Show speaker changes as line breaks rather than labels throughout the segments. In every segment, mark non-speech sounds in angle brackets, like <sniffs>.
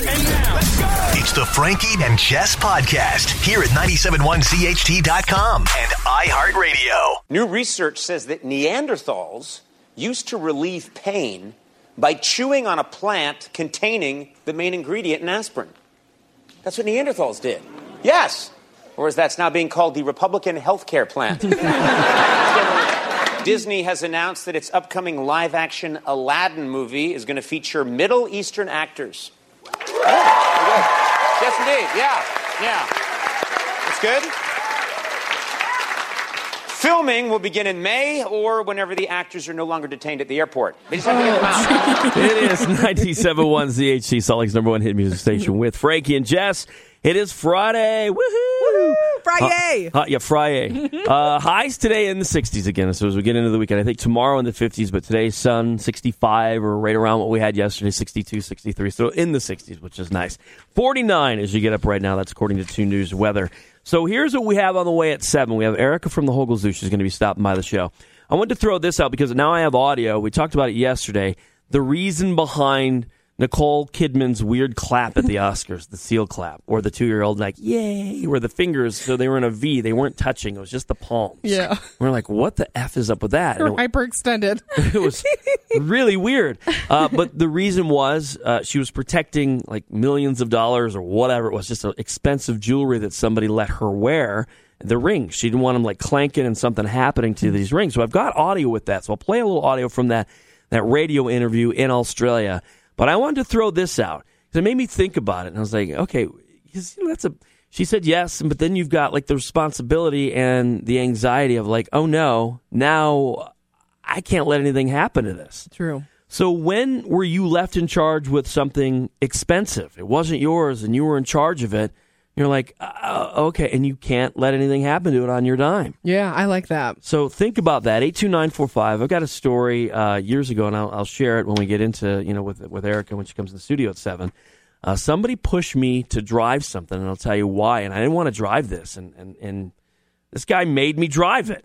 It's the Frankie and Jess podcast here at 971CHT.com and iHeartRadio.
New research says that Neanderthals used to relieve pain by chewing on a plant containing the main ingredient in aspirin. That's what Neanderthals did. Yes. Or as that's now being called, the Republican healthcare plan. Disney has announced that its upcoming live action Aladdin movie is going to feature Middle Eastern actors. Yes, indeed. Yeah. Yeah. That's good. Filming will begin in May or whenever the actors are no longer detained at the airport. They just have to get them out.
It is 97.1 ZHC, Salt Lake's number one hit music station with Frankie and Jess. It is Friday. Woohoo!
Friday.
Hot, yeah, Friday. Uh, highs today in the 60s again. So as we get into the weekend, I think tomorrow in the 50s, but today's sun 65 or right around what we had yesterday, 62, 63. So in the 60s, which is nice. 49 as you get up right now. That's according to Two News Weather. So here's what we have on the way at seven. We have Erica from the Hogle Zoo. She's going to be stopping by the show. I wanted to throw this out because now I have audio. We talked about it yesterday. The reason behind Nicole Kidman's weird clap at the Oscars, the seal clap, or the two year old like yay, where the fingers so they were in a V, they weren't touching. It was just the palms. <laughs>
Yeah.
we're like, what the f is up with that? And it-
Hyperextended.
it was really weird. Uh, but the reason was uh, she was protecting like millions of dollars or whatever it was, just uh, expensive jewelry that somebody let her wear. The rings. She didn't want them like clanking and something happening to these rings. So I've got audio with that. So I'll play a little audio from that that radio interview in Australia. But I wanted to throw this out because it made me think about it, and I was like, okay, 'cause, you know, that's a. She said yes, but then you've got like the responsibility and the anxiety of like, oh no, now I can't let anything happen to this.
True.
So when were you left in charge with something expensive? It wasn't yours, and you were in charge of it. You're like, uh, okay, and you can't let anything happen to it on your dime.
Yeah, I like that.
So think about that. Eight two nine four five. I've got a story uh, years ago, and I'll, I'll share it when we get into you know with with Erica when she comes in the studio at seven. Uh, somebody pushed me to drive something, and I'll tell you why. And I didn't want to drive this, and and and this guy made me drive it,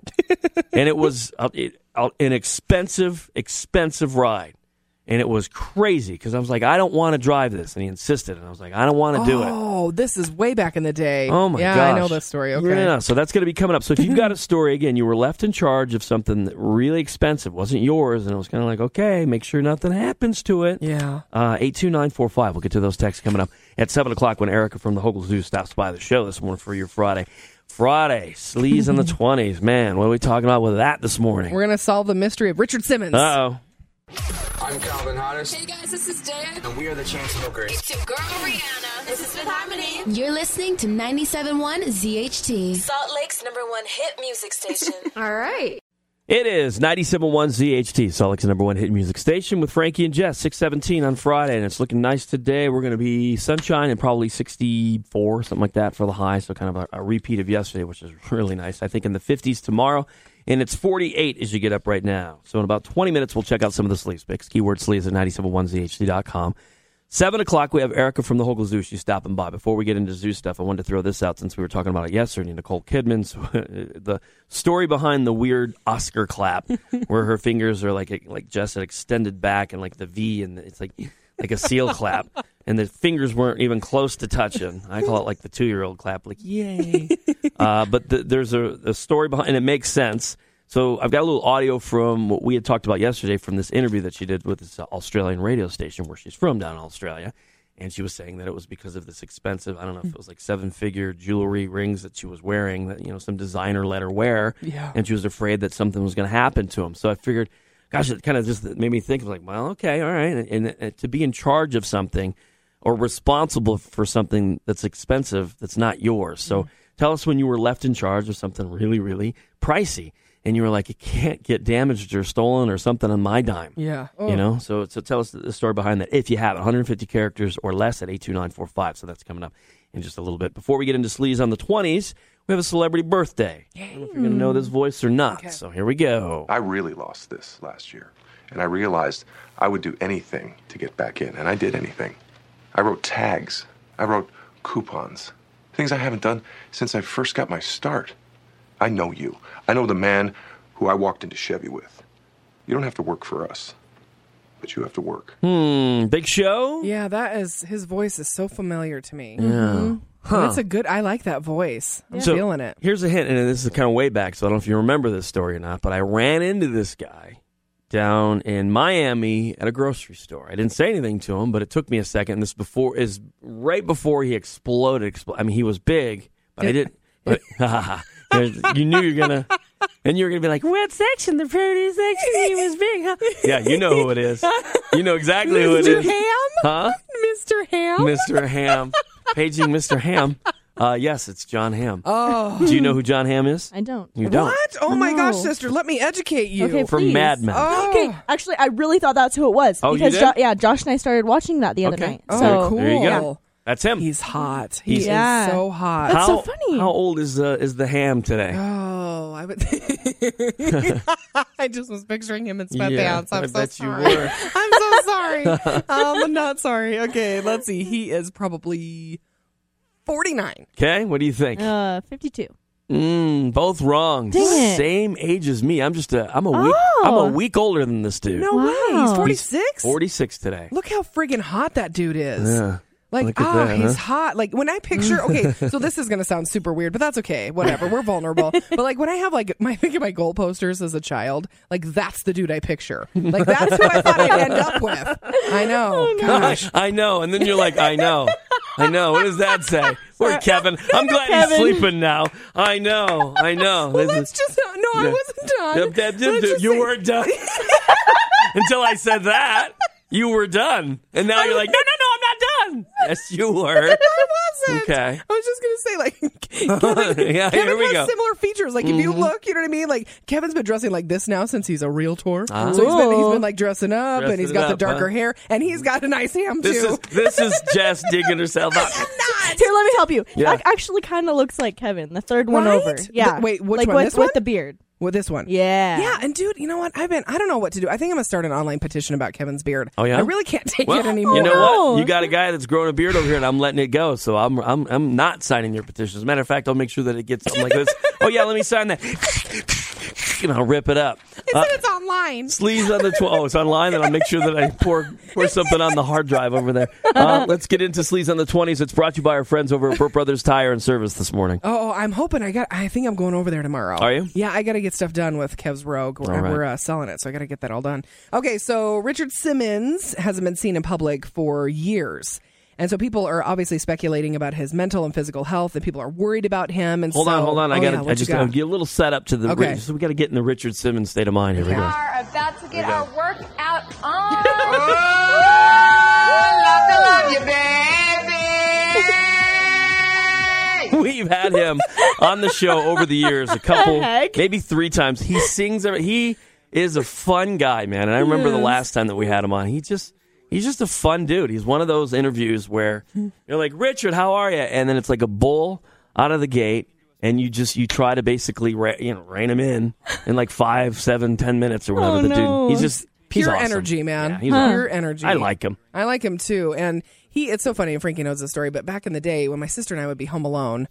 and it was uh, it, uh, an expensive, expensive ride, and it was crazy because I was like, I don't want to drive this, and he insisted, and I was like, I don't want to do it.
Oh, this is way back in the day.
Oh my
yeah,
gosh.
I know this story. Okay.
Yeah, so that's going to be coming up. So if you've
<laughs>
got a story again, you were left in charge of something that really expensive, wasn't yours, and it was kind of like, okay, make sure nothing happens to it.
Yeah.
Uh, 82945. We'll get to those texts coming up at 7 o'clock when Erica from the Hogle Zoo stops by the show this morning for your Friday. Friday, sleaze
<laughs>
in the 20s. Man, what are we talking about with that this morning?
We're gonna solve the mystery of Richard Simmons.
Uh oh.
<laughs> I'm Calvin Harris,
Hey guys, this is Dave.
and we are the Chainsmokers.
It's your girl Rihanna. This is Fifth Harmony.
You're listening to 97.1 ZHT.
Salt Lake's number one hit music station.
<laughs> All right.
It is 97.1 ZHT, Salt Lake's number one hit music station with Frankie and Jess, 617 on Friday, and it's looking nice today. We're going to be sunshine and probably 64, something like that for the high, so kind of a, a repeat of yesterday, which is really nice. I think in the 50s tomorrow, and it's 48 as you get up right now. So in about 20 minutes, we'll check out some of the sleeves picks. Keyword sleeves at 97.1zht.com. 7 o'clock, we have Erica from the Hogle Zoo. She's stopping by. Before we get into zoo stuff, I wanted to throw this out since we were talking about it yesterday. Nicole Kidman's <laughs> the story behind the weird Oscar clap where her fingers are like like Jess had extended back and like the V and it's like like a seal clap and the fingers weren't even close to touching. I call it like the two year old clap, like
<laughs>
yay. <laughs> uh, but th- there's a, a story behind and it makes sense. So I've got a little audio from what we had talked about yesterday from this interview that she did with this Australian radio station where she's from down in Australia. And she was saying that it was because of this expensive, I don't know
Mm.
if it was like seven figure jewelry rings that she was wearing that, you know, some designer let her wear.
Yeah.
And she was afraid that something was going to happen to him. So I figured, gosh, it kind of just made me think of like, well, okay, all right. And, and, uh, to be in charge of something or responsible for something that's
Mm.
expensive that's not yours. So tell us when you were left in charge of something really, really pricey. and you were like, it can't get damaged or stolen or something on my dime.
Yeah.
You know, so so tell us the story behind that if you have it. 150 characters or less at 82945. So that's coming up in just a little bit. Before we get into sleaze on the 20s, we have a celebrity birthday. I don't know if you're going to
Hmm.
know this voice or not. So here we go.
I really lost this last year, and I realized I would do anything to get back in, and I did anything. I wrote tags, I wrote coupons, things I haven't done since I first got my start. I know you. I know the man who I walked into Chevy with. You don't have to work for us, but you have to work.
Hmm, big show?
Yeah, that is his voice is so familiar to me. Yeah. That's a good I like that voice. I'm
So,
feeling it.
Here's a hint, and this is kind of way back, so I don't know if you remember this story or not, but I ran into this guy down in Miami at a grocery store. I didn't say anything to him, but it took me a second. This before is right before he exploded. Expl- I mean, he was big, but I didn't. But <laughs> there's- you knew you're gonna, and you were gonna be like, "What section? The pretty section? He was big, huh?" Yeah, you know who it is. <laughs> You know exactly who it is, huh?
Mr. Ham?
Mr. Ham. Paging Mr. Ham. Uh, yes, it's John Ham. Oh. Do you know who John Ham is?
I don't.
You don't.
What? Oh my gosh,
No.
sister, let me educate you.
Okay,
From
please.
Mad Men.
Oh.
Okay, actually, I really thought that's who it was
Oh, you
because
did?
Jo- yeah, Josh and I started watching that the other
Okay.
night.
Oh,
so
cool.
There you go. That's him.
He's hot. He is
Yeah.
so hot.
That's so
How-
funny.
How old is uh, is the ham today?
Oh, I would. <laughs> I just was picturing him in
Yeah,
sweatpants. I'm
I
so
bet you
sorry.
were.
<laughs> I'm so
<laughs>
sorry. Um, I'm not sorry. Okay, let's see. He is probably 49.
Okay, what do you think?
Uh, fifty-two.
Mm, both wrong.
Dang it.
Same age as me. I'm just a I'm a week I'm
Oh.
a week older than this dude.
No way.
Wow.
He's
He's
46?
Forty six today.
Look how friggin' hot that dude is.
Yeah.
Like,
Look at
ah,
that,
he's
huh?
hot. Like, when I picture, okay,
<laughs>
so this is going to sound super weird, but that's okay. Whatever. We're vulnerable. but, like, when I have, like, my, <laughs> I think of my goal posters as a child, like, that's the dude I picture. Like, that's who I thought I'd end up with. I
Oh,
know.
<laughs>
Gosh.
I know. And then you're like, I know. I know. What does that say? Poor
<laughs>
Kevin. I'm glad he's
Kevin.
sleeping now. I know. I know.
Well,
This
that's
is-
just, no, I
Yeah.
wasn't
Dub,
done.
dub, dub,
Let's
dub.
just
You
say-
were done. <laughs> Until I said that, you were done. And now you're like, no, no, no, I'm not done. Yes,
<laughs>
you were.
I wasn't.
Okay.
I was just gonna say, like,
<laughs>
Kevin,
Yeah, Mm-hmm.
Kevin
here we
has
go.
similar features. Like, if you look, you know what I mean. Like, Kevin's been dressing like this now since he's a realtor. So he's been, he's been like dressing up,
Ah. Dressing
and he's got
up,
the darker
huh?
hair, and he's got a nice ham
This
too.
is this is Jess digging herself
<laughs>
up.
Here, let me help you.
Yeah.
That actually kind of looks like Kevin, the third one
Right?
over. Yeah.
The- wait, which
like
one?
With,
This
with
one?
the beard.
With this one,
Yeah.
yeah. And dude, you know what? I've been. I don't know what to do. I think I'm gonna start an online petition about Kevin's beard.
Oh, yeah?
I really can't take
Well,
it anymore.
you know
No.
what? You got a guy that's growing a beard over here, and I'm letting it go. So I'm I'm I'm not signing your petition. As a matter of fact, I'll make sure that it gets something like
<laughs>
this. Oh yeah, let me sign that. <laughs> And I'll rip it up. Uh,
It said it's online.
Sleeves on the
<laughs>
12. Oh, it's online, and I'll make sure that I pour pour something on the hard drive over there. Uh, let's get into Sleeves on the 20s. It's brought to you by our friends over at Burt Brothers Tire and Service this morning.
Oh, I'm hoping I got. I think I'm going over there tomorrow.
Are you?
Yeah, I got to get stuff done with Kev's Rogue. We're,
All right.
we're uh, selling it, so I got to get that all done. Okay, so Richard Simmons hasn't been seen in public for years. And so people are obviously speculating about his mental and physical health, and people are worried about him. And
Hold
so,
on, hold on. I
Oh,
gotta,
yeah, what
I
you
just
got
gotta get a little setup to the.
Okay.
So we gotta get in the Richard Simmons state of mind. Here we go.
are about to get our workout
<laughs>
on.
<laughs> We've had him on the show over the years, a couple,
heck?
maybe three times. He sings. every- He is a fun guy, man. And I remember the last time that we had him on. He just. He's just a fun dude. He's one of those interviews where you're like, Richard, how are you? And then it's like a bull out of the gate, and you just you try to basically re- you know rein him in in like five, seven, ten minutes or whatever.
Oh,
the
no.
dude, he's just he's
pure
awesome.
energy, man.
Yeah, he's
Pure
awesome.
energy.
I like him.
I like him too. And he, it's so funny. And Frankie knows the story. But back in the day, when my sister and I would be home alone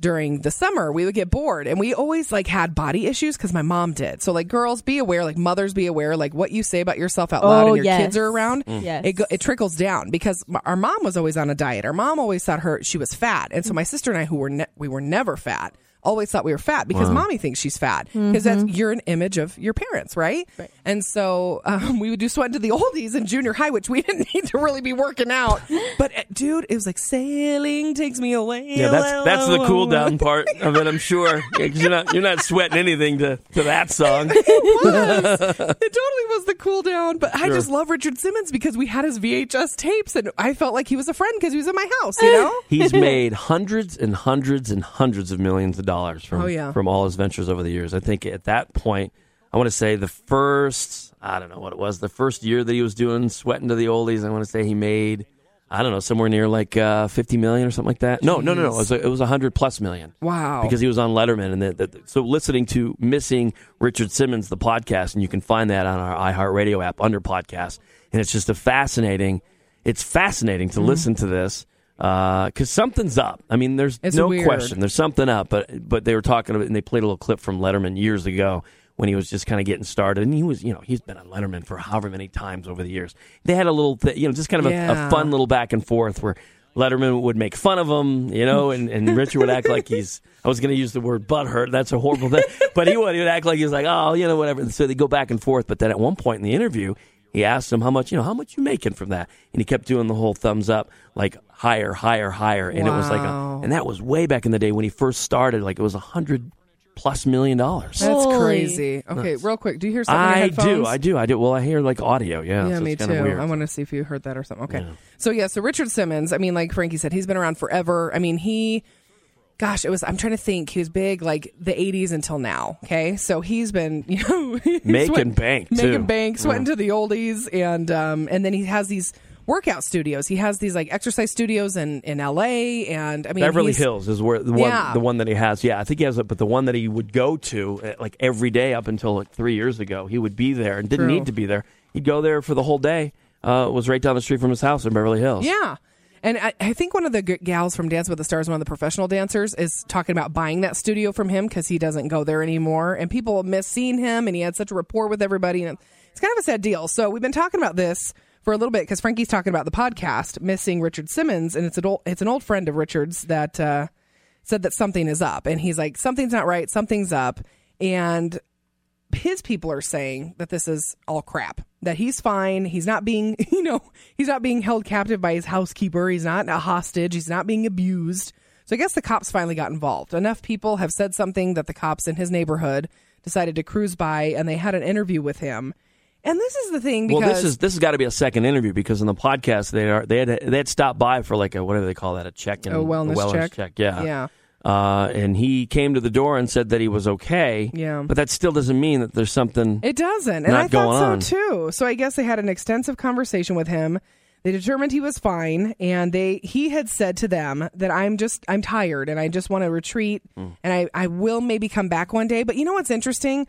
during the summer, we would get bored, and we always like had body issues because my mom did. So like, girls, be aware. Like mothers, be aware. Like what you say about yourself out loud
Oh,
and your
yes. Mm.
kids are around.
Yes.
It go, it trickles down because m- our mom was always on a diet. Our mom always thought her she was fat, and so my sister and I, who were ne- we were never fat. Always thought we were fat because mommy thinks she's fat because that's you're an image of your parents, right? And so um, we would do sweat into the oldies in junior high, which we <laughs> didn't need to really be working out. But uh, dude, it was like sailing takes me away.
Yeah, that's that's the cool down
It
part of it. I'm sure Yeah, 'cause you're not you're not sweating anything to, to that song.
was. <laughs> it totally was the cool down. But I just love Richard Simmons because we had his VHS tapes, and I felt <laughs> like he was a friend because he was in my house. You know.
He's made hundreds and hundreds and hundreds of millions of dollars from
Oh, yeah.
from all his ventures over the years. I think at that point, I want to say the first I don't know what it was the first year that he was doing sweating to the oldies. I want to say he made I don't know somewhere near like uh, fifty million or something like that. No, no, no, no. It was a, it was a hundred plus million.
Wow.
Because he was on Letterman, and that that- so listening to missing Richard Simmons the podcast, and you can find that on our iHeartRadio app under podcast, and it's just a fascinating. It's fascinating
Mm-hmm.
to listen to this because something's up. I mean, there's
It's
no
weird.
question. There's something up, but but they were talking about, and they played a little clip from Letterman years ago when he was just kind of getting started, and he was, you know, he's been on Letterman for however many times over the years. They had a little, th- you know, just kind of a,
Yeah.
a fun little back and forth where Letterman would make fun of him, you know, and, and Richard would act like he's, I was going to use the word butthurt. That's a horrible thing. But he would, he would act like he's like, oh, you know, whatever. And so they go back and forth. But then at one point in the interview, he asked him how much, you know, how much you making from that? And he kept doing the whole thumbs up, like higher, higher, higher. And it was like, a,
Wow.
and that was way back in the day when he first started, like it was a hundred plus million dollars.
That's
Holy.
crazy. Okay, real quick. Do you hear something? in your
I do,
headphones?
I do, I do. Well, I hear like audio. Yeah.
Yeah,
so
me
it's
too.
kinda Weird.
I want to see if you heard that or something. Okay. So yeah, so Richard Simmons, I mean, like Frankie said, he's been around forever. I mean, he gosh, it was I'm trying to think. He was big like the eighties until now. Okay. So he's been, <laughs> you know he's
Making
sweating-
bank,
Making
too.
bank, sweating to the oldies and um and then he has these workout studios. He has these like exercise studios in, in LA and I mean
Beverly
he's-
Hills is where the one
Yeah.
the one that he has. Yeah, I think he has it, but the one that he would go to uh, like every day up until like three years ago, he would be there and didn't
True.
need to be there. He'd go there for the whole day. Uh, it was right down the street from his house in Beverly Hills.
Yeah. And I, I think one of the g- gals from Dance with the Stars, one of the professional dancers, is talking about buying that studio from him because he doesn't go there anymore. And people miss seeing him, and he had such a rapport with everybody. And it's kind of a sad deal. So we've been talking about this for a little bit because Frankie's talking about the podcast missing Richard Simmons, and it's an old, it's an old friend of Richard's that uh, said that something is up, and he's like, something's not right, something's up, and his people are saying that this is all crap. That he's fine. He's not being, <laughs> you know, he's not being held captive by his housekeeper. He's not a hostage. He's not being abused. So I guess the cops finally got involved. Enough people have said something that the cops in his neighborhood decided to cruise by, and they had an interview with him. And this is the thing because
Well, this is this has got to be a second interview because in the podcast they are they had they had stopped by for like a whatever they call that a check in
A wellness check?
Yeah,
Yeah.
Uh, and he came to the door and said that he was okay.
Yeah.
but that still doesn't mean that there's something.
It doesn't. And
not
I thought
going
so
on.
too. So I guess they had an extensive conversation with him. They determined he was fine and they he had said to them that I'm just I'm tired and I just want to retreat
Mm.
and I, I will maybe come back one day. But you know what's interesting?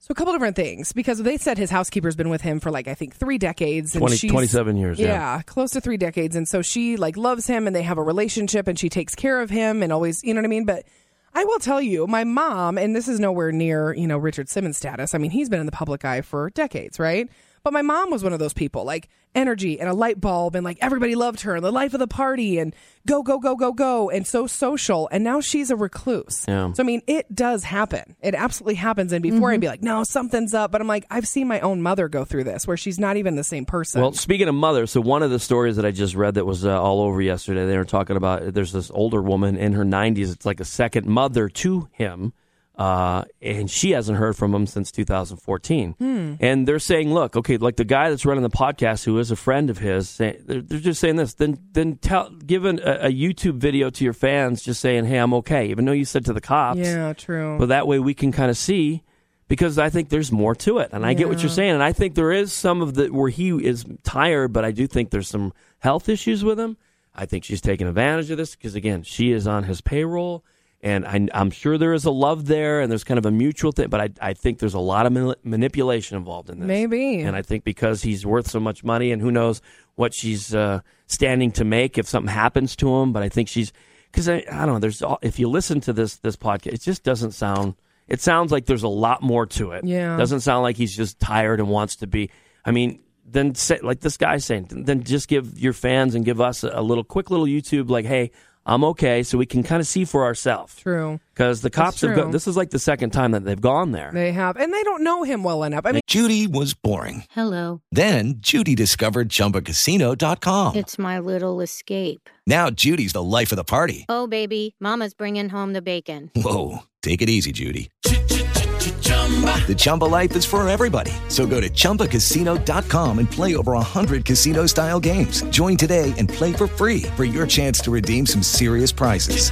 So a couple different things because they said his housekeeper's been with him for like I think three decades and
20
she's
27 years, yeah.
close to three decades and so she like loves him and they have a relationship and she takes care of him and always you know what I mean but I will tell you my mom and this is nowhere near you know Richard Simmons status I mean he's been in the public eye for decades right but my mom was one of those people like energy and a light bulb and like everybody loved her and the life of the party and go go go go go and so social and now she's a recluse
Yeah.
so I mean, it does happen. It absolutely happens. And before I'd be like, no, something's up. But I'm like, I've seen my own mother go through this where she's not even the same person.
Well, speaking of mother, so one of the stories that I just read that was uh, all over yesterday, they were talking about there's this older woman in her 90s. It's like a second mother to him. Uh, and she hasn't heard from him since 2014.
Hmm.
And they're saying, look, okay, like the guy that's running the podcast who is a friend of his, say, they're, they're just saying this. Then, then tell, give an, a, a YouTube video to your fans just saying, hey, I'm okay, even though you said to the cops.
yeah, true.
But that way we can kind of see because I think there's more to it. And I get what you're saying. And I think there is some of the where he is tired, but I do think there's some health issues with him. I think she's taking advantage of this because, again, she is on his payroll. And I, I'm sure there is a love there and there's kind of a mutual thing. But I, I think there's a lot of mani- manipulation involved in this.
Maybe.
And I think because he's worth so much money and who knows what she's uh, standing to make if something happens to him. But I think she's because I, I don't know. There's all, if you listen to this this podcast, it just doesn't sound. It sounds like there's a lot more to it.
Yeah.
doesn't sound like he's just tired and wants to be. I mean, then say, like this guy's saying, then- then just give your fans and give us a, a little quick little YouTube like, hey, I'm okay, so we can kind of see for ourselves.
true.
Because the cops have.
true.
Go- this is like the second time that they've gone there.
They have. And they don't know him well enough. I mean,
Judy was boring.
Hello,
Then Judy discovered ChumbaCasino.com.
it's my little escape.
Now Judy's the life of the party.
Oh, baby, Mama's bringing home the bacon.
Whoa, take it easy, Judy. The Chumba life is for everybody. So go to ChumbaCasino.com and play over 100 casino style games. Join today and play for free for your chance to redeem some serious prizes.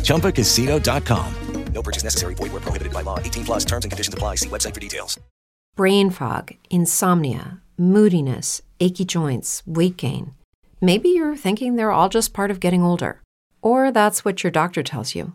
ChumbaCasino.com.
No purchase necessary. Void where prohibited by law. 18 plus terms and conditions apply. See website for details.
Brain fog, insomnia, moodiness, achy joints, weight gain. Maybe you're thinking they're all just part of getting older, or that's what your doctor tells you.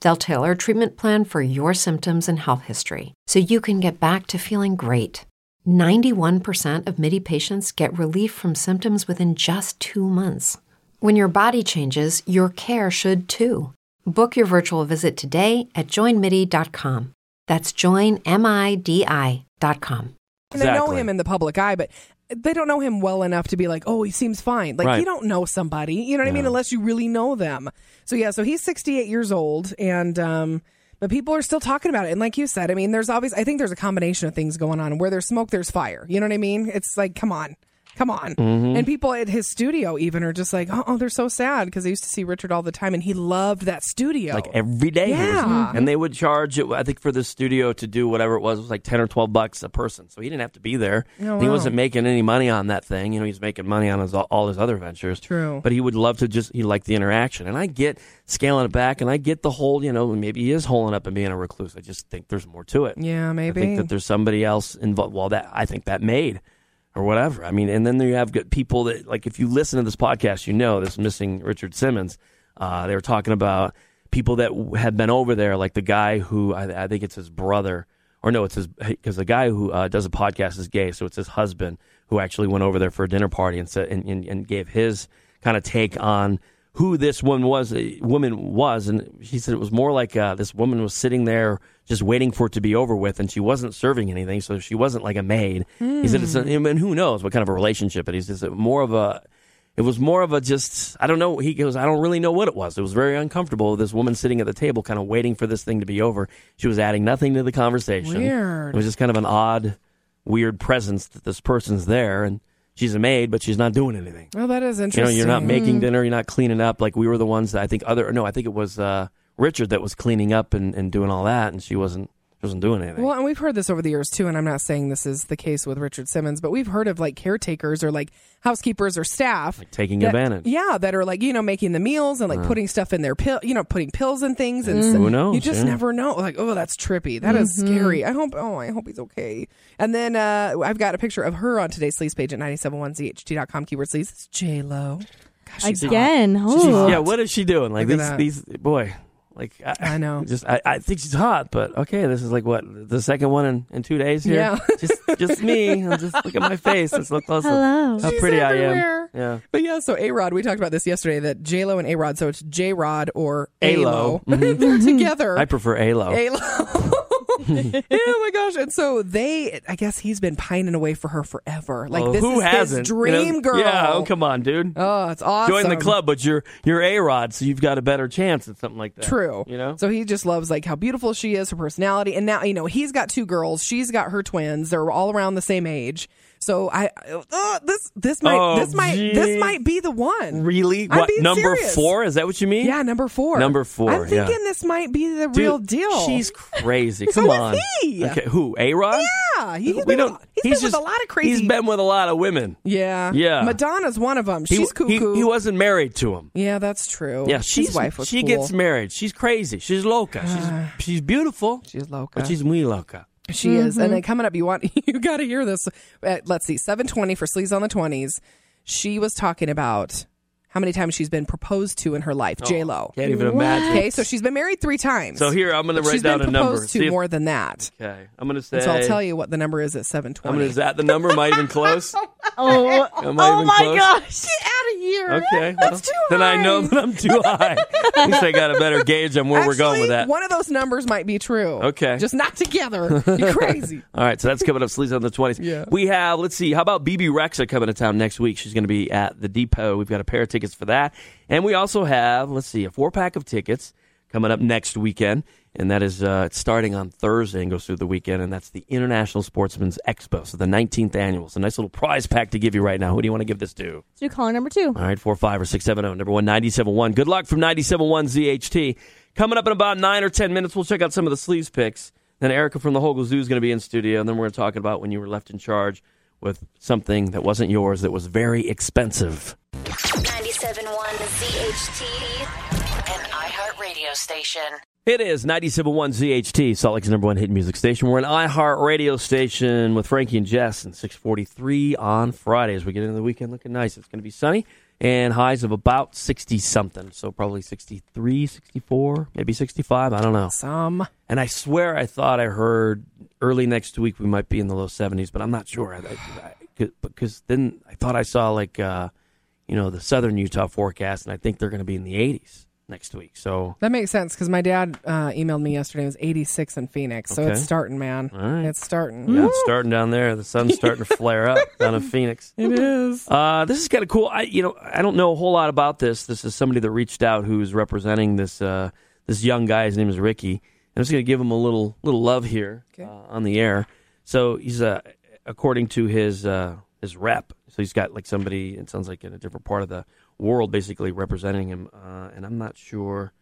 They'll tailor a treatment plan for your symptoms and health history so you can get back to feeling great. 91% of MIDI patients get relief from symptoms within just two months. When your body changes, your care should too. Book your virtual visit today at joinmidi.com. That's joinmidi.com.
And they know
Exactly.
him in the public eye, but they don't know him well enough to be like, oh, he seems fine. Like,
Right.
you don't know somebody, you know what I mean?
Yeah.
Unless you really know them. So, yeah, so he's 68 years old, and, um, but people are still talking about it. And like you said, I mean, there's always, I think there's a combination of things going on. Where there's smoke, there's fire. You know what I mean? It's like, come on, come on.
Mhm.
And people at his studio even are just like, oh, oh, they're so sad because they used to see Richard all the time, and he loved that studio.
Like every day. he was-
Yeah. Mm-hmm.
And they would charge it, I think, for the studio to do whatever it was, it was like 10 or 12 bucks a person. So he didn't have to be there.
Oh,
He
wow.
wasn't making any money on that thing. You know, he's making money on his, all his other ventures.
True.
But he would love to just, he liked the interaction. And I get scaling it back and I get the whole, you know, maybe he is holing up and being a recluse. I just think there's more to it.
Yeah,
I
maybe.
think that there's somebody else involved. Well, that I think that made or whatever. I mean, and then you have good people that like if you listen to this podcast, you know this missing Richard Simmons. Uh, they were talking about people that w- had been over there, like the guy who I, I think it's his brother. Or no, it's his because the guy who uh, does a podcast is gay, so it's his husband who actually went over there for a dinner party and said and, and, and gave his kind of take on who this woman was uh, woman was and she said it was more like uh, this woman was sitting there just waiting for it to be over with and she wasn't serving anything so she wasn't like a maid he said it's a,
Hmm.
and who knows what kind of a relationship it is is it more of a it was more of a just i don't know he goes i don't really know what it was it was very uncomfortable this woman sitting at the table kind of waiting for this thing to be over she was adding nothing to the conversation
Weird.
it was just kind of an odd weird presence that this person's there and she's a maid but she's not doing anything
Well, that is
you know,
interesting.
you're not making
Mm.
dinner, you're not cleaning up. Like we were the ones that I think other no, I think it was uh, Richard that was cleaning up and, and doing all that, and she wasn't she wasn't doing anything.
Well, and we've heard this over the years too, and I'm not saying this is the case with Richard Simmons, but we've heard of like caretakers or like housekeepers or staff
taking
that-
advantage.
Yeah, that are like you know making the meals and like
Yeah.
putting stuff in their pill, you know, putting pills and things, and
Mm.
so-
Who knows,
You just
yeah.
never know. Like, oh, that's trippy. That is
Mhm.
Mm-hmm.
scary. I hope. Oh, I hope he's okay. And then uh, I've got a picture of her on today's sleaze page at 971zht.com keyword sleaze. It's J Lo.
Again, oh.
yeah. What is she doing? Like
Look at
these these boy, like I,
I
<laughs>
know.
Just I, I think she's hot, but okay, this is like what the second one in, in two days here.
Yeah.
<laughs> just just me. I'll just look at my face. Let's look closer.
Hello.
How
She's
pretty
everywhere.
I am.
But yeah, so A Rod, we talked about this yesterday that J Lo and A Rod, so it's J Rod or
Yeah.
A
Alo. Mm-hmm.
Lo. <laughs> They're together.
I prefer Alo.
Alo. <laughs> oh my gosh! And so they, I guess he's been pining away for her forever. Like
Well,
this
Oh, who
is
hasn't?
his
You know?
dream girl.
Yeah. Oh, come on, dude.
Oh, it's awesome.
Join the club, but you're you're A Rod, so you've got a better chance at something like that.
True.
You know.
So he just loves like how beautiful she is, her personality, and now you know he's got two girls. She's got her twins. They're all around the same age. So I uh, this this might
Oh,
this might
geez.
this might be the one.
Really?
I'm
What
being
number
serious.
four? Is that what you mean?
Yeah, number four.
Number four.
I'm
yeah.
thinking this might be the
Dude,
real deal.
She's
<laughs>
crazy.
So
Come
is
on.
he.
Okay. Who? A Rod?
yeah, he- he's
We
been,
don't.
he's been
he's
with
just,
a lot of crazy.
He's been with a lot of women.
yeah,
Yeah.
Madonna's one of them.
He-
She's
he,
cuckoo.
he wasn't married to him.
yeah, that's true.
Yeah,
His
she's,
wife was
she
cool.
gets married. She's crazy. She's loca.
<sighs>
She's she's beautiful.
She's loca.
But she's muy loca. Mm-hmm.
She is. And then coming up, you want <laughs> you got to hear this. At, let's see, seven twenty for sleaze on the twenties. She was talking about how many times she's been proposed to in her life. J Lo
Oh, can't even imagine.
Okay, so she's been married three times.
So here, I'm gonna
But
write
she's
down
been
a number.
proposed
See
To
if-
more than that.
Okay. I'm gonna say.
And so I'll tell you what the number is at seven
I'm gonna,
twenty. <laughs>
is that the number? Am I even close?
Oh,
<laughs> Am I
oh
even
my
close?
gosh! Get out of
year.
Okay.
That's too
well, Then I know
high.
that I'm too
<laughs>
high. At least I got a better gauge on where we're going with that.
One of those numbers might be true.
Okay.
Just not
<laughs>
together. You're crazy.
All right, so that's coming up. Sleaze on the 20s.
Yeah.
We have, let's see, how about BB Rexa coming to town next week? She's going to be at the Depot. We've got a pair of tickets for that. And we also have, let's see, a four pack of tickets coming up next weekend. And that is uh, it's starting on Thursday and goes through the weekend. And that's the International Sportsman's Expo. So the 19th annual. It's a nice little prize pack to give you right now. Who do you want to give this to?
Let's do caller number two.
All right, four five or six seven zero number one ninety seven one. Good luck from ninety seven one ZHT. Coming up in about nine or ten minutes, we'll check out some of the sleeves picks. Then Erica from the Hogle Zoo is going to be in studio, and then we're going to talk about when you were left in charge with something that wasn't yours that was very expensive.
97.1 ZHT, an iHeartRadio station.
It is 97.1 ZHT, Salt Lake's number one hit music station. We're an iHeart radio station with Frankie and Jess and 643 on Fridays. We get into the weekend looking nice. It's going to be sunny and highs of about 60 something. So probably 63, 64, maybe 65. I don't know.
Some.
And I swear I thought I heard early next week we might be in the low 70s, but I'm not sure. I, I, I, because then I thought I saw like, uh, you know, the southern Utah forecast, and I think they're going to be in the 80s next week. So.
That makes sense because my dad uh, emailed me yesterday. It was 86 in Phoenix, so
Okay.
it's starting, man.
All right.
It's starting.
Yeah,
<laughs>
it's starting down there. The sun's starting to flare up down in Phoenix.
It is.
Uh, this is kind of cool. I, you know, I don't know a whole lot about this. This is somebody that reached out who's representing this uh, this young guy. His name is Ricky. I'm just going to give him a little little love here uh, on the air. So he's uh, according to his uh, his rep. So he's got like somebody. It sounds like in a different part of the world, basically representing him. Uh, and I'm not sure.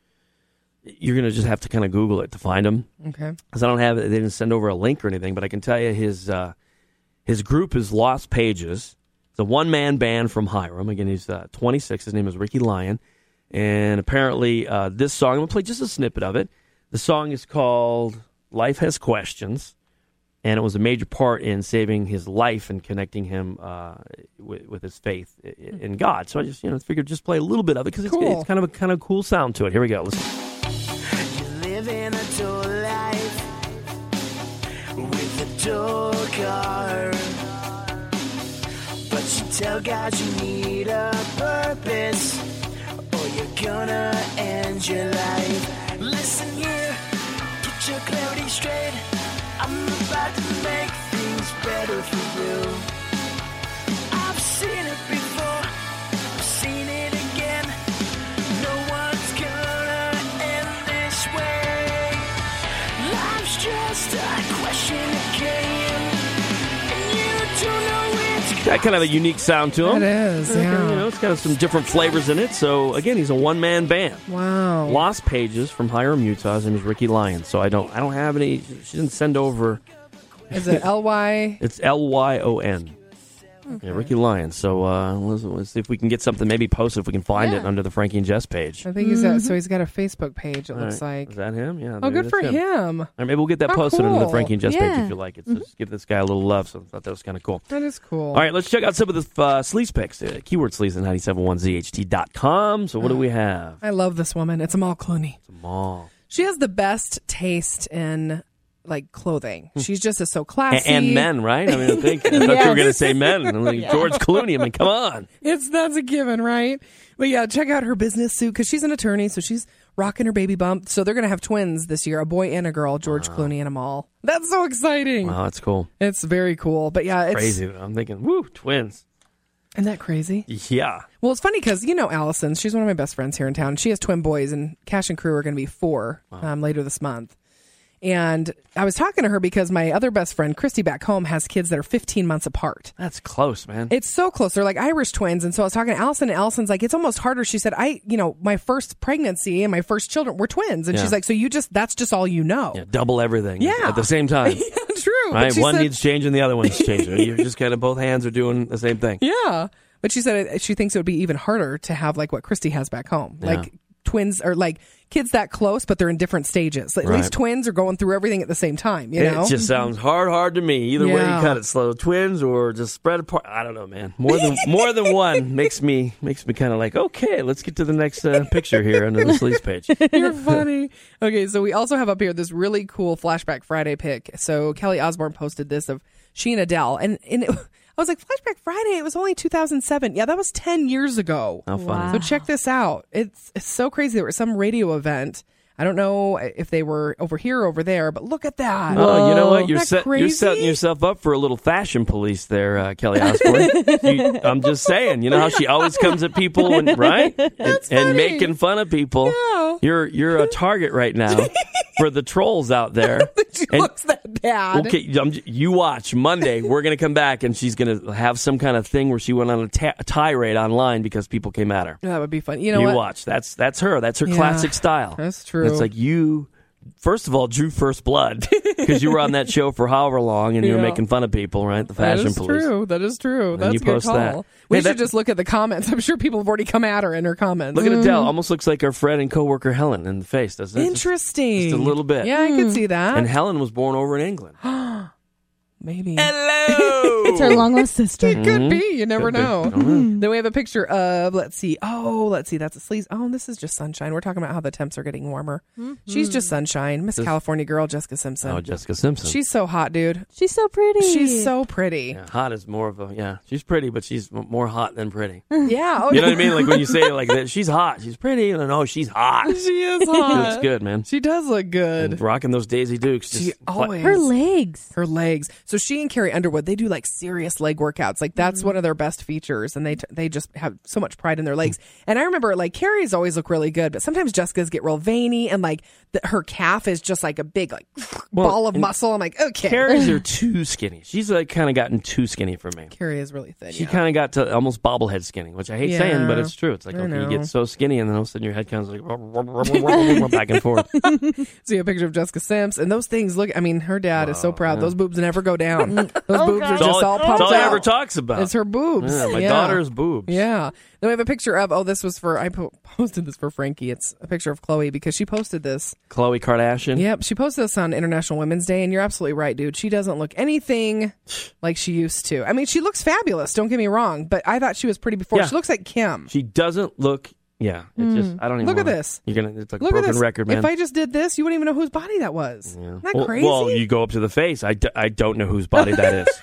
You're going to just have to kind of Google it to find him.
Okay.
Because I don't have it. They didn't send over a link or anything, but I can tell you his uh, his group is Lost Pages. It's a one man band from Hiram. Again, he's uh, 26. His name is Ricky Lyon. And apparently, uh, this song, I'm going to play just a snippet of it. The song is called Life Has Questions, and it was a major part in saving his life and connecting him uh, with, with his faith i- i- in God. So I just, you know, figured just play a little bit of it because it's,
Cool.
it's kind of a kind of cool sound to it. Here we go. Listen.
Living a dull life with a dull car. But you tell God you need a purpose, or you're gonna end your life. Listen here, get your clarity straight. I'm about to make things better for you. I've seen it before, I've seen it again. No one's gonna end this way. Life's just a question again, and you don't know it's
It's got kind of a unique sound to him.
It is,
Okay,
yeah.
You know, it's got some different flavors in it. So again, he's a one man band.
Wow.
Lost Pages from Hiram, Utah. His name is Ricky Lyons. So I don't, I don't have any. She didn't send over.
Is
<laughs>
it LY?
It's L Y O N. Yeah, Ricky Lyons. So uh, let's, let's see if we can get something. Maybe post if we can find it
Yeah.
under the Frankie and Jess page.
I think he's got, so he's got a Facebook page, it
All
looks
right.
like.
Is that him? Yeah.
Oh,
maybe
good
that's
for him.
Or maybe we'll get that
How
posted under the
cool.
Frankie and Jess page
Yeah.
if you like it. So just give this guy a little love. So I thought that was kind of cool.
That is cool.
All right, let's check out some of the uh, sleaze picks. Uh, keyword sleaze at 971zht.com. So what do we have?
I love this woman. It's Amal Clooney.
Mall.
She has the best taste in like clothing. She's just is so classy.
Hmm. And, men, right? I mean, I,
<laughs>
think, I thought you were
Yes.
going to say men. I'm
<laughs>
like,
Yeah.
George Clooney. I mean, come on.
It's that's a given, right? But yeah, check out her business suit because she's an attorney, so she's rocking her baby bump. So they're gonna have twins this year, a boy and a girl,
Uh-huh.
George Clooney and Amal. That's so exciting.
Wow, that's cool.
It's very cool. But yeah, it's
Crazy. I'm thinking, woo, twins.
Isn't that crazy?
Yeah.
Well, it's funny because you know Allison. She's one of my best friends here in town. She has twin boys, and Cash and Crew are going to be four um, later this month. And I was talking to her because my other best friend, Christy, back home, has kids that are 15 months apart.
That's close, man.
It's so close. They're like Irish twins. And so I was talking to Allison, and Allison's like, it's almost harder. She said, I, you know, my first pregnancy and my first children were twins. And
Yeah.
she's like, so you just, that's just all you know.
Yeah, double everything
<laughs> Yeah.
at the same time.
<laughs> True. but
right?
she
One
said-
needs changing, the other one's
<laughs>
changing. You're just kind of both hands are doing the same thing.
Yeah. But she said it, she thinks it would be even harder to have like what Christy has back home.
Yeah.
Like twins or like kids that close, but they're in different stages. At
Right.
least twins are going through everything at the same time, you know?
It just sounds hard, hard to me. Either way, you
Yeah.
cut it slow. Twins or just spread apart. I don't know, man. More
<laughs>
than more than one makes me makes me kind of like okay. Let's get to the next uh, picture here under the sleeves
<laughs>
page. <laughs>
You're funny. Okay, so we also have up here this really cool flashback Friday pick. So Kelly Osbourne posted this of she and <laughs> Adele, and and it, I was like, Flashback Friday. It was only 2007. Yeah, that was 10 years ago.
How funny. Wow.
So check this out. It's, it's so crazy. There was some radio event. I don't know if they were over here or over there, but look at that.
Oh, you know what?
Isn't
You're
that
set, you're
crazy?
setting yourself up for a little fashion police there, uh, Kelly
<laughs>
Osbourne. You- I'm just saying. You know how she always comes at people, and,
<laughs>
right? And, and making fun of people. You're you're a target right
<laughs>
now for the trolls out there. And-
bad.
Okay, I'm j- you watch Monday. We're gonna come back, and she's gonna have some kind of thing where she went on a ta- tirade online because people came at her.
Oh, That would be fun. You know what?
watch. That's that's her. That's her
Yeah,
classic style.
that's true.
It's like you. First of all, drew first
<laughs>
blood because you were on that show for however long, and you were
Yeah.
making fun of people, right? The fashion
that is
police.
true. That is true.
And
That's
you
a good
post
call.
that.
We
Hey,
should
that-
just look at the comments. <laughs> I'm sure people have already come at her in her comments. Mm.
Look at Adele. Almost looks like our friend and coworker Helen in the face, doesn't it? Just-
Interesting.
Just, a little bit.
Yeah, I could see that.
And Helen was born over in England.
<gasps> Maybe. <laughs>
Hello.
It's her long lost sister.
It could be. You never
Mm-hmm. Could be.
know. Mm.
Don't know.
<laughs> Then we have a picture of, let's see. Oh, let's see. That's a sleaze. Oh, this is just sunshine. We're talking about how the temps are getting warmer. She's just sunshine. Miss
This-
California girl, Jessica Simpson.
Oh, Jessica Simpson.
She's so hot, dude.
She's so pretty.
She's so pretty.
Yeah, hot is more of a yeah. She's pretty, but she's m- more hot than pretty.
<laughs> Yeah. oh,
You know what I mean? Like when you say <laughs> it like that, she's hot. She's pretty, and then oh, she's hot.
<laughs> she is hot.
Looks good, man.
She does look good.
And rocking those Daisy Dukes. Just
She always
Her legs.
her legs. So she and Carrie Underwood, they do like serious leg workouts. Like
Mm-hmm.
that's one of their best features, and they t- they just have so much pride in their legs. And I remember like Carrie's always look really good, but sometimes Jessica's get real veiny, and like the, her calf is just like a big like <laughs>
Well,
ball of
and
muscle. I'm like, okay,
Carrie's
<laughs>
are too skinny. She's like kind of gotten too skinny for me.
Carrie is really thin.
She
yeah.
kind of got to almost bobblehead skinny, which I hate saying, but
Yeah,
it's true. It's like
I
okay, you
know.
get so skinny, and then all of a sudden your head kind of like rub, rub, rub, rub, rub, rub, back and forth.
See a picture of Jessica Sims, and those things look. I mean, her dad is so proud.
yeah.
Those boobs never
<laughs>
go down. <laughs> those boobs are
It's
just all
it's
pumped
all he
out.
ever talks about.
It's her boobs.
Yeah, my
Yeah.
daughter's boobs.
Yeah. Then we have a picture of, oh, this was for, I po- <laughs> posted this for Frankie. It's a picture of Chloe because she posted this.
Khloe Kardashian.
Yep. She posted this on International Women's Day. And you're absolutely right, dude. She doesn't look anything like she used to. I mean, she looks fabulous. Don't get me wrong. But I thought she was pretty before.
Yeah.
She looks like Kim. Hmm.
She doesn't look. Yeah, it's just I don't even.
Mm-hmm. Look at
wanna-
this.
You're gonna. It's like
Look
a broken
at this.
record, man.
If I just did this, you wouldn't even know whose body that was. Isn't that
well,
crazy?
well, you go up to the face. I, d- I don't know whose body that is.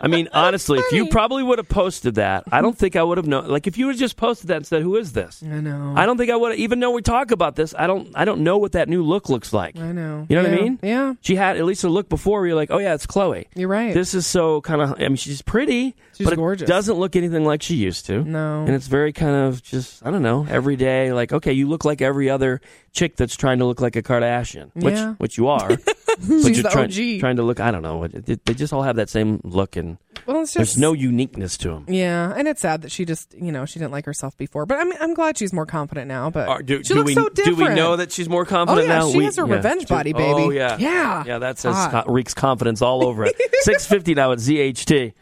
I
<laughs>
mean, honestly, if you probably would have posted that, I don't think I would have known. Like, if you would have just posted that and said, "Who is this?"
I know.
I don't think I would have even know we talk about this. I don't. I don't know what that new look looks like.
I know.
You know what
Yeah.
I mean?
Yeah.
She had at least a look before where you're like, "Oh yeah, it's Chloe."
You're right.
This is so kind of. I mean, she's pretty,
She's
but it
gorgeous.
doesn't look anything like she used to.
No.
and it's very kind of just I don't know everyday. Like, okay, you look like every other chick that's trying to look like a Kardashian,
Yeah.
which which you
<laughs>
are. but
She's
you're
the
trying,
OG.
trying to look. I don't know. It- it- They just all have that same look, and
well, it's
there's
just
no uniqueness to them.
Yeah, and it's sad that she just, you know, she didn't like herself before. But I mean, I'm glad she's more confident now. But
Uh, do, do
she looks
we,
so
do
different.
we know that she's more confident
Oh, yeah,
now?
she
We-
has her
yeah.
revenge body, baby.
Oh yeah,
yeah,
yeah. That says
Hot.
co- reeks confidence all over
<laughs>
it. Six fifty now at ZHT.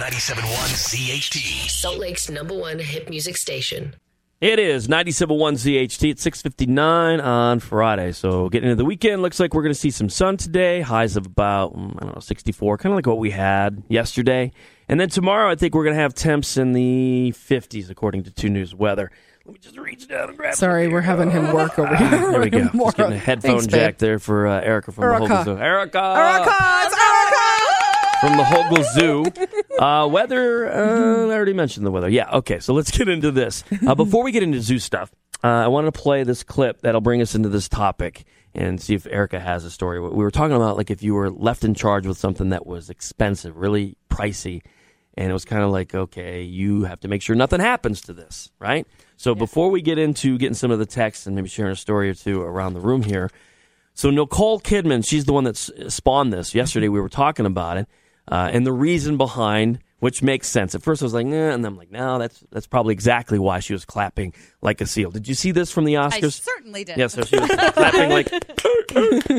97.1 CHT.
Salt Lake's number one hit music station.
It is 97.1 ZHT at 6.59 on Friday. So getting into the weekend, looks like we're going to see some sun today. Highs of about, mm, I don't know, 64, kind of like what we had yesterday. And then tomorrow, I think we're going to have temps in the 50s, according to 2 News Weather. Let me just reach down and grab
Sorry, we're
<laughs>
having him work over here.
There we go.
More.
Just getting a headphone
Thanks, babe.
jack there for uh, Erica from
Erica.
the Hogle Zoo. Erica!
Erica, it's Erica!
From the Hogle Zoo. Uh, weather, uh, I already mentioned the weather. Yeah, okay, so let's get into this. Uh, before we get into zoo stuff, uh, I wanted to play this clip that'll bring us into this topic and see if Erica has a story. We were talking about, like, if you were left in charge with something that was expensive, really pricey, and it was kind of like, okay, you have to make sure nothing happens to this, right? So before we get into getting some of the texts and maybe sharing a story or two around the room here, so Nicole Kidman, she's the one that s- spawned this. Yesterday we were talking about it, uh, and the reason behind, which makes sense. At first I was like, nah, and then I'm like, no, that's that's probably exactly why she was clapping like a seal. Did you see this from the Oscars?
I certainly did.
Yeah, so she was <laughs> clapping like,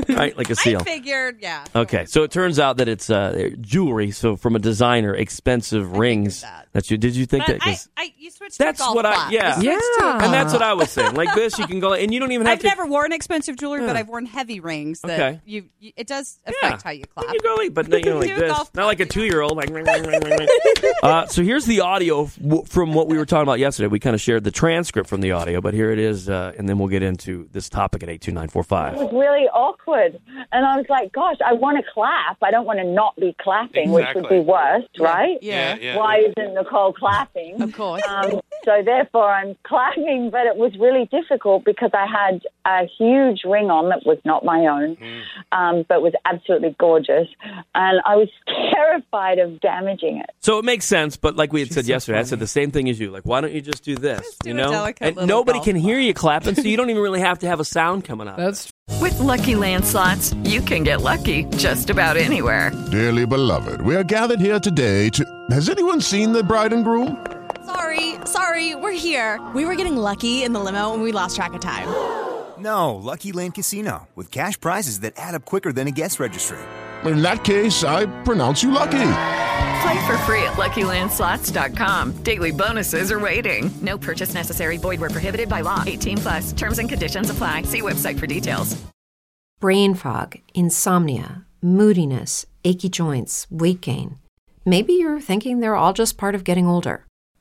right, like a seal.
<laughs> I figured, yeah.
Okay, so it turns out that it's uh, jewelry. So from a designer, expensive rings. That you did you think
But
that? 'cause
I, I, you switched
that's
to golf
what I
club.
yeah
You switched to a golf
and that's what
club.
I was saying. Like this, you can go and you don't
<laughs>
even have
I've
to.
never worn expensive jewelry, but
Yeah.
I've worn heavy rings. That
Okay.
you, you, it does affect
Yeah.
how you clap.
You go like, but you know,
Do
like
a <laughs>
this,
golf <laughs>
not like a two-year-old. Like, ring, ring, ring, ring, ring. Uh, so here's the audio f- w- from what we were talking about yesterday. We kind of shared the transcript from the audio, but here it is, uh, and then we'll get into this topic at eight two nine four
It
five.
was really awkward. And I was like, gosh, I want to clap. I don't want to not be clapping, which
Exactly.
would be worse, right?
Yeah, yeah.
Why isn't Nicole clapping? Of course. Um, so therefore, I'm <laughs> clapping, but it was really difficult because I had a huge ring on that was not my own,
Hmm.
um, but was absolutely gorgeous. And I was <laughs> terrified of damaging it.
So it makes sense, but like we had said yesterday, I said the same thing as you. Like, why don't you just do this? you
a
know,
delicate
and
little
nobody
golf
can hear you clapping, so you don't even really have to have a sound coming out.
That's With Lucky Land slots, you can get lucky just about anywhere.
Dearly beloved, we are gathered here today to. Has anyone seen the bride and groom?
Sorry, sorry, we're here. We were getting lucky in the limo and we lost track of time.
No, Lucky Land Casino with cash prizes that add up quicker than a guest registry.
In that case, I pronounce you lucky.
Play for free at LuckyLandSlots.com. Daily bonuses are waiting. No purchase necessary. Void where prohibited by law. 18 plus. Terms and conditions apply. See website for details.
brain fog, insomnia, moodiness, achy joints, weight gain. Maybe you're thinking they're all just part of getting older,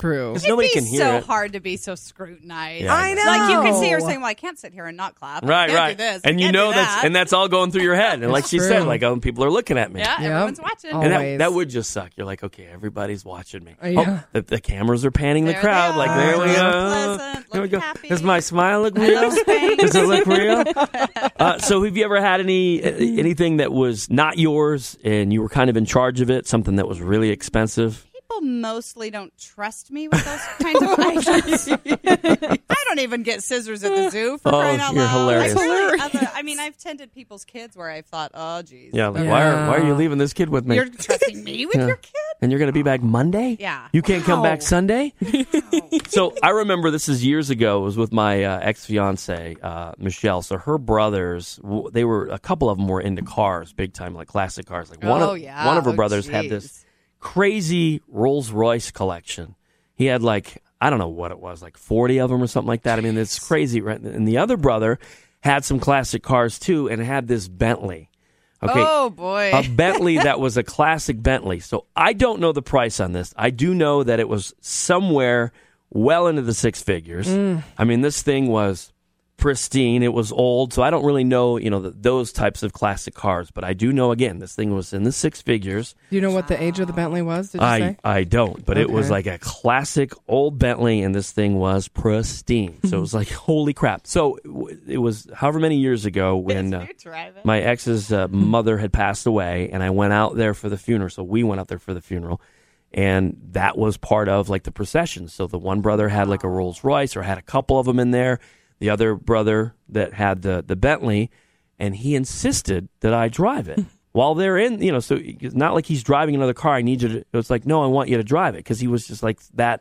True.
It'd be so hard to be so scrutinized.
Yeah, I know.
Like you could see her
know.
saying, "Well, I can't sit here and not clap. I
Right,
can't
right,
Do this. I
and you
can't
know
do
that's <laughs>
that.
and that's all going through your head. And like she said,
true.
like oh, people are looking at me.
Yeah, Yep. everyone's watching.
And that,
Always.
that would just suck. You're like, okay, everybody's watching me.
Uh, yeah.
Oh, the, the cameras are panning the
There they
crowd. Like there we
are.
go. There we go. Does my smile look real? Does it look
<laughs>
real? uh, so have you ever had any uh, anything that was not yours and you were kind of in charge of it? Something that was really expensive?
People mostly don't trust me with those <laughs> kinds
<laughs>
of items. I don't even get
<laughs>
scissors at the zoo for
Oh,
crying out
you're
loud.
hilarious.
Like, really other- I mean, I've tended people's kids where I've thought, "Oh, geez,
Yeah. Like, Why are Why are you leaving this kid with me?
You're trusting me with
Yeah.
your kid?
And you're going to be back Monday?
Yeah.
You can't come back
Wow. <laughs>
Sunday? so I remember this is years ago. It was with my uh, ex fiance, uh, Michelle. So her brothers, w- they were, a couple of them were into cars, big time, like classic cars. Like one
Oh,
of,
yeah.
one of her
Oh,
brothers had this crazy Rolls Royce collection. He had like, I don't know what it was, like 40 of them or something like that. I mean, it's crazy, right? And the other brother had some classic cars too and had this Bentley. Okay.
Oh, boy.
A Bentley
<laughs>
that was a classic Bentley. So I don't know the price on this. I do know that it was somewhere well into the six figures.
Mm.
I mean, this thing was pristine. It was old. So I don't really know, you know, th those types of classic cars. But I do know, again, this thing was in the six figures.
Do you know what the age of the Bentley was? Did you
I,
say?
I don't, but it was
Okay.
like a classic old Bentley, and this thing was pristine. So it
<laughs>
was like, holy crap. So it w- it was however many years ago when uh, my ex's uh, mother had passed away, and I went out there for the funeral. So we went out there for the funeral, and that was part of like the procession. So the one brother had
Oh.
like a Rolls Royce or had a couple of them in there, the other brother that had the, the Bentley, and he insisted that I drive
<laughs>
it. While they're in, you know, so it's not like he's driving another car. I need you to, it was like, no, I want you to drive it. Cause he was just like that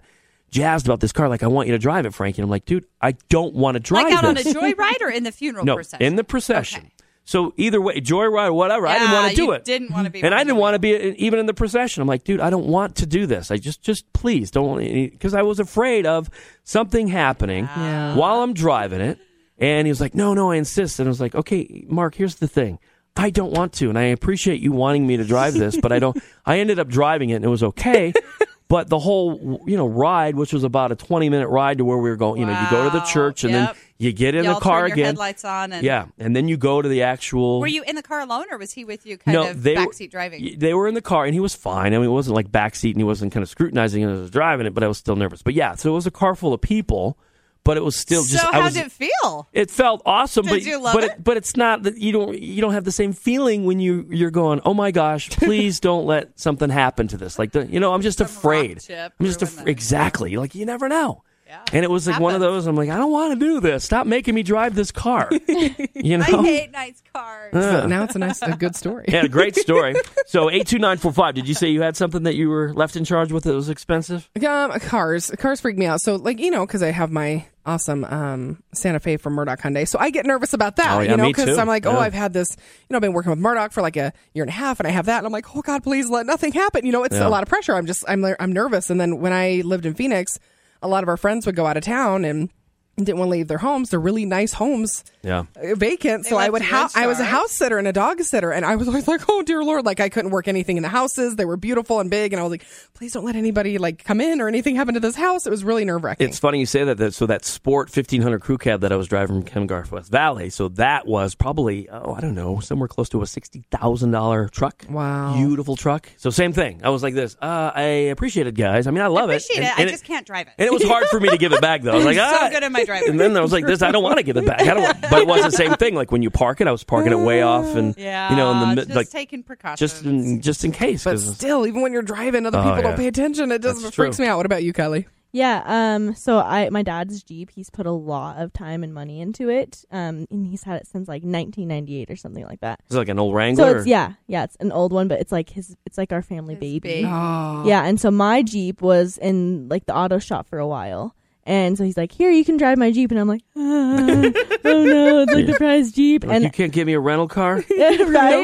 jazzed about this car. Like, I want you to drive it, Frankie. And I'm like, dude, I don't want to drive
Like out on a
this."
joyride or in the funeral
no,
procession?
in the procession. So either way, joyride or whatever, I didn't
Yeah,
want to do
you
it.
didn't wanna be
and I didn't want to be in- even in the procession. I'm like, dude, I don't want to do this. I just, just please don't, because I was afraid of something happening while I'm driving it. And he was like, no, no, I insist. And I was like, okay, Mark, here's the thing. I don't want to, and I appreciate you wanting me to drive this, but I don't.
<laughs>
I ended up driving it, and it was okay. But the whole, you know, ride, which was about a twenty-minute ride to where we were going, you know, you go to the church and
Yep.
then you get in
Y'all
the car
turn your
again.
headlights on and-
yeah, and then you go to the actual.
Were you in the car alone, or was he with you, kind of
they were-
backseat driving?
y- They were in the car, and he was fine. I mean, it wasn't like backseat, and he wasn't kind of scrutinizing it as I was driving it, but I was still nervous. But yeah, so it was a car full of people, but it was still just.
so
I
how
was,
did it feel?
It felt awesome,
Did
but
you love
but
it?
but it's not that you don't you don't have the same feeling when you you're going. Oh my gosh!
<laughs>
Please don't let something happen to this. Like the, you know, I'm just afraid.
chip
I'm just af- exactly like you never know. And it was like one of those. I'm like, I don't want to do this. Stop making me drive this
<laughs>
car. <laughs> Uh. you know,
I hate
nice cars.
Yeah.
now it's a nice, a good story.
<laughs> yeah, great story. So eight two nine four five. Did you say you had something that you were left in charge with that was expensive?
Um, cars, cars freak me out. So, like you know, because I have my awesome um Santa Fe from Murdoch Hyundai, so I get nervous about that.
Oh, yeah,
you know,
me too.
because I'm like, oh,
Yeah.
I've had this. You know, I've been working with Murdoch for like a year and a half, and I have that, and I'm like, oh God, please let nothing happen. You know, it's
Yeah.
a lot of pressure. I'm just, I'm, I'm nervous. And then when I lived in Phoenix, a lot of our friends would go out of town and didn't want to leave their homes. They're really nice homes.
Yeah.
uh, vacant. so I would
you in
ha- I was a
charge.
house sitter and a dog sitter, and I was <laughs> always like, oh dear lord, like I couldn't work anything in the houses. They were beautiful and big, and I was like, please don't let anybody like come in or anything happen to this house. It was really nerve wracking.
It's funny you say that, that. So that Sport 1500 crew cab that I was driving from Chemgarth West Valley. So that was probably oh I don't know somewhere close to a sixty thousand dollar truck. Wow, beautiful truck. So same thing. I was like this. Uh, I appreciate it, guys. I mean, I love
Appreciate
it.
it.
And-
I
and
just can't drive it.
And it was
<laughs>
hard for <laughs> me to give it back though. I was like,
I'm <laughs> so
ah.
good at my driving.
And then I was like, this. I don't want to give it back. I don't. Want, but it was the same thing. Like when you park it, I was parking it way off,
<laughs>
and you know, in the mid-
just
like
taking
just in, just in case.
but
'cause-
still, even when you're driving, other
Oh,
people
yeah.
don't pay attention. It just
That's
freaks
true.
me out. What about you, Kylie?
Yeah. Um. So I, my dad's Jeep. He's put a lot of time and money into it. Um. And he's had it since like 1998 or something like that.
Is it like an old Wrangler
So it's
or- <laughs>
yeah, yeah. It's an old one, but it's like his. It's like our family baby.
baby. Aw.
Yeah. And so my Jeep was in like the auto shop for a while. And so he's like, "Here, you can drive my Jeep," and I'm like, <laughs> ah, "Oh no, it's like the prize Jeep."
like,
and
you can't give me a rental
<laughs>
car.
right?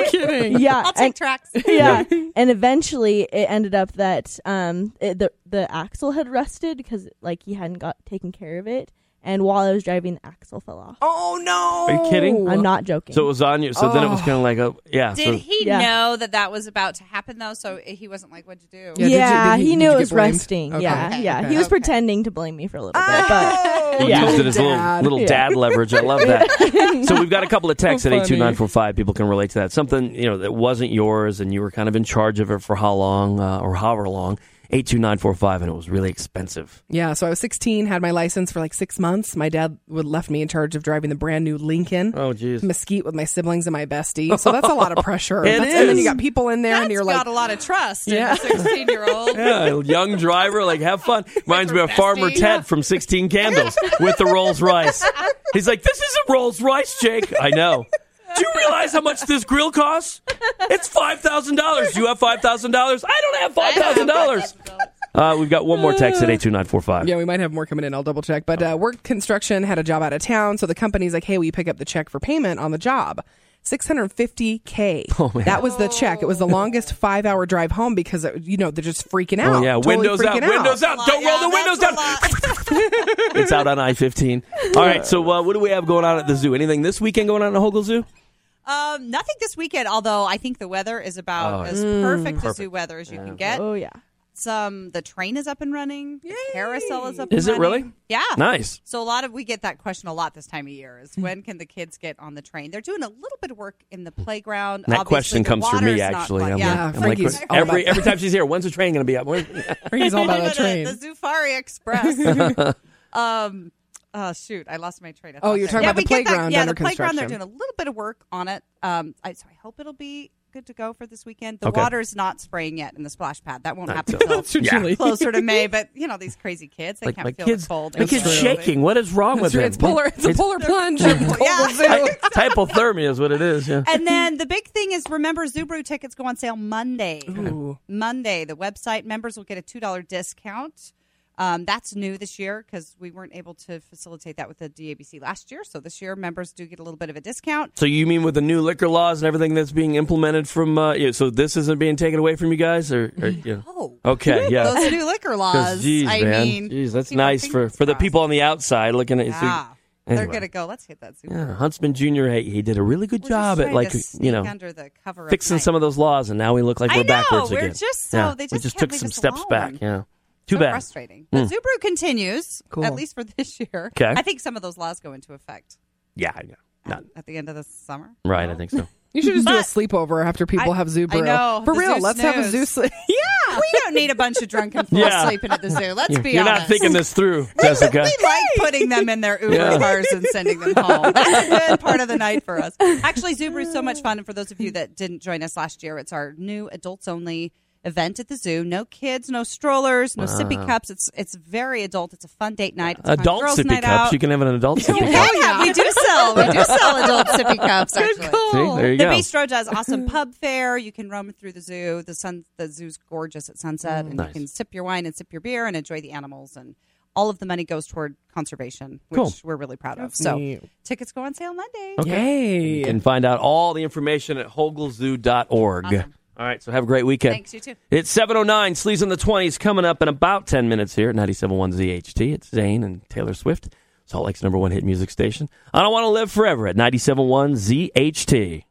kidding.
Yeah,
I'll take
and-
tracks.
<laughs> Yeah, and eventually it ended up that um it, the the axle had rusted because like he hadn't got taken care of it, and while I was driving, the axle fell off.
Oh no!
Are you kidding?
I'm not joking.
So it was on you. So then it was
Oh.
kind of like, oh, yeah.
Did
so,
he
Yeah.
know that that was about to happen though? So he wasn't like, "What'd you do?"
Yeah, he, knew it was rusting.
Okay.
Yeah,
Okay. Oh.
yeah.
Okay.
He was pretending to blame me for a little bit, but
He
yeah.
used it as little, little dad leverage. I love
<laughs>
that. so we've got a couple of texts at
Funny.
82945. People can relate to that. Something, you know, that wasn't yours and you were kind of in charge of it for how long uh, or however long. 82945 and it was really expensive.
Yeah, so I was 16, had my license for like six months. My dad would left me in charge of driving the brand new Lincoln.
Oh, jeez.
Mesquite with my siblings and my <laughs> bestie. So that's a lot of pressure.
It
That's- And then
is.
you got people in there, and you're like,
got a lot of trust
Yeah.
in a 16 year old.
Yeah, a young driver, like have fun. Reminds me of Farmer
bestie.
Ted from 16 Candles with the Rolls Royce. He's like, this is a Rolls Royce, Jake. I know. Do you realize how much this grill costs? It's five thousand dollars. You have five thousand dollars. I don't have five thousand dollars. Uh, we've got one more text at eight two nine four five.
Yeah, we might have more coming in. I'll double check. But uh, work construction had a job out of town, so the company's like, "Hey, will you pick up the check for payment on the job?" 650k.
<laughs> Oh, man. Oh.
that was the check. It was the longest five hour drive home because it, you know they're just freaking out.
Oh yeah,
Totally
windows out,
freaking
windows out. Don't roll the windows down. it's out on I fifteen. All right, so uh, what do we have going on at the zoo? Anything this weekend going on at Hogle Zoo?
Um, nothing this weekend. Although I think the weather is about
Oh,
as
yeah. Mm.
perfect, as
Perfect.
zoo weather as you can get. Oh
yeah.
Some the train is up and running. The carousel is up.
Is
and
it
running.
really?
Yeah.
Nice.
So a lot of we get that question a lot this time of year
Mm-hmm.
is when can the kids get on the train? They're doing a little bit of work in the playground.
That
Obviously,
question
the
comes from
water's
me
not
actually.
fun.
I'm
yeah.
like, I'm like,
Frankie's all
every
about-
every time she's here, when's the train going to be up? When-
Frankie's all about
No,
<laughs>
that
no, <laughs>
train.
The Zufari
<laughs>
Express. um, oh shoot, I lost my train. Of
Oh,
thought
you're
there.
talking
yeah,
about the
we get that-
playground
Yeah,
under
the playground. They're
construction.
doing a little bit of work on it. Um, I, so I hope it'll be good to go for this weekend. The
Okay.
water's not spraying yet in the splash pad. That won't
Not
happen
till-
till
That's too Yeah. chilly.
closer to
<laughs>
May. But you know these crazy kids, they
like
can't
my
feel
kids,
the cold.
my kids shaking. What is wrong with
It's-
him?
it's polar- it's a
<laughs>
polar plunge.
Yeah.
Ty-
<laughs>
Hypothermia is what it is. Yeah.
and then the big thing is remember Zubru tickets go on sale Monday.
Ooh.
Monday, the website members will get a two dollar discount. Um, that's new this year because we weren't able to facilitate that with the DABC last year. So this year, members do get a little bit of a discount.
So you mean with the new liquor laws and everything that's being implemented from? Uh, yeah, so this isn't being taken away from you guys, or, or yeah.
No.
Okay, yeah.
Those new liquor
<laughs> 'Cause,
laws.
Geez,
I
man.
mean,
Geez, that's
keep our
nice for, for the people on the outside looking at. so-
Yeah.
anyway.
They're gonna go. Let's hit that Zubru.
Yeah, Huntsman Junior, hey, he did a really good job at
trying
like
to
you
sneak
know
under the cover of
fixing
night.
some of those laws, and now we look like
I
we're
know,
backwards
we're
again.
just so-
yeah,
they
we
just
just
can't
took
leave
some
us
steps back.
alone.
Yeah, too
so
bad.
Frustrating.
Mm.
But Zubru continues,
Cool.
at least for <laughs> this year.
Okay.
I think some of those laws go into effect
Yeah, I know. Not
at the end of the summer.
right. I think so.
You should just do a sleepover after people have zoo
I
brew.
know.
For
the
real,
zoo
let's have a zoo
<laughs>
snooze.
sleep.
yeah. We don't need a bunch of drunken fools
Yeah.
sleeping at the zoo. Let's
You're-
be
You're
honest.
not thinking this through, Jessica.
<laughs> We
<laughs>
like putting them in their Uber
Yeah.
cars and sending them home. That's
<laughs>
a good part of the night for us. Actually, Zubru is so much fun. And for those of you that didn't join us last year, it's our new adults only event at the zoo. No kids, no strollers, no sippy
Wow.
cups. It's it's very adult. It's a fun date night. It's a fun
Adult
girls'
sippy
night
cups.
out.
You can have an adult
<laughs>
sippy cup.
Oh yeah,
<laughs>
we do sell <laughs> we do sell
<laughs>
adult sippy cups. Actually,
See, there you
the
go.
bistro does awesome pub fare. You can roam through the zoo. The sun, the zoo's gorgeous at sunset, and
Nice.
you can sip your wine and sip your beer and enjoy the animals. And all of the money goes toward conservation, which
Cool.
we're really proud of.
That's
So
neat.
tickets go on sale Monday.
Okay. You can find out all the information at hoglezoo.org. All right, so have a great weekend.
Thanks, you too.
It's 709, Sleaze in the 20s, coming up in about 10 minutes here at 97.1 ZHT. It's Zane and Taylor Swift, Salt Lake's number one hit music station. I don't want to live forever at 97.1 ZHT.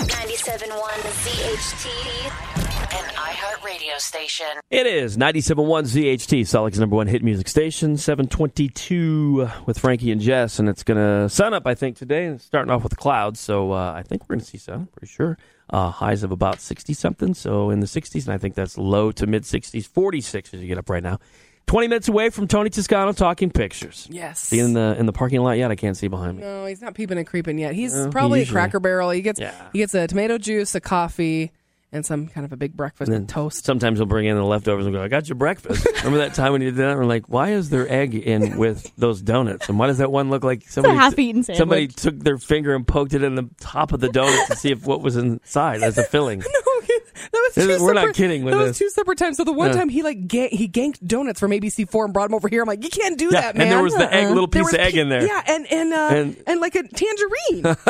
97.1 ZHT, an iHeartRadio station.
It is 97.1 ZHT, Salt Lake's number one hit music station, 722 with Frankie and Jess. And it's going to sun up, I think, today. And it's starting off with clouds. So uh, I think we're going to see sun, I'm pretty sure. Uh, highs of about 60 something. So in the 60s. And I think that's low to mid 60s, 46 as you get up right now. 20 minutes away from Tony Toscano talking pictures.
Yes.
See in the, in the parking lot yet? I can't see behind me.
No, he's not peeping and creeping yet. He's
No,
probably
usually.
a Cracker Barrel. He gets
Yeah.
he gets a tomato juice, a coffee, and some kind of a big breakfast. <laughs>
And then Sometimes they'll bring in the leftovers and go, I got your breakfast. Remember that time when you did that? We're like, why is there egg in with those donuts? And why does that one look like somebody,
half-eaten sandwich.
somebody took their finger and poked it in the top of the donut to see if what was inside as a
<laughs>
filling?
That
This
was two
is- we're not
separate-
kidding with
that
this.
was two separate times. So the one
Yeah.
time he like ga- he ganked donuts from ABC Four and brought them over here. I'm like, you can't do
Yeah,
that,
and
man. Uh-huh.
there was the egg- little
There
piece
was
of egg
pe-
in there.
Yeah, and and uh,
And-
and, like
<laughs>
a tangerine. and then <laughs>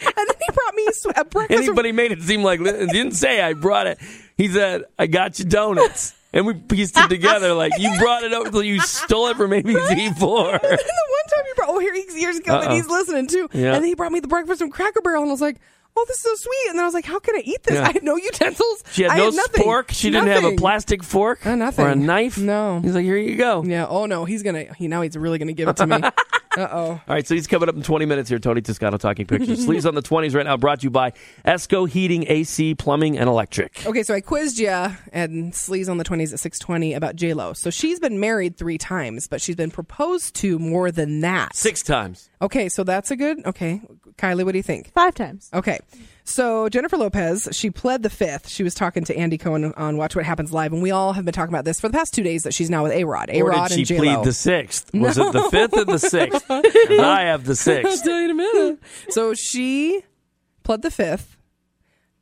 he brought me s- a breakfast. from-
Anybody made it seem like it didn't say I brought it. He said, I got you donuts. And we pieced it together like you brought it up, you stole it from
<laughs>
ABC4.
And the one time he brought, oh, here he's years ago that
Uh-oh.
he's listening too.
Uh-uh. Yeah.
And then he brought me the breakfast from Cracker Barrel, and I was like, oh, this is so sweet. And then I was like, how can I eat this?
Yeah.
I had no utensils.
She had
I
no
had nothing.
fork. She didn't have a
Nothing. Uh,
plastic fork
nothing.
or a knife.
No.
He's like, here you go.
Yeah. Oh no, he's gonna. He now he's really gonna give
<laughs>
it to me. uh oh.
All right, so he's coming up in 20 minutes here. Tony Toscano talking
<laughs>
pictures. Sleeves on the 20s right now, brought to you by Esco Heating, AC, Plumbing, and Electric.
Okay, so I quizzed you and Sleaze on the 20s at 620 about J-Lo. So she's been married three times, but she's been proposed to more than that.
Six times.
Okay, so that's a good. Okay, Kylie, what do you think?
Five times.
Okay, so Jennifer Lopez, she pled the fifth. She was talking to Andy Cohen on Watch What Happens Live, and we all have been talking about this for the past two days that she's now with A Rod. A
or
Rod
did she
and J-Lo.
plead the sixth? Was it the
No.
fifth or the
<laughs>
sixth? 'Cause I have the
I'll
sixth.
tell you in a minute. <laughs> So she pled the fifth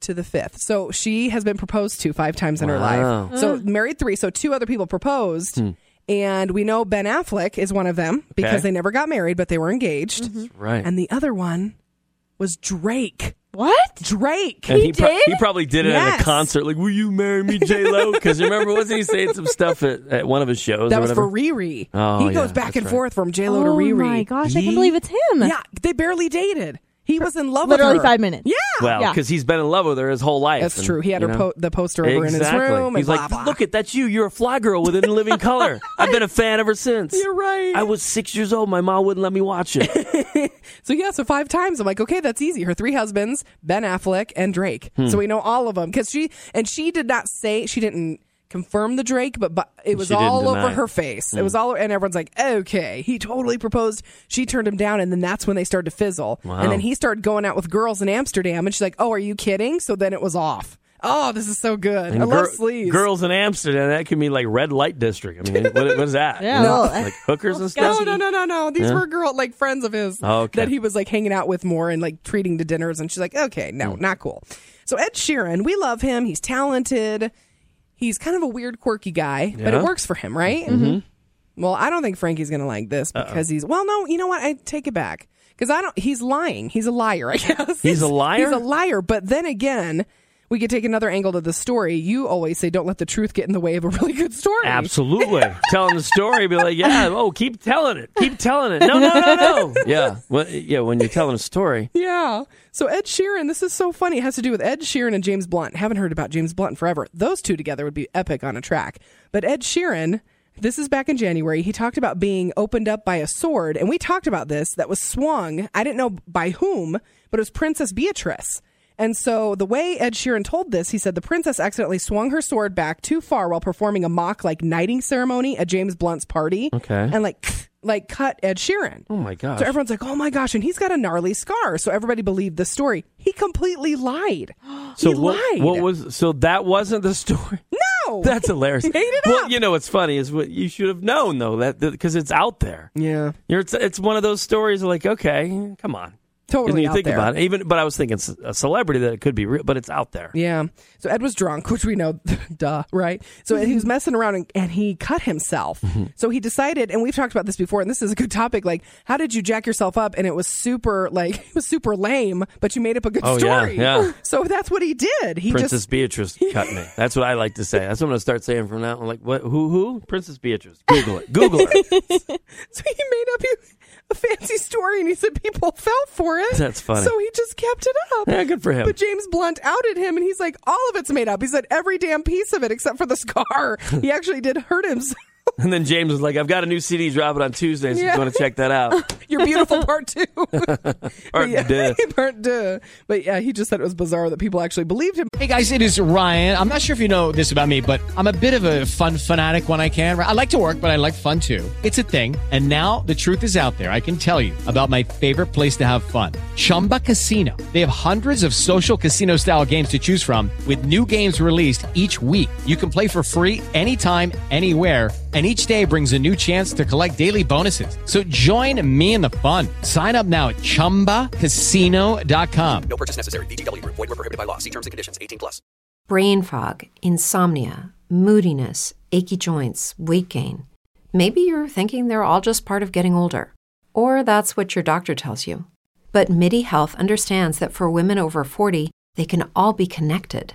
to the fifth. So she has been proposed to five times in her
Wow.
life. So
Mm.
married three. So two other people proposed.
Hmm.
And we know Ben Affleck is one of them because
Okay.
they never got married, but they were engaged.
right.
And the other one was Drake.
What?
Drake.
And he, pro- he probably did it at a
Yes.
concert. Like, will you marry me, J
<laughs>
Lo? Because remember, wasn't he saying some stuff at, at one of his shows?
That
or
was
whatever?
for Riri.
Oh,
he goes
yeah,
back
that's
and
right.
forth from J Lo to
Oh
Riri.
my gosh, I can't believe it's him.
Yeah, they barely dated. He was in love
Literally
with her.
five minutes.
Yeah.
Well, because he's been in love with her his whole life.
That's true. He had her po- the poster over in his
Exactly.
room and
He's like,
blah, blah.
look at that's you. You're a fly girl within living color. I've been a fan ever since.
<laughs> You're right.
I was six years old. My mom wouldn't let me watch it.
<laughs> So yeah, so five times. I'm like, okay, that's easy. Her three husbands, Ben Affleck and Drake.
Hmm.
So we know all of them because she and she did not say she didn't confirm the Drake, but, but it was
She didn't
all
deny
over
it.
her face. It
Hmm.
was all and everyone's like, okay, he totally proposed. She turned him down, and then that's when they started to fizzle.
Wow.
And then he started going out with girls in Amsterdam, and she's like, oh, are you kidding? So then it was off. Oh, this is so good. I love
gir-
sleeves.
girls in Amsterdam, that can mean like red light district. I mean, what, what is that?
Yeah,
You know,
well,
like hookers and
No,
stuff.
no, no, no, no. These
Yeah.
were girl like friends of his
Oh, okay.
that he was like hanging out with more and like treating to dinners. And she's like, okay, no,
Hmm.
not cool. So Ed Sheeran, we love him. He's talented. He's kind of a weird, quirky guy, but
Yeah. Mm-hmm.
it works for him, right? Well, I don't think Frankie's going to like this because he's well. No, you know what? I take it back because I don't. He's lying. He's a liar. I guess
He's a liar?
<laughs> He's a liar. But then again. We could take another angle to the story. You always say, "Don't let the truth get in the way of a really good story."
Absolutely.
<laughs>
telling the story, be like, yeah, oh, keep telling it. Keep telling it. No, no, no,
<laughs>
no. yeah. Well, yeah, when you're telling a story.
Yeah. So Ed Sheeran, this is so funny. It has to do with Ed Sheeran and James Blunt. Haven't heard about James Blunt in forever. Those two together would be epic on a track. But Ed Sheeran, I This is back in January. He talked about being opened up by a sword, and we talked about this that was swung. I didn't know by whom, but it was Princess Beatrice. And so the way Ed Sheeran told this, he said the princess accidentally swung her sword back too far while performing a mock like knighting ceremony at James Blunt's party.
Okay.
And like <sniffs> like cut Ed Sheeran.
Oh my gosh.
So everyone's like, "Oh my gosh!" And he's got a gnarly scar. So everybody believed the story. He completely
<gasps>
lied.
So
he
what,
lied.
what was so that wasn't the story?
<laughs> No,
<laughs> that's hilarious.
He ate it
well, you know what's funny is what you should have known though that because it's out there.
Yeah,
You're, it's, it's one of those stories like okay, come on,
Totally
And you
out
think
there.
about it, even but I was thinking ce- a celebrity that it could be real, but it's out there.
Yeah. So Ed was drunk, which we know, <laughs> duh, right? So
<laughs>
he was messing around and, and he cut himself.
Mm-hmm.
So he decided, and we've talked about this before, and this is a good topic. Like, how did you jack yourself up? And it was super, like, <laughs> it was super lame, but you made up a good
Oh, yeah,
story.
yeah.
<laughs> So that's what he did. He
Princess
just. <laughs>
Beatrice cut me. That's what I like to say. That's what I'm going to start saying from now on. Like what? Who? Who? Princess Beatrice. Google it. Google it.
<laughs> So he made up a fancy story, and he said people fell for it.
That's funny.
So he just kept it up.
Yeah, good for him.
But James Blunt outed him, and he's like, "All of it's made up." He said every damn piece of it, except for
<laughs>
the scar. he actually did hurt <laughs> himself.
And then James was like, "I've got a new CD dropping on Tuesday, so
Yeah.
you want to check that
<laughs>
out."
Your beautiful
<laughs>
part <laughs> two.
Or
yeah, <laughs>
duh.
part two. But yeah, he just said it was bizarre that people actually believed him.
Hey guys, it is Ryan. I'm not sure if you know this about me, but I'm a bit of a fun fanatic when I can. I like to work, but I like fun too. It's a thing. And now the truth is out there. I can tell you about my favorite place to have fun Chumba Casino. They have hundreds of social casino style games to choose from, with new games released each week. You can play for free anytime, anywhere. And each day brings a new chance to collect daily bonuses. So join me in the fun. Sign up now at chumbacasino.com.
No purchase necessary. VGW Group. Void were prohibited by law. See terms and conditions. 18 plus.
Brain fog, insomnia, moodiness, achy joints, weight gain. Maybe you're thinking they're all just part of getting older, or that's what your doctor tells you. But MIDI Health understands that for women over 40, they can all be connected.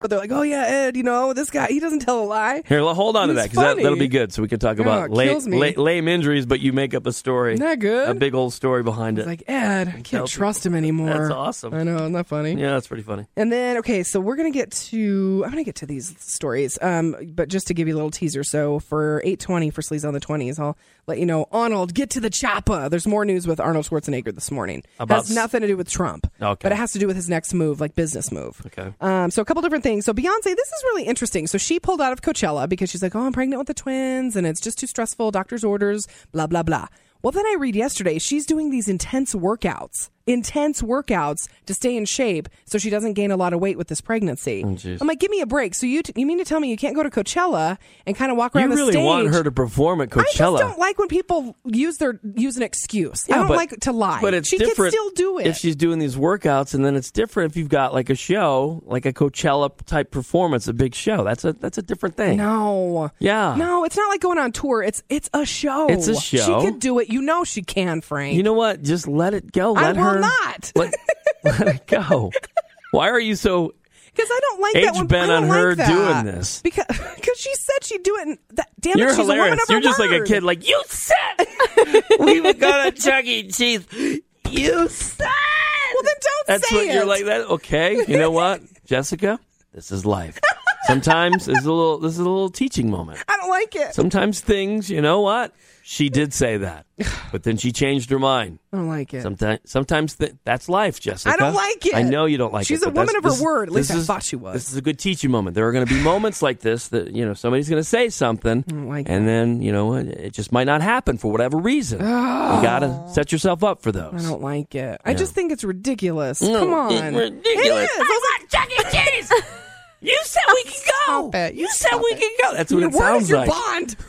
But they're like, "Oh yeah, Ed, you know this guy. He doesn't tell a lie."
Here, l- hold on to
He's
that because that,
funny.
that'll be good. So we can talk
Oh,
about
it
la-
kills me.
la- lame injuries, but you make up a story.
Isn't that good?
A big old story behind it.
Like Ed, I can't
Tells-
trust him anymore.
That's awesome.
I know, isn't that funny?
yeah, that's pretty funny.
And then okay, so we're gonna get to I'm gonna get to these stories. Um, but just to give you a little teaser, so for eight twenty for Sleaze on the twenties, I'll let you know. Arnold, get to the choppa. There's more news with Arnold Schwarzenegger this morning.
About
has nothing to do with Trump.
Okay.
But it has to do with his next move, like business move.
Okay.
Um, so a couple different things. So Beyonce, this is really interesting. So she pulled out of Coachella because she's like, "Oh, I'm pregnant with the twins, and it's just too stressful. Doctor's orders, blah blah blah." Well, then I read yesterday she's doing these intense workouts, intense workouts to stay in shape so she doesn't gain a lot of weight with this pregnancy.
Mm,
I'm like, give me a break. So you t- you mean to tell me you can't go to Coachella and kind of walk
You
around the
really
stage?
want her to perform at Coachella.
I just don't like when people use their use an excuse. I
Yeah,
don't
but-
like to lie.
But it's
she
different
can still do it.
if she's doing these workouts, and then it's different if you've got like a show, like a Coachella type performance, a big show. That's a that's a different thing.
No.
Yeah.
No, it's not like going on tour. It's it's a show.
It's a
She
show.
could do it. You know she can, Frank.
You know what? Just let it go.
I
Let
will
her
not.
Let, <laughs> let it go. Why are you so?
Because I don't like
Age
that. When,
bent
I don't
on her
like that.
doing this.
because <laughs> because she said she'd do it. And that, damn
You're
it, she's a woman
hilarious.
of her
You're just like a
word.
kid. Like you said, <laughs> we would go to Chuck E. Cheese. You said.
Well, then don't
That's
say
what
it.
you're like. That okay? You know <laughs> what, Jessica? This is life. Sometimes it's a little. This is a little teaching moment.
I don't like it.
Sometimes things. You know what? She did say that, but then she changed her mind.
I don't like it.
Sometimes, sometimes th- that's life, Jessica.
I don't like it.
I know you don't like
She's
it.
a
but that's-
woman of her
this-
word. At least
this
I
is-
thought she was.
This is a good teaching moment. There are going to be moments like this that you know somebody's going to say something, and then you know what, it just might not happen for whatever reason.
Ah.
You got to set yourself up for those.
I don't like it. I
Yeah.
just think it's ridiculous.
No,
Come
it's
on,
ridiculous.
It is. I was like,
Chuck
<laughs>
E. Cheese. You said we could go. You said we could go. That's what
Your
it
word
sounds
is your
like.
bond.
<laughs>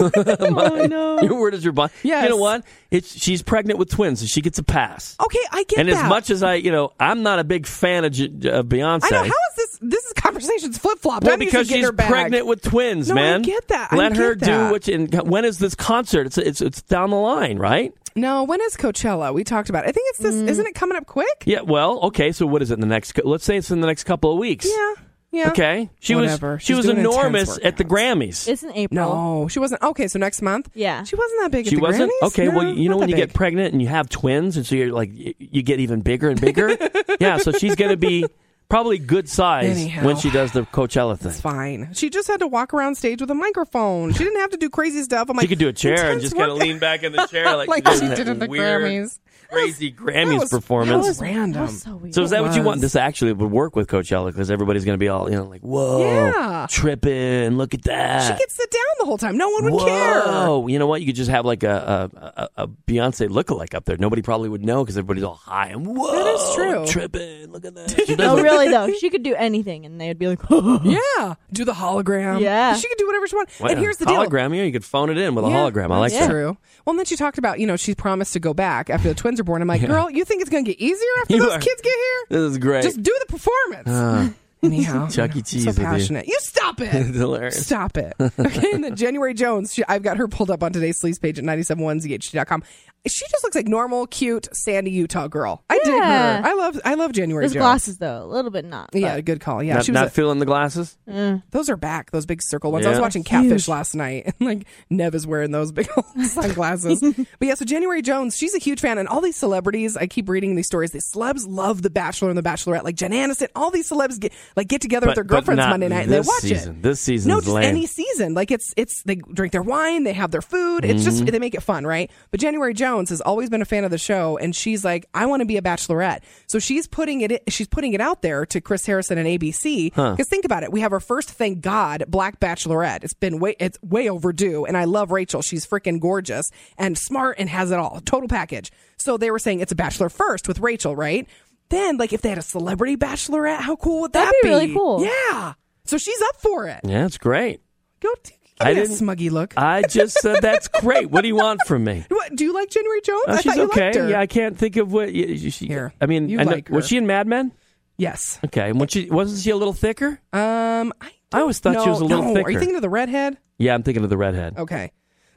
My- <laughs> Your word is your bond.
Oh, Yes.
You know what? It's she's pregnant with twins, so she gets a pass.
Okay, I get
and
that.
as much as I, you know, I'm not a big fan of, J- of Beyonce.
I know how is this? This is conversations flip flopped.
well, because she's
her back.
pregnant with twins,
No, I
man.
get that. I
Let her
get
do
that.
what. She, and when is this concert? It's it's it's down the line, right?
No, when is Coachella? We talked about. It. I think it's this.
Mm.
Isn't it coming up quick?
Yeah. Well, okay. So what is it? In the next? cou- Let's say it's in the next couple of weeks. Yeah.
Yeah.
Okay. She
Whatever.
was she
She's
was
doing intense
enormous
work
at the Grammys.
It's in
No, she wasn't. Okay, so next month. Yeah, she wasn't that big.
she
at the
wasn't
Grammys?
okay.
No,
well, you know
not
when you
that
get
big.
pregnant and you have twins, and so you're like y- you get even bigger and
<laughs>
bigger. yeah, so she's gonna be probably good size
Anyhow.
when she does the Coachella thing.
It's fine. She just had to walk around stage with a microphone. She didn't have to do crazy stuff. I'm like,
she could do a chair
<laughs>
and
intense
just kind of
work-
lean back in the chair like,
<laughs> Like she
that
did in the
weird,
Grammys.
Crazy Grammys
that was-
performance.
that was random.
So is that what you want?
was.
This actually would work with Coachella because everybody's going to be all you know, like whoa,
Yeah.
tripping, look at that.
She could sit down the whole time. No one would care.
Ah. Whoa! You know what? You could just have like a a, a, a Beyonce lookalike up there. Nobody probably would know because everybody's all high and whoa.
That is true.
Tripping. Look at
<laughs>
No, Oh,
Oh,
<laughs>
really though, she could do anything, and they'd be like, <laughs>
yeah, do the hologram.
Yeah.
she could do whatever she wants.
What,
and here's the deal.
hologram. Yeah, you could phone it in with a hologram. I like
that's
that.
True. Well, and then she talked about you know she promised to go back after the twins are born. I'm like,
Yeah.
girl, you think it's gonna get easier
<laughs>
after
You
those
are-
kids get here?
This is great. <sighs>
Just do the performance.
Ah.
<laughs> Anyhow,
Chuck E. Cheese.
so
with you.
passionate. You
<laughs>
stop it.
It's hilarious. <laughs>
Stop it.
<laughs>
Okay, and then January Jones, she, I've got her pulled up on today's sleeves page at 971zht.com. She just looks like normal, cute, sandy Utah girl. I dig
Yeah.
her. I love I love January
Those
Jones.
glasses Uh, though, a little bit not.
Yeah, good call. Yeah,
not,
she was
not
a-
feeling the glasses.
eh.
those are back, those big circle ones. I was
Yeah.
watching
Huge.
Catfish last night, <laughs> and like Nev is wearing those big
<laughs>
old sunglasses. but yeah, so January Jones, she's a huge fan, and all these celebrities, I keep reading these stories. These celebs love The Bachelor and The Bachelorette, like Jen Aniston. All these celebs get like get together with their girlfriends
not
Monday night and they
this
watch
season.
it.
This season
No,
is
just
lame.
any season. Like it's it's they drink their wine, they have their food. It's just
Mhm.
they make it fun, right? But January Jones has always been a fan of the show, and she's like, I want to be a Bachelorette. So she's putting it she's putting it out there to Chris Harrison and ABC
Huh.
because think about it, we have our first, thank God, Black Bachelorette. It's been way it's way overdue, and I love Rachel. She's freaking gorgeous and smart and has it all, total package. So they were saying it's a Bachelor first with Rachel, right? Then, like, if they had a celebrity Bachelorette, how cool would that
That'd be really cool.
Yeah. So she's up for it.
Yeah, it's great.
Go t- give
I
me
didn't-
that smuggy look.
I just said that's great. What do you want from
<laughs>
me?
What, do you like January Jones?
Oh,
I
she's
thought you
okay.
liked her.
Yeah, I can't think of what y- y- she. Here, I mean,
You
I know-
like her.
was she in Mad Men?
Yes.
Okay, and when she wasn't she a little thicker?
Um, I,
I always thought she
no,
was a little
no.
thicker.
Are you thinking of the redhead?
yeah, I'm thinking of the redhead.
Okay.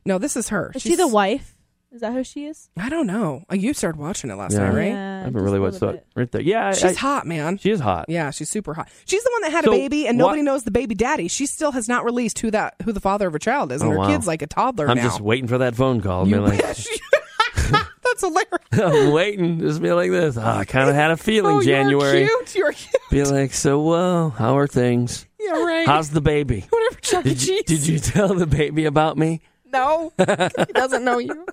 No, this is her.
Is she the wife? Is that who she is?
I don't know. Oh, you started watching it last
yeah.
night, right?
I haven't really watched that right there. Yeah, I-
She's
I-
hot, man.
She is hot.
Yeah, she's super hot. She's the one that had
So
a baby, and
wha-
nobody knows the baby daddy. She still has not released who that who the father of her child is, and
Oh,
her
wow.
kid's like a toddler
I'm
now.
just waiting for that phone call. You like,
<laughs> That's hilarious.
<laughs> I'm waiting. Just be like this. Oh, I kind of had a feeling
<laughs> Oh,
January.
You're cute. You're cute.
Be like, so whoa, how are things?
Yeah,
<laughs>
right.
How's the baby?
<laughs> Whatever. Chuck E.
Did you,
Cheese.
did you tell the baby about me? <laughs>
No, he doesn't know you.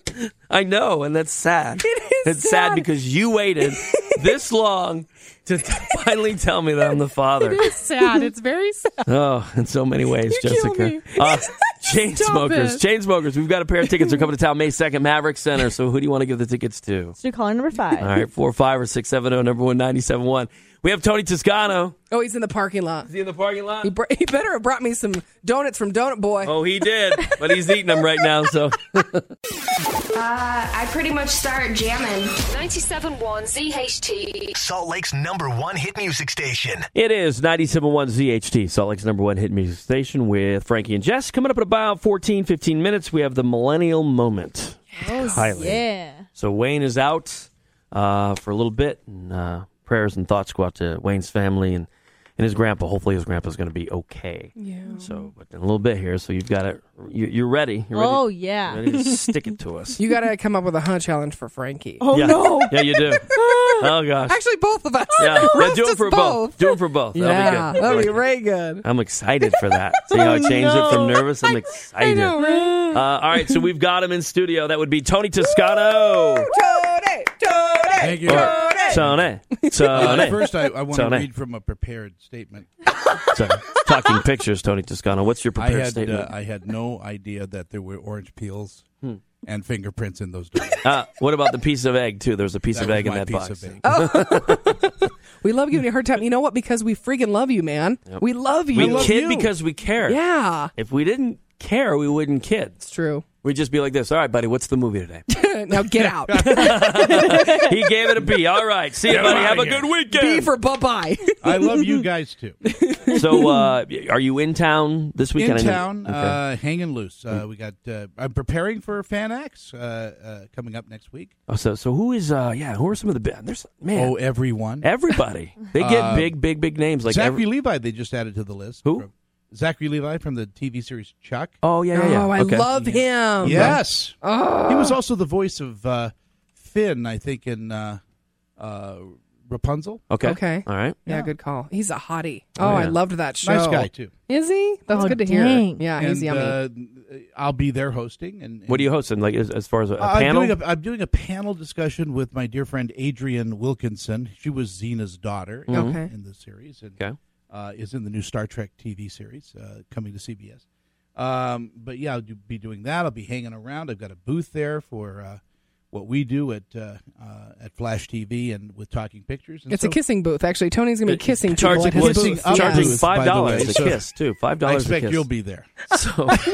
I know, and that's sad.
It
is. It's sad, because you
<laughs>
waited this long to <laughs> t- finally tell me that I'm the father.
<laughs> It's sad. It's very sad.
Oh, in so many ways, Jessica.
me. <laughs>
Uh, chain smokers,
it.
chain smokers. We've got a pair of tickets. They're coming to town May second, Maverick Center. So who do you want to give the tickets to?
So caller number five.
All right, four, five, or six, seven, oh, number one, ninety-seven, one. We have Tony Toscano.
Oh, he's in the parking lot. Is
he in the parking lot?
He, br- he better have brought me some donuts from Donut Boy.
Oh, he did, but he's eating them right now.
<laughs>
So
Uh, I pretty much start jamming.
97.1 ZHT.
Salt Lake's number one hit music station.
it is ninety-seven-one ZHT, Salt Lake's number one hit music station with Frankie and Jess. Coming up in about 14, 15 minutes, we have the millennial moment. with Kylie.
Yeah.
So Wayne is out uh, for a little bit, and uh, prayers and thoughts go out to Wayne's family and, and his grandpa. Hopefully, his grandpa's going to be okay.
Yeah.
So, but in a little bit here, so you've got it. You, you're ready. You're ready.
Oh, yeah.
Ready to <laughs> stick it to us.
You
<laughs>
got to come up with a hunt challenge for Frankie.
Oh,
yeah. <laughs> Yeah, you do. oh gosh.
Actually, both of us.
yeah. yeah.
Roast
Do
us
it for both. Do it for both.
Yeah,
That'll be good.
that'll be very good.
I'm excited for
<laughs>
that. See how I changed it from
no.
nervous? I'm excited.
know, right?
uh, all right, so we've got him in studio. That would be Tony Toscano.
Tony, Tony,
Thank you.
Tony.
Uh,
<laughs> Tony.
first, I, I want
Tony.
to read from a prepared statement.
<laughs> Sorry. Talking pictures, Tony Toscano. What's your
I
prepared
had
statement? Hmm.
Uh, I had no idea that there were orange peels and fingerprints in those. Donuts.
Uh, what about the <laughs> piece of egg too? There's a piece
That
of
was
egg in
my <laughs>
<laughs> that
piece
box.
of egg.
We love giving you a hard time. You know what? Because we freaking love you, man.
Yep.
We love you.
We kid because we care.
Yeah.
If we didn't care, we wouldn't kid. It's
true.
We'd just be like this. All right, buddy, what's the movie today? <laughs>
<laughs> now get out.
he gave it a B. All right, <laughs> see you,
Get
buddy.
outta
Have a
here.
good weekend.
B for bye bye.
I love you guys too.
so, uh, are you in town this weekend? I
In
know-
town,
Okay. Hmm.
uh, hanging loose. Uh, we got. Uh, I'm preparing for Fan X uh, uh, coming up next week.
Oh, so so who is uh yeah who are some of the band? There's man
Oh, everyone,
everybody they get
Uh,
big big big names like
Zachary
every-
Levi. They just added to the list.
Who?
From- Zachary Levi from the TV series Chuck.
Oh yeah, yeah, yeah.
Oh, I
Okay.
love him.
Yes,
Oh.
he was also the voice of uh, Finn, I think, in uh, uh, Rapunzel.
okay
Okay.
all right
Yeah,
Yeah.
good call. He's a hottie.
Oh,
Oh, I
yeah.
loved that show.
Nice guy, too.
Is he? That's
Oh,
good to hear.
dang.
Yeah,
and,
he's yummy.
Uh, I'll be there hosting, and,
what are you hosting like as, as far as a, a
I'm
panel
Doing a, I'm doing a panel discussion with my dear friend Adrian Wilkinson. She was Xena's daughter in-
Mhm. Okay.
in the series, and
Okay.
uh, is in the new Star Trek TV series uh, coming to CBS. Um, but yeah, I'll do, be doing that. I'll be hanging around. I've got a booth there for uh, what we do at uh, uh, at Flash TV and with Talking Pictures. And
it's
so,
a kissing booth. Actually, Tony's gonna be
Uh,
kissing people
charging
at his
well,
booth.
up
<laughs>
<laughs>
charging
booth, by
five
the
dollars
way,
a
so-
kiss too five
I
dollars a
expect
kiss
you'll be there.
so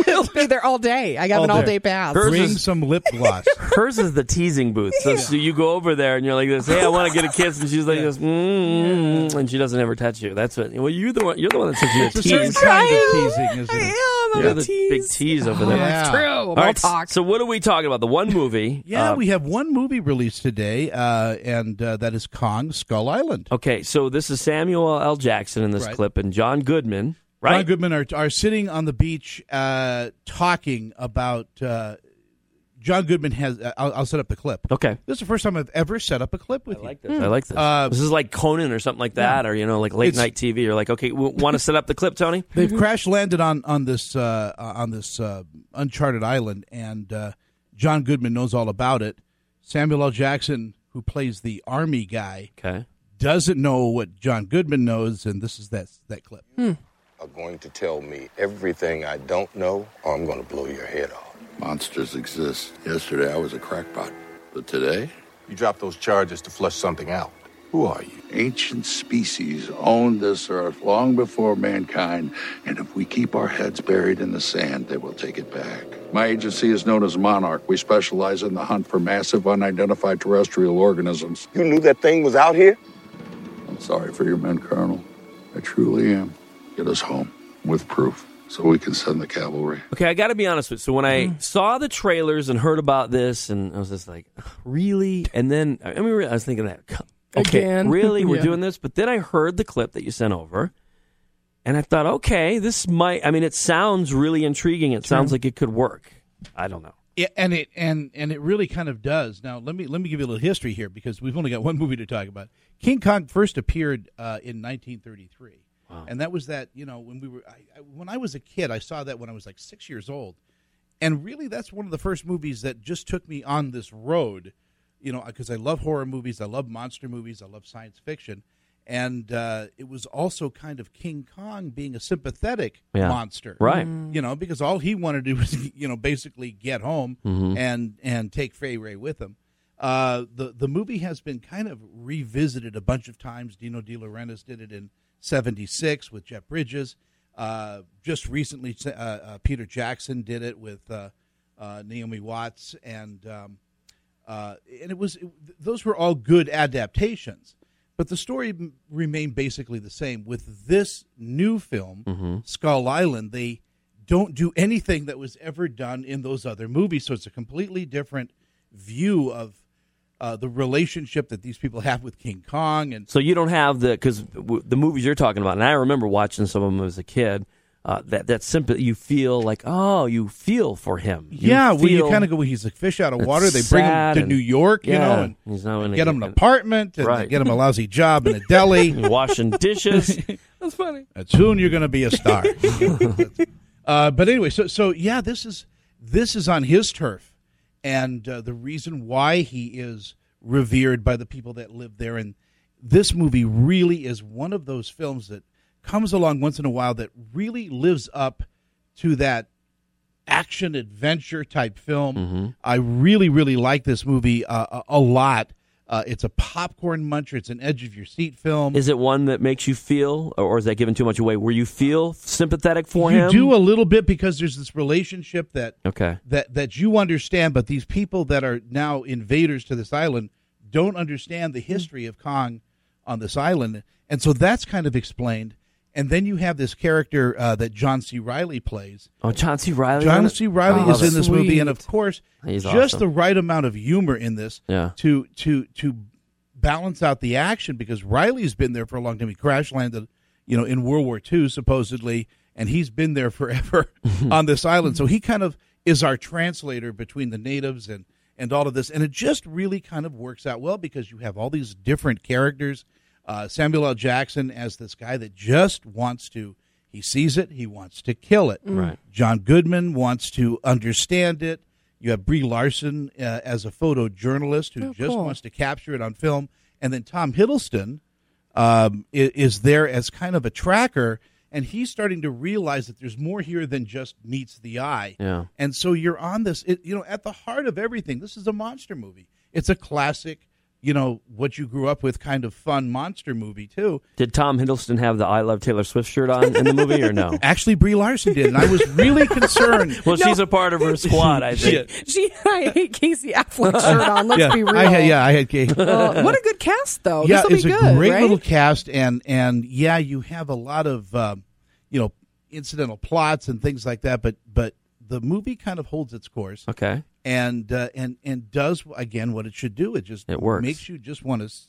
We'll
Oh.
be there all day. I got an all day pass.
Bring <laughs> some lip
<laughs>
gloss.
hers is the teasing booth so, so you go over there and you're like this hey I want to get a kiss and she's like this mm, mm, and she doesn't ever touch you that's what well you're the one you're the one that says
<laughs>
you're
It's a certain
tease.
kind of teasing, isn't it?
I
You're the big tease over there.
Oh, Yeah. True.
I'm
All
all
right,
talk.
So what are we talking about? The one movie.
Yeah,
uh,
we have one movie released today, uh, and uh, that is Kong Skull Island.
Okay, so this is Samuel L. Jackson in this
Right.
clip and John Goodman, right?
Ron Goodman are, are sitting on the beach uh, talking about. Uh, John Goodman has. Uh, I'll, I'll set up the clip.
Okay.
This is the first time I've ever set up a clip with you.
I like this. I like this.
Uh,
this is like Conan or something like that, or you know, like late
It's-
night TV. You're like, okay, w- want to set up the clip,
<laughs>
Tony?
They've crash landed on on this uh, uh, on this uh, uncharted island, and uh, John Goodman knows all about it. Samuel L. Jackson, who plays the army guy,
Okay.
doesn't know what John Goodman knows, and this is that that clip.
are going to tell me everything I don't know, or I'm going to blow your head off.
Monsters exist. Yesterday I was a crackpot, but today?
You drop those charges to flush something out.
Who are you? Ancient species owned this earth long before mankind, and if we keep our heads buried in the sand, they will take it back. My agency is known as Monarch. We specialize in the hunt for massive unidentified terrestrial organisms.
You knew that thing was out here?
I'm sorry for your men, Colonel. I truly am. Get us home with proof so we can send the cavalry.
Okay, I got to be honest with you. So when I
Mm.
saw the trailers and heard about this, and I was just like, really? And then I I mean, really, I was thinking that, okay,
Again. <laughs>
really, we're
Yeah.
doing this. But then I heard the clip that you sent over, and I thought, okay, this might. I mean, it sounds really intriguing. It sounds like it could work. I don't know.
Yeah, and it and and it really kind of does. Now let me let me give you a little history here because we've only got <laughs> one movie to talk about. King Kong first appeared uh, in 1933, and that was that you know when we were I, I, when I was a kid I saw that when I was like six years old, and really that's one of the first movies that just took me on this road, you know because I love horror movies, I love monster movies, I love science fiction, and uh, it was also kind of King Kong being a sympathetic
Yeah.
monster,
Right. Mm.
You know because all he wanted to do <laughs> was you know basically get home and and take Fay Ray with him. Uh, the the movie has been kind of revisited a bunch of times. Dino De Laurentiis did it in '76 with Jeff Bridges. Uh, just recently, uh, uh, Peter Jackson did it with uh, uh, Naomi Watts, and um, uh, and it was it, those were all good adaptations. But the story m- remained basically the same. With this new film, Skull Island, they don't do anything that was ever done in those other movies. So it's a completely different view of uh, the relationship that these people have with King Kong. And
So you don't have the because w- the movies you're talking about, and I remember watching some of them as a kid. Uh, that that sympathy you feel like oh you feel for him. You
yeah, well, you
feel-
kind of go, well, he's a fish out of
It's
water. They bring him
sad
to
and-
New York, you
yeah,
know, and
he's not gonna
get
get
him an
it.
apartment, and they
Right.
get him a lousy job in a deli.
<laughs> washing
<laughs>
dishes.
That's funny.
And soon you're going to be a star. uh, but anyway, so so yeah, this is this is on his turf, and uh, the reason why he is revered by the people that live there. And this movie really is one of those films that comes along once in a while that really lives up to that action
Mm-hmm.
Mm-hmm. adventure type film. I really really like this movie uh, a, a lot. Uh, it's a popcorn muncher. It's an edge of your seat film.
Is it one that makes you feel, or or is that giving too much away? Where you feel sympathetic for
you
him?
do a little bit because there's this relationship that
okay.
that that you understand, but these people that are now invaders to this island don't understand
Mm-hmm.
the history of Kong on this island, and so that's kind of explained. And then you have this character uh, that John C. Riley plays.
Oh, John C. Riley.
John C. Riley
Oh,
is in this
sweet.
movie, and of course,
He's
just
awesome.
the right amount of humor in this
Yeah.
to to to balance out the action because Riley's been there for a long time. He crash landed, you know, in World War II supposedly, and he's been there <laughs> forever
Mm-hmm.
on this island. So he kind of is our translator between the natives and and all of this, and it just really kind of works out well because you have all these different characters. Uh, Samuel L. Jackson as this guy that just wants to. He sees it. He wants to kill it.
Mm.
Right.
John Goodman wants to understand it. You have Brie Larson uh, as a photojournalist who
Oh,
just
cool.
wants to capture it on film, and then Tom Hiddleston um, is, is there as kind of a tracker, and he's starting to realize that there's more here than just meets the eye.
Yeah.
And so you're on this, it, you know, at the heart of everything. This is a monster movie. It's a classic, you know, what you grew up with kind of fun monster movie too.
Did Tom Hiddleston have the "I Love Taylor Swift" shirt on in the movie, or no?
<laughs> Actually, Brie Larson did, and I was
<laughs>
really concerned.
well, she's a part of her squad,
<laughs>
I think.
She, I hate
<laughs>
Casey Affleck shirt on. Let's
yeah,
be real.
I had, yeah, I had Kate.
Well, what a good cast though.
yeah,
This'll
it's
Oh, be
a
good,
great
right?
little cast, and and yeah, you have a lot of um, you know incidental plots and things like that, but but the movie kind of holds its course.
Okay.
and uh, and and does again what it should do. It just
It works.
makes you just want to s-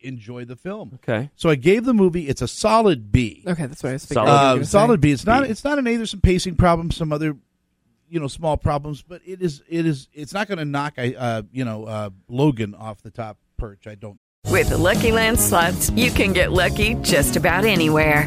enjoy the film.
Okay.
So I gave the movie. It's a solid B.
Okay, that's what I was
Solid,
thinking. you were gonna
uh, solid
say.
B. It's not. It's not an A. There's some pacing problems, some other, you know, small problems, but it is. It is. It's not going to knock. I. Uh, you know, uh, Logan off the top perch. I don't.
With the Lucky Land slots, you can get lucky just about anywhere.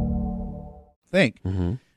think,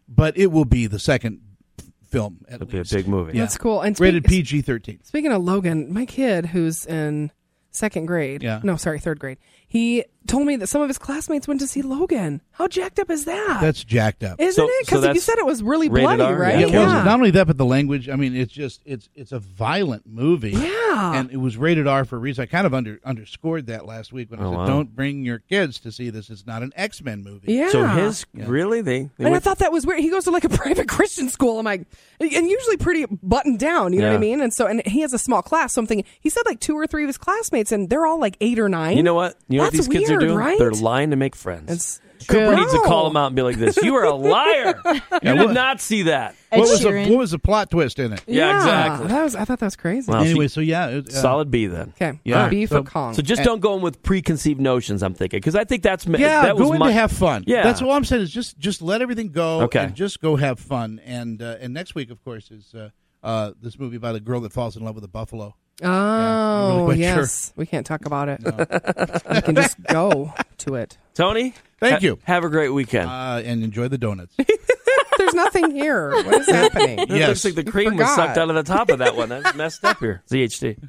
but it will be the second f- film. At
Mm-hmm. It'll be a
least.
big movie.
That's cool. And
rated
speak-
PG thirteen.
Speaking of Logan, my kid who's in second grade,
Yeah.
no, sorry, third grade, he told me that some of his classmates went to see Logan. How jacked up is that?
That's jacked up,
Ah. Isn't it? Because you said it was really bloody, right?
It was. Not only that, but the language. I mean, it's just it's it's a violent movie.
Yeah.
and it was rated R for a reason. I kind of under underscored that last week when I
Oh,
said,
wow.
"Don't bring your kids to see this. It's not an X Men movie."
Yeah.
So his really they. they
and I
went-
thought that was weird. He goes to like a <laughs> private Christian school. I'm like, and usually pretty buttoned down, you know what I
Yeah.
mean? And so, and he has a small class. So I'm thinking, he said like two or three of his classmates, and they're all like eight or nine.
you know what? You know what
That's
these kids
weird,
are doing?
Right?
They're lying to make friends.
Good.
Cooper needs to call
No.
him out and be like this. You are
<laughs>
a liar. you did
what-
not see that.
What was the what was the plot twist in it?
Yeah, exactly.
That was, I thought that was crazy.
Wow,
anyway, so yeah, it, uh,
Solid B then.
Okay.
Yeah.
B for
so,
Kong.
So just
And-
don't go in with preconceived notions. I'm thinking because I think that's ma-
Yeah,
that was
go in
my-
to have fun.
Yeah,
that's all I'm saying is just just let everything go.
Okay.
and just go have fun. And uh, and next week, of course, is uh, uh, this movie about a girl that falls in love with a buffalo. I'm really
Oh,
quite sure.
yes. We can't talk about it. we can just go <laughs> to it.
Tony.
Thank you.
Have a great weekend
uh, and enjoy the donuts.
There's nothing here.
<laughs>
What is
<laughs>
happening?
It looks like the cream was
forgot.
sucked out of the top of that one. That's messed up here. <laughs> ZHD.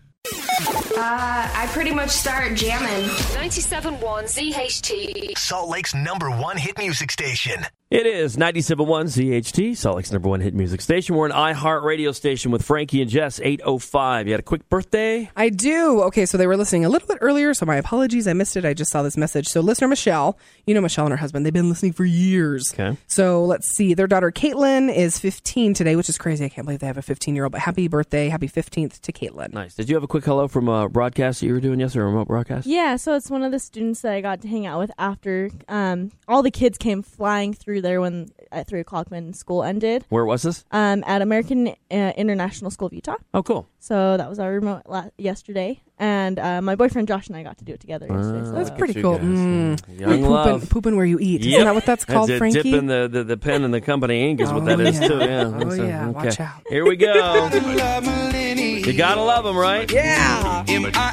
Uh, I pretty much start jamming.
97.1 ZHT.
Salt Lake's number one hit music station.
It is 97.1 CHT, Salt Lake's number one hit music station. We're an iHeartRadio station with Frankie and Jess, 805. You had a quick birthday?
I do. Okay, so they were listening a little bit earlier, so my apologies. I missed it. I just saw this message. So, listener Michelle, you know Michelle and her husband, they've been listening for years.
Okay.
So, let's see. Their daughter Caitlin is 15 today, which is crazy. I can't believe they have a 15 year old, but happy birthday. Happy 15th to Caitlin.
Nice. Did you have a quick hello from a broadcast that you were doing yesterday, a remote broadcast?
Yeah, so it's one of the students that I got to hang out with after um, all the kids came flying through there when at three o'clock when school ended
Where was this?
um, at American uh, International School of Utah.
Oh, cool.
So that was our remote la- yesterday, and uh, my boyfriend Josh and I got to do it together. yesterday, so
That's
that was
pretty
you
cool.
guys.
Mm.
Young
pooping,
love.
pooping where you eat.
Yep.
Isn't that what that's called,
a
Frankie?
Dip in the, the, the pen and the company ink is what
Oh,
that is,
yeah.
too. Yeah.
Oh,
So,
yeah.
okay.
Watch out.
Here we go. you gotta love them, right? <laughs>
Yeah. <laughs>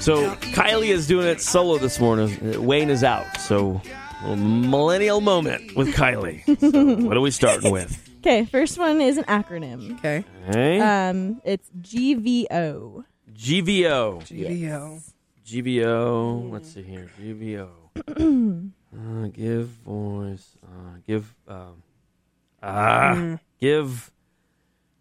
So Kylie is doing it solo this morning. Uh, Wayne is out. So a millennial moment with
<laughs>
Kylie.
<laughs>
So what are we starting with?
Okay, first one is an acronym.
Okay.
Okay.
Um, it's GVO.
GVO.
GVO.
GVO. Let's see here. GVO. Uh, give voice. Uh, give. Um, ah.
Mm.
Give.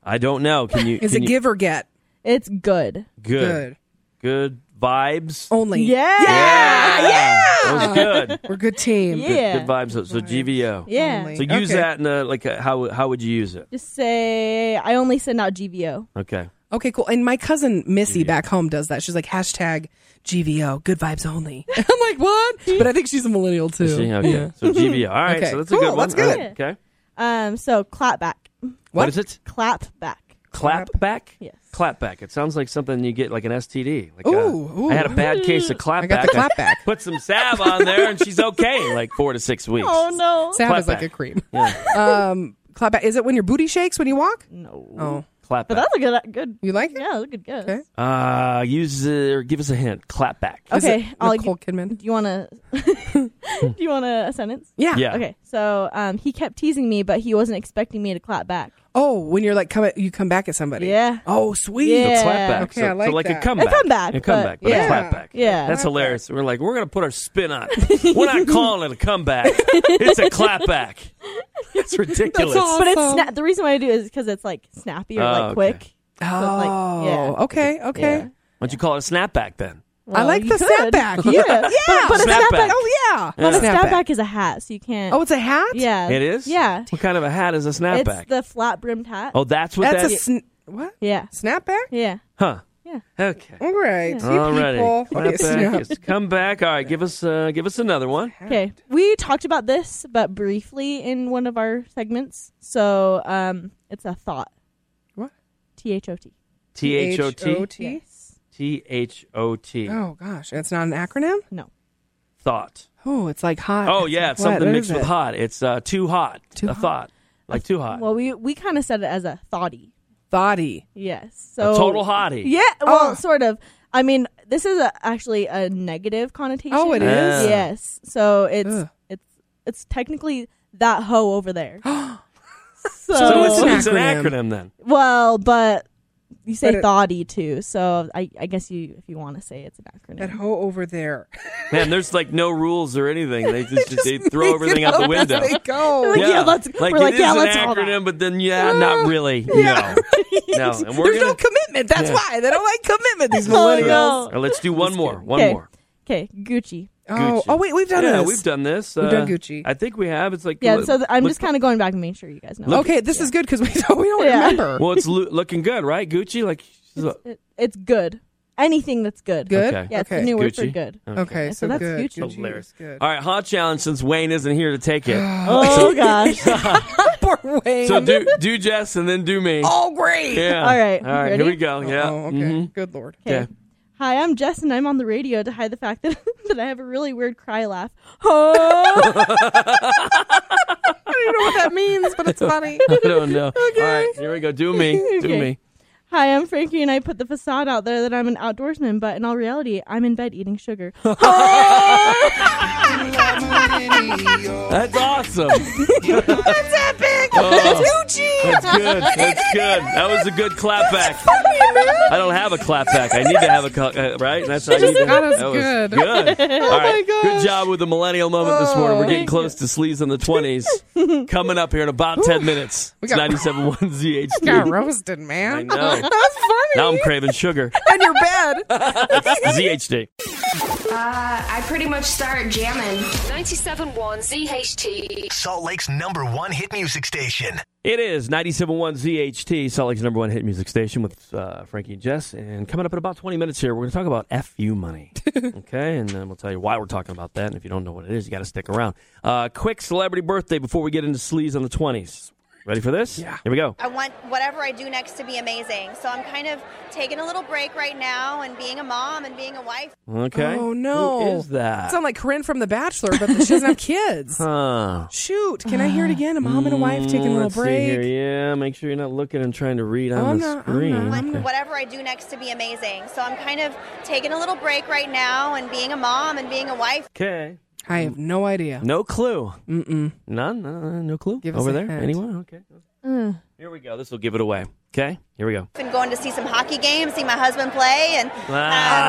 I don't know. Can you?
<laughs> Is
can
it
you-
give or get?
It's good.
Good. Good vibes.
Only.
Yeah.
Yeah.
Yeah.
That was good.
<laughs> We're a good team.
Good- Good, vibes. So, so GVO.
Yeah.
So use that and uh, like uh, how how would you use it?
Just say I only send out GVO.
Okay.
Okay, cool. And my cousin Missy back home does that. She's like hashtag GVO, good vibes only. I'm like, what? But I think she's a millennial too.
Is <laughs> she? Okay.
Yeah.
So GVO. All right.
Okay,
So that's
cool,
a good one.
that's
All right,
good.
Okay.
Um, so clap back.
What is it?
Clap back.
Clap back.
Yes.
Clap back. It sounds like something you get like an STD. Like,
Ooh,
uh, I had a
ooh.
bad case of clap
I got the
back.
clap back.
Put some salve on there, and she's okay. Like four to six weeks.
Oh no.
Sav
Clap
is like
back.
a cream. <laughs>
Yeah.
um, clap back. Is it when your booty shakes when you walk?
No.
Oh,
Clap
But
back.
that's a good good.
You like it?
Yeah, that's a good guess. Okay.
Uh, use uh, or give us a hint. Clap back.
Is it
Okay, I'll
Nicole Kidman.
Do you want to? <laughs> do you want a, a sentence?
Yeah.
Yeah.
Okay. So um, he kept teasing me, but he wasn't expecting me to clap back.
Oh, when you're like come you come back at somebody.
Yeah.
Oh, sweet.
Yeah.
So clap back.
Okay,
so,
I like
so like
that.
a comeback.
A comeback,
A comeback,
but-
but, a
yeah.
clap back.
Yeah.
That's hilarious. We're like, we're going to put our spin on it. We're not calling it a comeback. It's a clap back. That's ridiculous.
But it's sna- the reason why I do it is because it's like snappy or
Oh,
like
okay.
quick.
Oh,
So, like, yeah.
okay, okay.
Yeah.
Why don't you call it a snapback then?
I
Well,
like
you
the
could.
snapback.
<laughs>
Yeah, yeah.
Yeah. But- but a
Snapback. snapback-
Oh yeah.
Well, the
Yeah.
snapback is a hat, so you can't.
Oh, it's a hat.
yeah.
It is?
Yeah.
What kind of a hat is a
It's
snapback?
the flat brimmed hat.
oh, that's what
That's
that
a sn- what
Yeah.
snapback.
Yeah.
Huh.
Yeah.
Okay.
All right, you people.
Alrighty.
What
Clap
is snap-
back. is- Come back. All right. Give us uh, give us another one.
Okay. We talked about this, but briefly in one of our segments. So um, it's a thought.
What?
T H O T.
T H O T.
T-H-O-T?
T H O T.
Oh gosh, it's not an acronym.
No.
Thought.
Oh, it's like hot.
Oh yeah, it's
What?
something
What
mixed
is
with
it?
hot. It's uh, too hot.
Too
a
hot.
thought. Like too hot.
Well, we we kind of said it as a thoughty.
Body.
Yes. So
a total hottie.
Yeah. Well,
Oh.
sort of. I mean, this is a, actually a negative connotation.
Oh, it is?
Yeah.
Yes. So it's
Ugh.
it's it's technically that hoe over
<gasps>
there. so,
So it's,
an
it's an
acronym.
acronym then.
well, but you say
But it-
thoughty too. So I I guess you if you want to say it's an acronym.
That hoe
<laughs>
over there.
Man, there's like no rules or anything.
<laughs>
They just, they throw everything out the
Up as
window. <laughs>
They go.
Like, yeah, let's-
like
we're like,
it is
yeah,
an
let's all
acronym, but then yeah, not really.
<laughs>
No, no. And we're
There's
gonna,
no commitment. That's
Yeah.
why they don't like commitment. These
Oh,
millennials.
no.
All right, let's do one more. One
Okay.
more.
Okay, Gucci.
Oh, oh, wait, we've done
yeah,
this.
we've done this. uh,
We've done Gucci.
I think we have. It's like
Yeah,
loo-
so th- I'm
look-
just kind of going back and making sure you guys know.
Look-
okay, this is good because we <laughs> don't, we don't
Yeah.
remember.
Well, it's loo- looking good, right? Gucci, like she's a-
It- it's good. Anything that's good.
Good.
Okay.
Yeah, it's the
Okay.
new word for
Gucci. <laughs>
good.
Okay.
Okay, so,
So that's
good.
Gucci.
Gucci
Hilarious.
is
<laughs>
good.
All right, hot challenge since Wayne isn't here to
<sighs>
take it.
Oh gosh.
<laughs> Poor Wayne.
so do do Jess and then do me.
oh, great.
Yeah.
All right,
All right.
ready?
Here we go. Yeah.
Oh, okay.
Mhm.
Good lord.
Okay.
Okay.
Hi, I'm Jess, and I'm on the radio to hide the fact that, <laughs> that I have a really weird
<laughs>
cry laugh. <laughs> Oh,
I don't even know what that means, but it's
<laughs>
funny.
<laughs> I don't know. All right. Here we go. Do me. Do
Okay.
me.
hi, I'm Frankie, and I put the facade out there that I'm an outdoorsman, but in all reality, I'm in bed eating sugar. Oh!
That's awesome.
<laughs> That's epic.
It's That's good. That's good. That was a good clap back. I don't have a clap back. I need to have a cl- uh, right. That's I
She
need to,
just got us
that
good.
Was good.
Oh
All
my
right. Good job with the millennial moment this morning. We're
Oh.
getting close to sleaze in the
<laughs>
twenties. Coming up here in about ten minutes.
We
It's
got-
ninety-seven one ZH.
<laughs> Got roasted, man.
<laughs> I know.
<laughs> That's funny.
Now I'm craving
<laughs>
sugar.
On your
<laughs>
bed.
ZHD.
Uh, I pretty much start jamming.
97.1 ZHT.
Salt Lake's number one hit music station.
It is 97.1 ZHT, Salt Lake's number one hit music station with uh, Frankie and Jess. And coming up in about 20 minutes here, we're going to talk about FU
<laughs>
money. okay, and then we'll tell you why we're talking about that. And if you don't know what it is, you got to stick around. Uh, quick celebrity birthday before we get into sleaze on the 20s. Ready for this? Yeah. Here we go.
I want whatever I do next to be amazing. So I'm kind of taking a little break right now and being a mom and being a wife.
Okay.
Oh no!
Who is that?
Sound like Corinne from The Bachelor, but she doesn't <laughs> have kids.
Huh. Hmm,
Shoot! Can I hear
<sighs>
it again? A mom and a wife taking a little
Let's see
break.
here.
Oh,
Yeah, make sure you're not looking and trying to read on
I'm
the
not- I'm
screen.
not-
Okay.
Whatever I do next to be amazing. So I'm kind of taking a little break right now and being a mom and being a wife.
Okay.
I have no idea.
No clue. Mm-mm. None? No, no clue?
Give us
Over
a
there?
hint.
Anyone? Okay.
Mm.
Here we go. This will give it away. Okay. Here we go.
And going to see some hockey games, see my husband play, and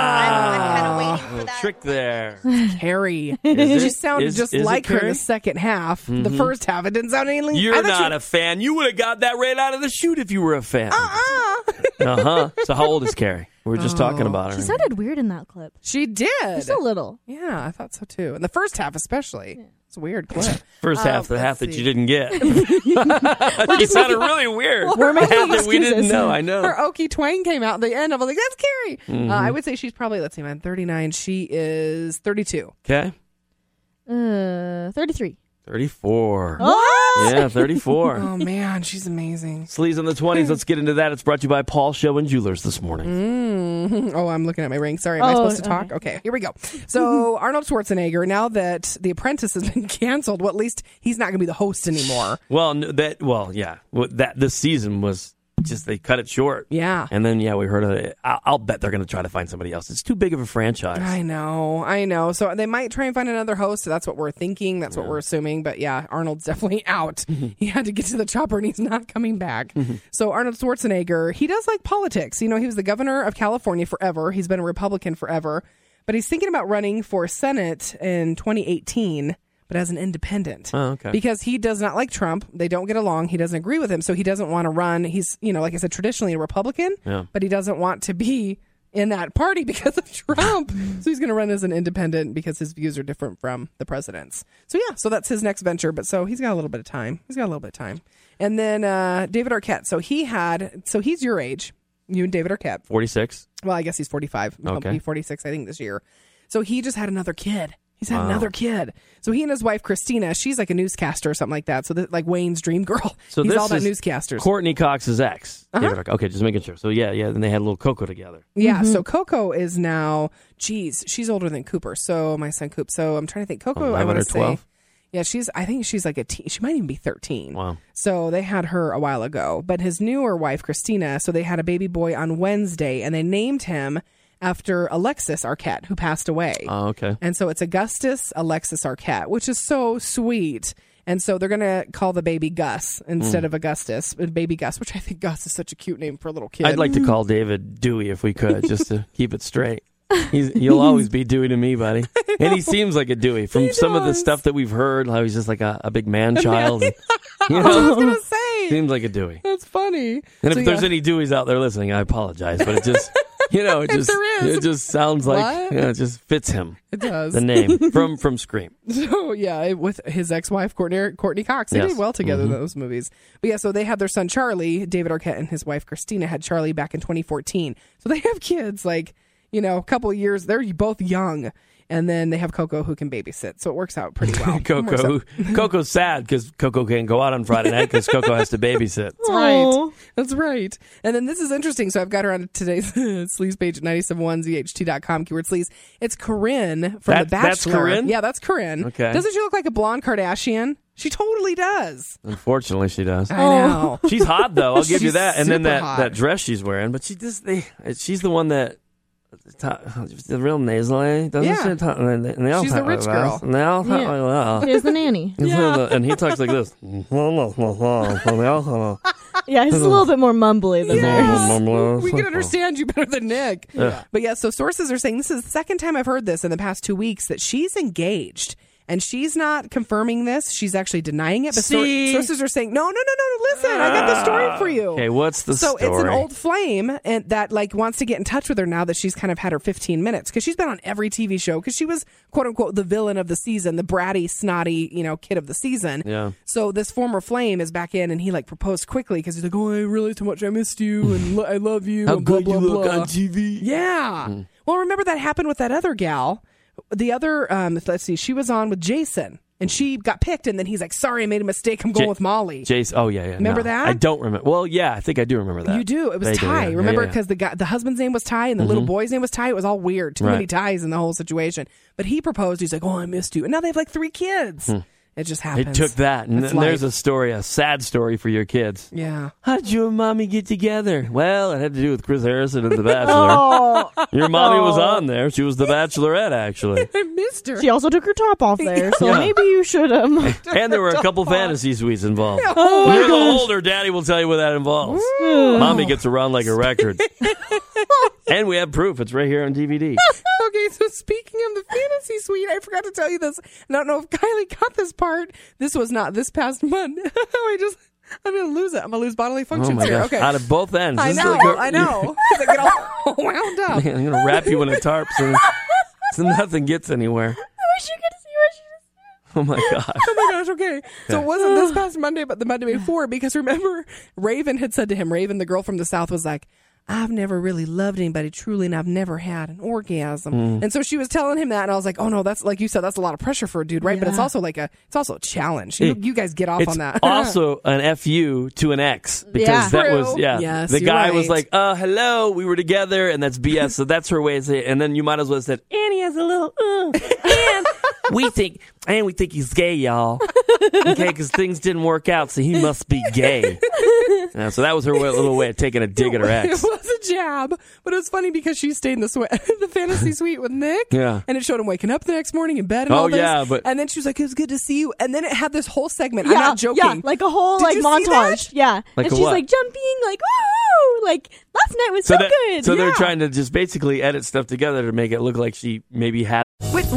Ah, little trick there.
<laughs> Harry,
Is it-
she sounded
is-
just
is it
like her in
Carrie?
the second half. The
Mhm.
first half, it didn't sound anything. I
You're
thought
not
she-
a fan. You would have got that right out of the chute if you were a fan. Uh-uh. uh-huh. So how old is Carrie? We were just talking about her.
She sounded weird in that clip.
Oh. She did.
Just a little.
Yeah, I thought so too. In the first half, especially. It's a weird clip.
<laughs> First
Um,
half, the half that
see.
you didn't get. <laughs> she sounded really weird. <laughs> the
We're making
half that we didn't
excuses.
know.
<laughs>
I know.
Her Okie Twang came out at the end. I was like, that's Carrie.
Mhm.
Uh, I would say she's probably, let's see, man, 39. She is 32.
Okay.
Uh, 33.
34.
What?
Yeah, 34.
<laughs> oh, man, she's amazing.
Sleaze on the 20s. Let's get into that. It's brought to you by Paul Show and Jewelers this morning.
Mm. Oh, I'm looking at my ring. Sorry, am I
Oh,
supposed to
okay.
talk? Okay. here we go.
<laughs>
So, Arnold Schwarzenegger, now that The Apprentice has been <laughs> canceled, well, at least he's not going to be the host anymore.
Well, n- that well, yeah, Well, that this season was just they cut it short.
Yeah.
and then yeah, we heard of it. I- I'll bet they're going to try to find somebody else. It's too big of a franchise.
I know, I know. So they might try and find another host. So that's what we're thinking. That's what we're assuming. But yeah, Arnold's definitely <laughs> out.
<laughs>
he had to get to the chopper and he's not coming back.
Mm-hmm.
so Arnold Schwarzenegger, he does like politics. You know, he was the governor of California forever. He's been a Republican forever. But he's thinking about running for Senate in 2018, but as an independent.
Oh, okay.
Because he does not like Trump. They don't get along. He doesn't agree with him. So he doesn't want to run. He's, you know, like I said, traditionally a Republican
Yeah.
but he doesn't want to be in that party <laughs> because of
<laughs>
Trump. so he's going to run as an independent because his views are different from the president's. So yeah, so that's his next venture. But so he's got a little bit of time. He's got a little bit of time. And then uh, David Arquette. So he had. So he's your age. You and David Arquette.
Forty six.
Well, I guess he's 45. He'll
Okay.
be 46, I think, this year. So he just had another kid. He's had
Wow.
another kid. So he and his wife Christina, she's like a newscaster or something like that. So that, like Wayne's dream girl.
So
he's
this
all about
is
newscasters.
Courtney Cox's ex.
Uh-huh.
David Arquette. Okay, just making sure. So yeah, yeah. Then they had a little cocoa together.
Yeah, so Coco is now, geez, she's older than Cooper. So my son Coop. So I'm trying to think. Coco, I
11
want
or
to say,
12?
yeah, she's. I think she's like a teen. She might even be 13.
Wow.
So they had her a while ago, but his newer wife Christina. So they had a baby boy on Wednesday, and they named him after Alexis Arquette, who passed away.
Oh, okay.
And so it's Augustus Alexis Arquette, which is so sweet. And so they're going to call the baby Gus instead
Mm.
of Augustus, uh, baby Gus, which I think Gus is such a cute name for a little kid.
I'd like to call David Dewey if we
<laughs>
could, just to keep it straight. He's, you'll always be Dewey to me, buddy. And he seems like a Dewey from some of the stuff that we've heard. How he's just like a, a big man
<laughs>
child. <laughs> you
That's what I was gonna say.
Seems like a Dewey.
That's funny.
And
So,
if there's
yeah.
any Deweys out there listening, I apologize, but it
<laughs>
just you know it
If
just
there is.
it just sounds like
What?
you know, it just fits him.
It does.
The
<laughs>
name from from Scream.
So yeah, it- with his ex-wife Courtney Courtney Cox, they
Yes.
did well together
Mhm.
in those movies. But yeah, so they had their son Charlie, David Arquette, and his wife Christina had Charlie back in 2014. So they have kids like you know a couple of years. They're both young, and then they have Coco who can babysit. So it works out pretty
<laughs>
well.
Coco.
Works out
who- Coco's sad because Coco can't go out on Friday night because Coco has to
<laughs>
babysit.
That's right. That's right. And then this is interesting. So I've got her on today's <laughs> sleaze page at 971zht.com, keyword sleaze. It's Corinne from
That-
The Bachelor.
that's Corinne?
Yeah, that's Corinne.
Okay.
Doesn't she look like a blonde Kardashian? She totally does.
Unfortunately, she does. <laughs>
I know.
She's hot though. I'll give you
She's
that. And then
super
that,
hot.
that dress she's wearing, but she just they she's the one that ta- the real Nasally doesn't
Yeah.
she? Ta- and they, and they all
She's a
talk
rich
like
girl.
That. And they all talk
Yeah.
like that. <laughs>
Here's the nanny.
And
<laughs>
so the- and he talks like this. <laughs> And they all talk like-
Yeah, he's a little bit more mumbly than
Yes.
theirs.
We can understand you better than Nick.
<laughs> Yeah.
But yeah, so sources are saying this is the second time I've heard this in the past two weeks that she's engaged. And she's not confirming this. She's actually denying it. But sor-
See?
sources are saying, no, no, no, no, no, listen, I got the story for you.
Okay, what's the
so it's an
story?
old flame and that like wants to get in touch with her now that she's kind of had her 15 minutes because she's been on every TV show because she was quote unquote the villain of the season, the bratty, snotty, you know, kid of the season.
Yeah.
So this former flame is back in, and he like proposed quickly because he's like, "Oh, I realized how much I
<laughs>
missed you, and lo- I love you."
How
and blah,
good
blah,
you look
blah."
on TV.
Yeah.
Mm.
Well, remember that happened with that other gal. The other, um, let's see, she was on with Jason, and she got picked, and then he's like, "Sorry, I made a mistake. I'm going
Ja-
with Molly."
Jace. Oh yeah, yeah.
Remember
no.
that?
I don't remember. Well, yeah, I think I do remember that.
You do. It was
I
Ty.
yeah. Yeah,
Remember,
yeah.
because the guy, the husband's name was Ty, and the little
Mhm.
boy's name was Ty. It was all weird. Too many
Right.
ties in the whole situation. But he proposed. He's like, "Oh, I missed you," and now they have like three kids.
Hmm.
It just happens.
It took that, and
It's
then there's
life.
a story, a sad story for your kids. <laughs>
yeah. <laughs>
How did you and mommy get together? Well, it had to do with Chris Harrison
<laughs>
and The Bachelor.
Oh,
<laughs> Your mommy was on there. She was The Bachelorette,
<laughs>
actually.
I missed her.
She also took her top off there, so
Yeah.
maybe you should um.
<laughs> And there were a couple fantasy suites involved.
Oh, my
You're the
gosh.
older daddy will tell you what that involves. Mommy gets around like a
<laughs>
record. and we have proof. It's right here on DVD.
okay, so speaking of the fantasy suite, I forgot to tell you this. And I don't know if Kylie got this part. This was not this past month. <laughs> I just, I'm gonna lose it. I'm gonna lose bodily
Oh
functions
my
here.
gosh.
Okay,
Out of both ends.
I
This is
know,
like a-
<laughs> I know. 'Cause I get all wound
<laughs>
up.
Man, I'm going to wrap you in a tarp
<laughs>
so, so nothing gets anywhere.
wish you could see what she
Oh
<laughs>
my gosh.
Oh my gosh, okay. So it wasn't this past Monday, but the Monday before, because remember, Raven had said to him, Raven, the girl from the South, was like, I've never really loved anybody truly, and I've never had an orgasm.
Mm.
And so she was telling him that, and I was like, oh no, that's like you said, that's a lot of pressure for a dude, right? But it's
Yeah.
also like a, it's also a challenge. You,
It-
you guys get off
it's
on that. <laughs>
also an fu to an ex because
Yeah.
that
True.
was yeah.
Yes,
the
you're
guy was
right.
like, "Uh, hello, we were together," and that's BS. so that's her way of saying. And then you might as well have said, Annie has a little.
uh,
and we think, and we think he's gay, y'all. Okay, because things didn't work out, so he must be
<laughs>
gay. Yeah, so that was her way, little way of taking a dig at her ex.
It was a jab, but it was funny because she stayed in the, swe- <laughs> the
<laughs>
fantasy suite with Nick.
Yeah.
And it showed him waking up the next morning in bed and
Oh,
all this.
yeah, but-
and then she was like, it was good to see you. And then it had this whole segment. I'm
Yeah,
not joking.
yeah, like a whole
Did
like
you see that?
montage. Yeah,
Like
and
a
she's
what?
like jumping, like woo, like last night was so,
that-
good.
so they're
Yeah.
trying to just basically edit stuff together to make it look like she maybe had.
With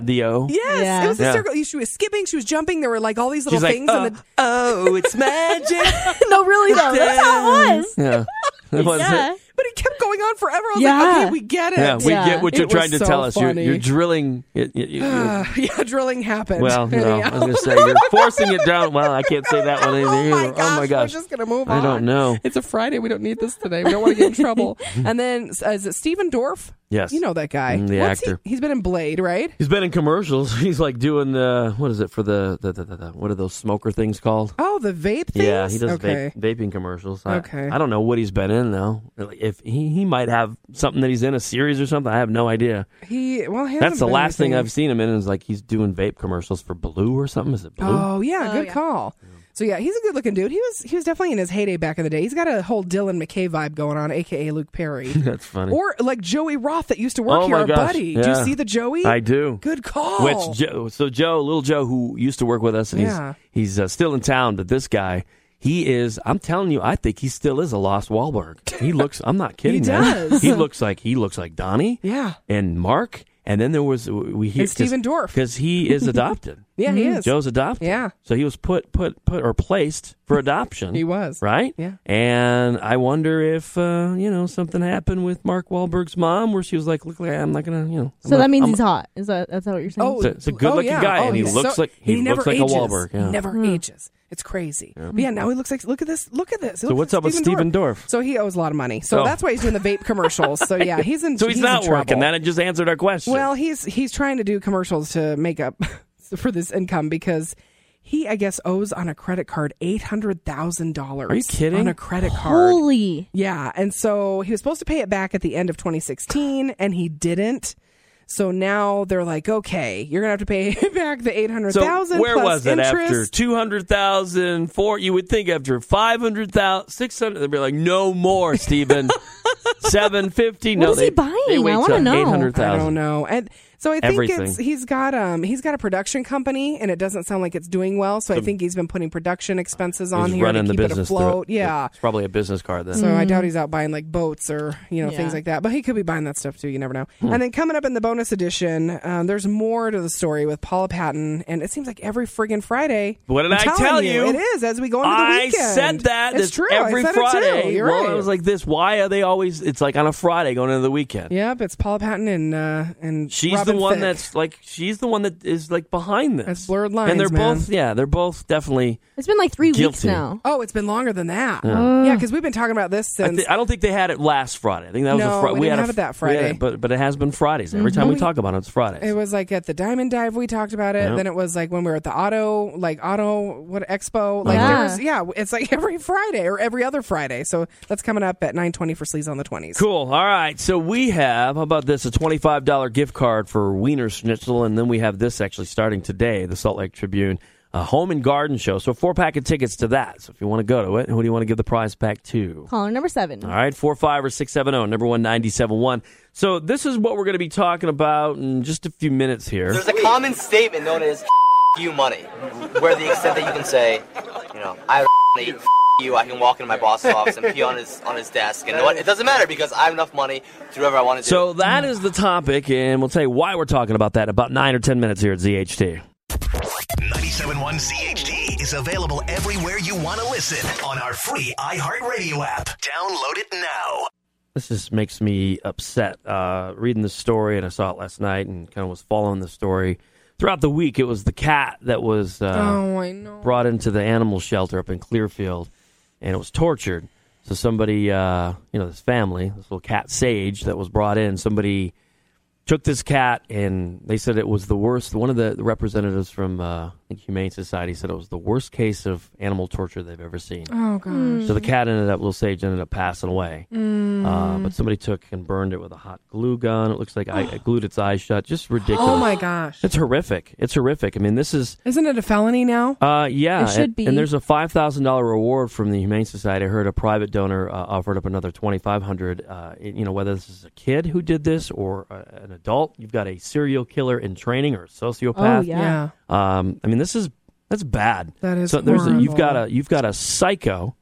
The O.
Yes, it was a
Yeah.
circle. She was skipping, she was jumping. There were like all these little
She's like,
things. in the-
oh,
<laughs>
it's magic.
<laughs> no, really though, that's how it was.
<laughs>
<laughs>
Yeah. It <laughs> was-
But it kept going on forever. I was like,
Yeah.
okay, we get it.
Yeah, we get what
It
you're
was
trying to
so
tell us. You're,
funny.
you're drilling. It, you- you-
<sighs> Ah, yeah, drilling happened.
well, no,
<laughs> Yeah.
I was gonna say you're forcing it down. Well, I can't say
<laughs>
that one either. Oh my gosh,
We're just gonna move on.
I don't know.
It's a Friday. We don't need this today. We don't want to
<laughs>
get in trouble. And then uh, is it Stephen Dorff?
Yes.
you know that guy,
Mm, the
What's
actor.
He? He's been in Blade, right?
He's been in commercials. <laughs> He's like doing the what is it for the the, the, the, the what are those smoker things called?
Oh, the vape things.
Yeah, he does
Okay.
vape, vaping commercials. I,
Okay.
I don't know what he's been in though. Like, If he, he might have something that he's in a series or something, I have no idea.
He well, he
That's
hasn't
the
been
last thing
anything.
I've seen him in. Is like he's doing vape commercials for Blue or something. Is it Blue?
Oh yeah, good call. So yeah, he's a good looking dude. He was he was definitely in his heyday back in the day. He's got a whole Dylan McKay vibe going on, aka Luke
<laughs>
Perry.
That's funny.
Or like Joey Roth that used to work
oh
here,
my
our
gosh.
buddy. Do you
Yeah.
see the Joey?
I do.
Good call.
Which Joe, so Joe, little Joe, who used to work with us, and
Yeah.
he's he's uh, still in town. But this guy, he is. I'm telling you, I think he still is a lost Wahlberg.
<laughs>
He looks. I'm not kidding. man.
does.
He looks like he looks like Donnie
Yeah.
and Mark. And then there was we hear
And Stephen Dorff. <laughs>
because he is adopted. Mm-hmm.
Yeah, he is.
Joe's adopted.
Yeah.
So he was put put put or placed for adoption.
<laughs> He was.
right.
Yeah.
And I wonder if uh, you know something happened with Mark Wahlberg's mom, where she was like, "Look, I'm not gonna, you know." I'm
So
not-
that means
I'm-
he's hot. Is that that's what you're
Oh,
saying?
It's a- it's a good-looking guy, and he
he's
looks like- he looks
never
like a
ages.
Wahlberg, yeah.
He never
Hmm.
ages. It's crazy. But yeah, now he looks like. Look at this. Look at this.
So what's up with Stephen Dorff?
So he owes a lot of money. So
Oh.
that's why he's doing the vape commercials. So yeah,
<laughs>
he's in.
So he's,
in
not working.
trouble.
That just answered our question.
Well, he's he's trying to do commercials to make up <laughs> for this income because he, I guess, owes on a credit card eight hundred thousand dollars.
Are you kidding?
On a credit card.
Holy.
Yeah, and so he was supposed to pay it back at the end of 2016, and he didn't. So now they're like, okay, you're gonna have to pay <laughs> back the eight hundred
so
thousand.
where
plus
was it after
interest.
two hundred thousand four? You would think after five hundred thousand six hundred, they'd be like, "No more,
<laughs>
Stephen." Seven fifty.
What
No,
is
they,
he buying?
They
I
wait
wanna know.
Eight hundred
I don't
thousand.
know. And so I think it's
Everything.
he's got um he's got a production company, and it doesn't sound like it's doing well. So I
So-
think he's been putting production expenses on
He's
here to
running the
keep
business
it
through it.
afloat. Yeah.
It's probably a business card then.
So I doubt he's out buying like boats or you know things
Yeah.
like that. But he could be buying that stuff too. You never know.
Hmm.
And then coming up in the bonus edition, um, there's more to the story with Paula Patton, and it seems like every friggin' Friday.
What did
I'm
I
telling
tell you?
It is as we go into the
I
weekend.
said that.
It's
That's
true.
Every
I said
Friday.
It too. You're
well,
right.
I was like this. Why are they always? It's like on a Friday going into the weekend.
Yep, it's Paula Patton and uh, and
She's
Robin
the one
Thicke.
that's like. She's the one that is like behind this.
That's blurred lines,
and they're
man.
both. Yeah, they're both definitely.
It's been like three Uh.
weeks Guilty. now.
Oh, it's been longer than that.
Yeah.
Yeah,
Ugh.
because we've been talking about this
I,
since.
thi- I don't think they had it last Friday. I think that was
No,
a Friday.
we didn't
had a
have it that
f- we had
Friday.
it, but but it has been Fridays. Every
Mhm.
time we
We-
talk about it, it's Fridays.
it was like at the Diamond Dive we talked about it.
Yeah.
Then it was like when we were at the auto, like auto what expo. Like
Yeah.
there was yeah, it's like <laughs> every Friday or every other Friday. So that's coming up at nine twenty for Sleaze on the twenties.
Cool. All right. So we have, how about this, a $25 gift card for Wiener Schnitzel. And then we have this actually starting today, the Salt Lake Tribune, a home and garden show. So four pack of tickets to that. So if you want to go to it, who do you want to give the prize pack
Oh.
to?
Caller number seven.
All right, four five or six seven zero, number one ninety seven one. So this is what we're going to be talking about in just a few minutes here.
There's a common statement known as <laughs> you money, where the extent that you can say, you know, I <laughs> have money, f- you, I can walk into my boss's office and pee on his on his desk, and you know what? It doesn't matter because I have enough money to do whatever I want to do.
So that is the topic, and we'll tell you why we're talking about that in about nine or ten minutes here at ZHT.
971 CHT is available everywhere you want to listen on our free iHeartRadio app. Download it now.
This just makes me upset. Uh, reading this story, and I saw it last night, and kind of was following the story throughout the week. It was the cat that was uh,
Oh, I know.
brought into the animal shelter up in Clearfield, and it was tortured. So somebody, uh, you know, this family, this little cat Sage that was brought in, somebody took this cat, and they said it was the worst. One of the representatives from uh, I think Humane Society said it was the worst case of animal torture they've ever seen.
Oh, gosh. Mm.
So the cat ended up, little Sage ended up passing away. Uh,
Mm.
but somebody took and burned it with a hot glue gun. It looks like I, I
<gasps>
glued its eyes shut. Just ridiculous.
Oh my gosh.
It's horrific. It's horrific. I mean, this is
Isn't it a felony now?
uh, yeah,
It should
and,
be.
and there's a five thousand dollar reward from the Humane Society. I heard a private donor uh, offered up another twenty five hundred. Uh, it- you know, whether this is a kid who did this or uh, an adult, you've got a serial killer in training or a sociopath.
Oh, yeah.
Um, I mean, this is that's bad.
That is
So there's a, you've
horrible.
got a you've got a psycho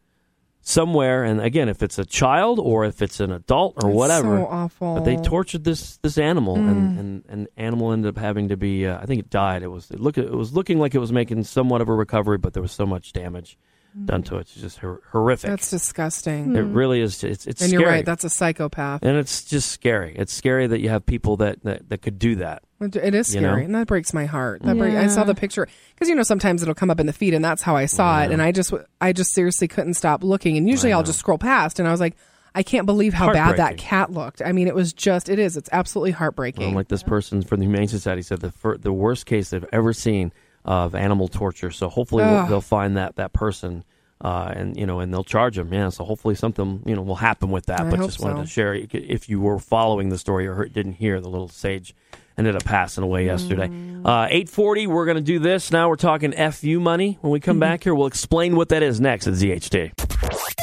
somewhere, and again, if it's a child or if it's an adult or
That's
whatever,
so awful.
But they tortured this this animal,
Mm.
and, and and animal ended up having to be. Uh, I think it died. It was it look it was looking like it was making somewhat of a recovery, but there was so much damage done to it. It's just hor- horrific.
Mm. That's disgusting. Mm.
It really is. It's it's
and
scary.
you're right. That's a psychopath.
and it's just scary. It's scary that you have people that that, that could do that.
It it is
You
scary,
know?
and that breaks my heart. That break, I saw
Yeah.
the picture because you know sometimes it'll come up in the feed, and that's how I saw it. And I just, w- I just seriously couldn't stop looking. And usually I'll just scroll past, and I was like, I can't believe how bad that
Heartbreaking.
cat looked. I mean, it was just, it is, it's absolutely heartbreaking.
Um, like this person from the Humane Society said, the fir- the worst case they've ever seen of animal torture. So hopefully we'll,
Ugh.
they'll find that that person, uh, and you know, and they'll charge him. Yeah. So hopefully something you know will happen with that.
I
but
hope
just wanted
so.
to share i- if you were following the story or heard- didn't hear, the little sage ended up passing away yesterday.
Mm.
Uh, Eight forty. We're gonna do this now. We're talking fu money. When we
<laughs>
come back here, we'll explain what that is next at ZHD.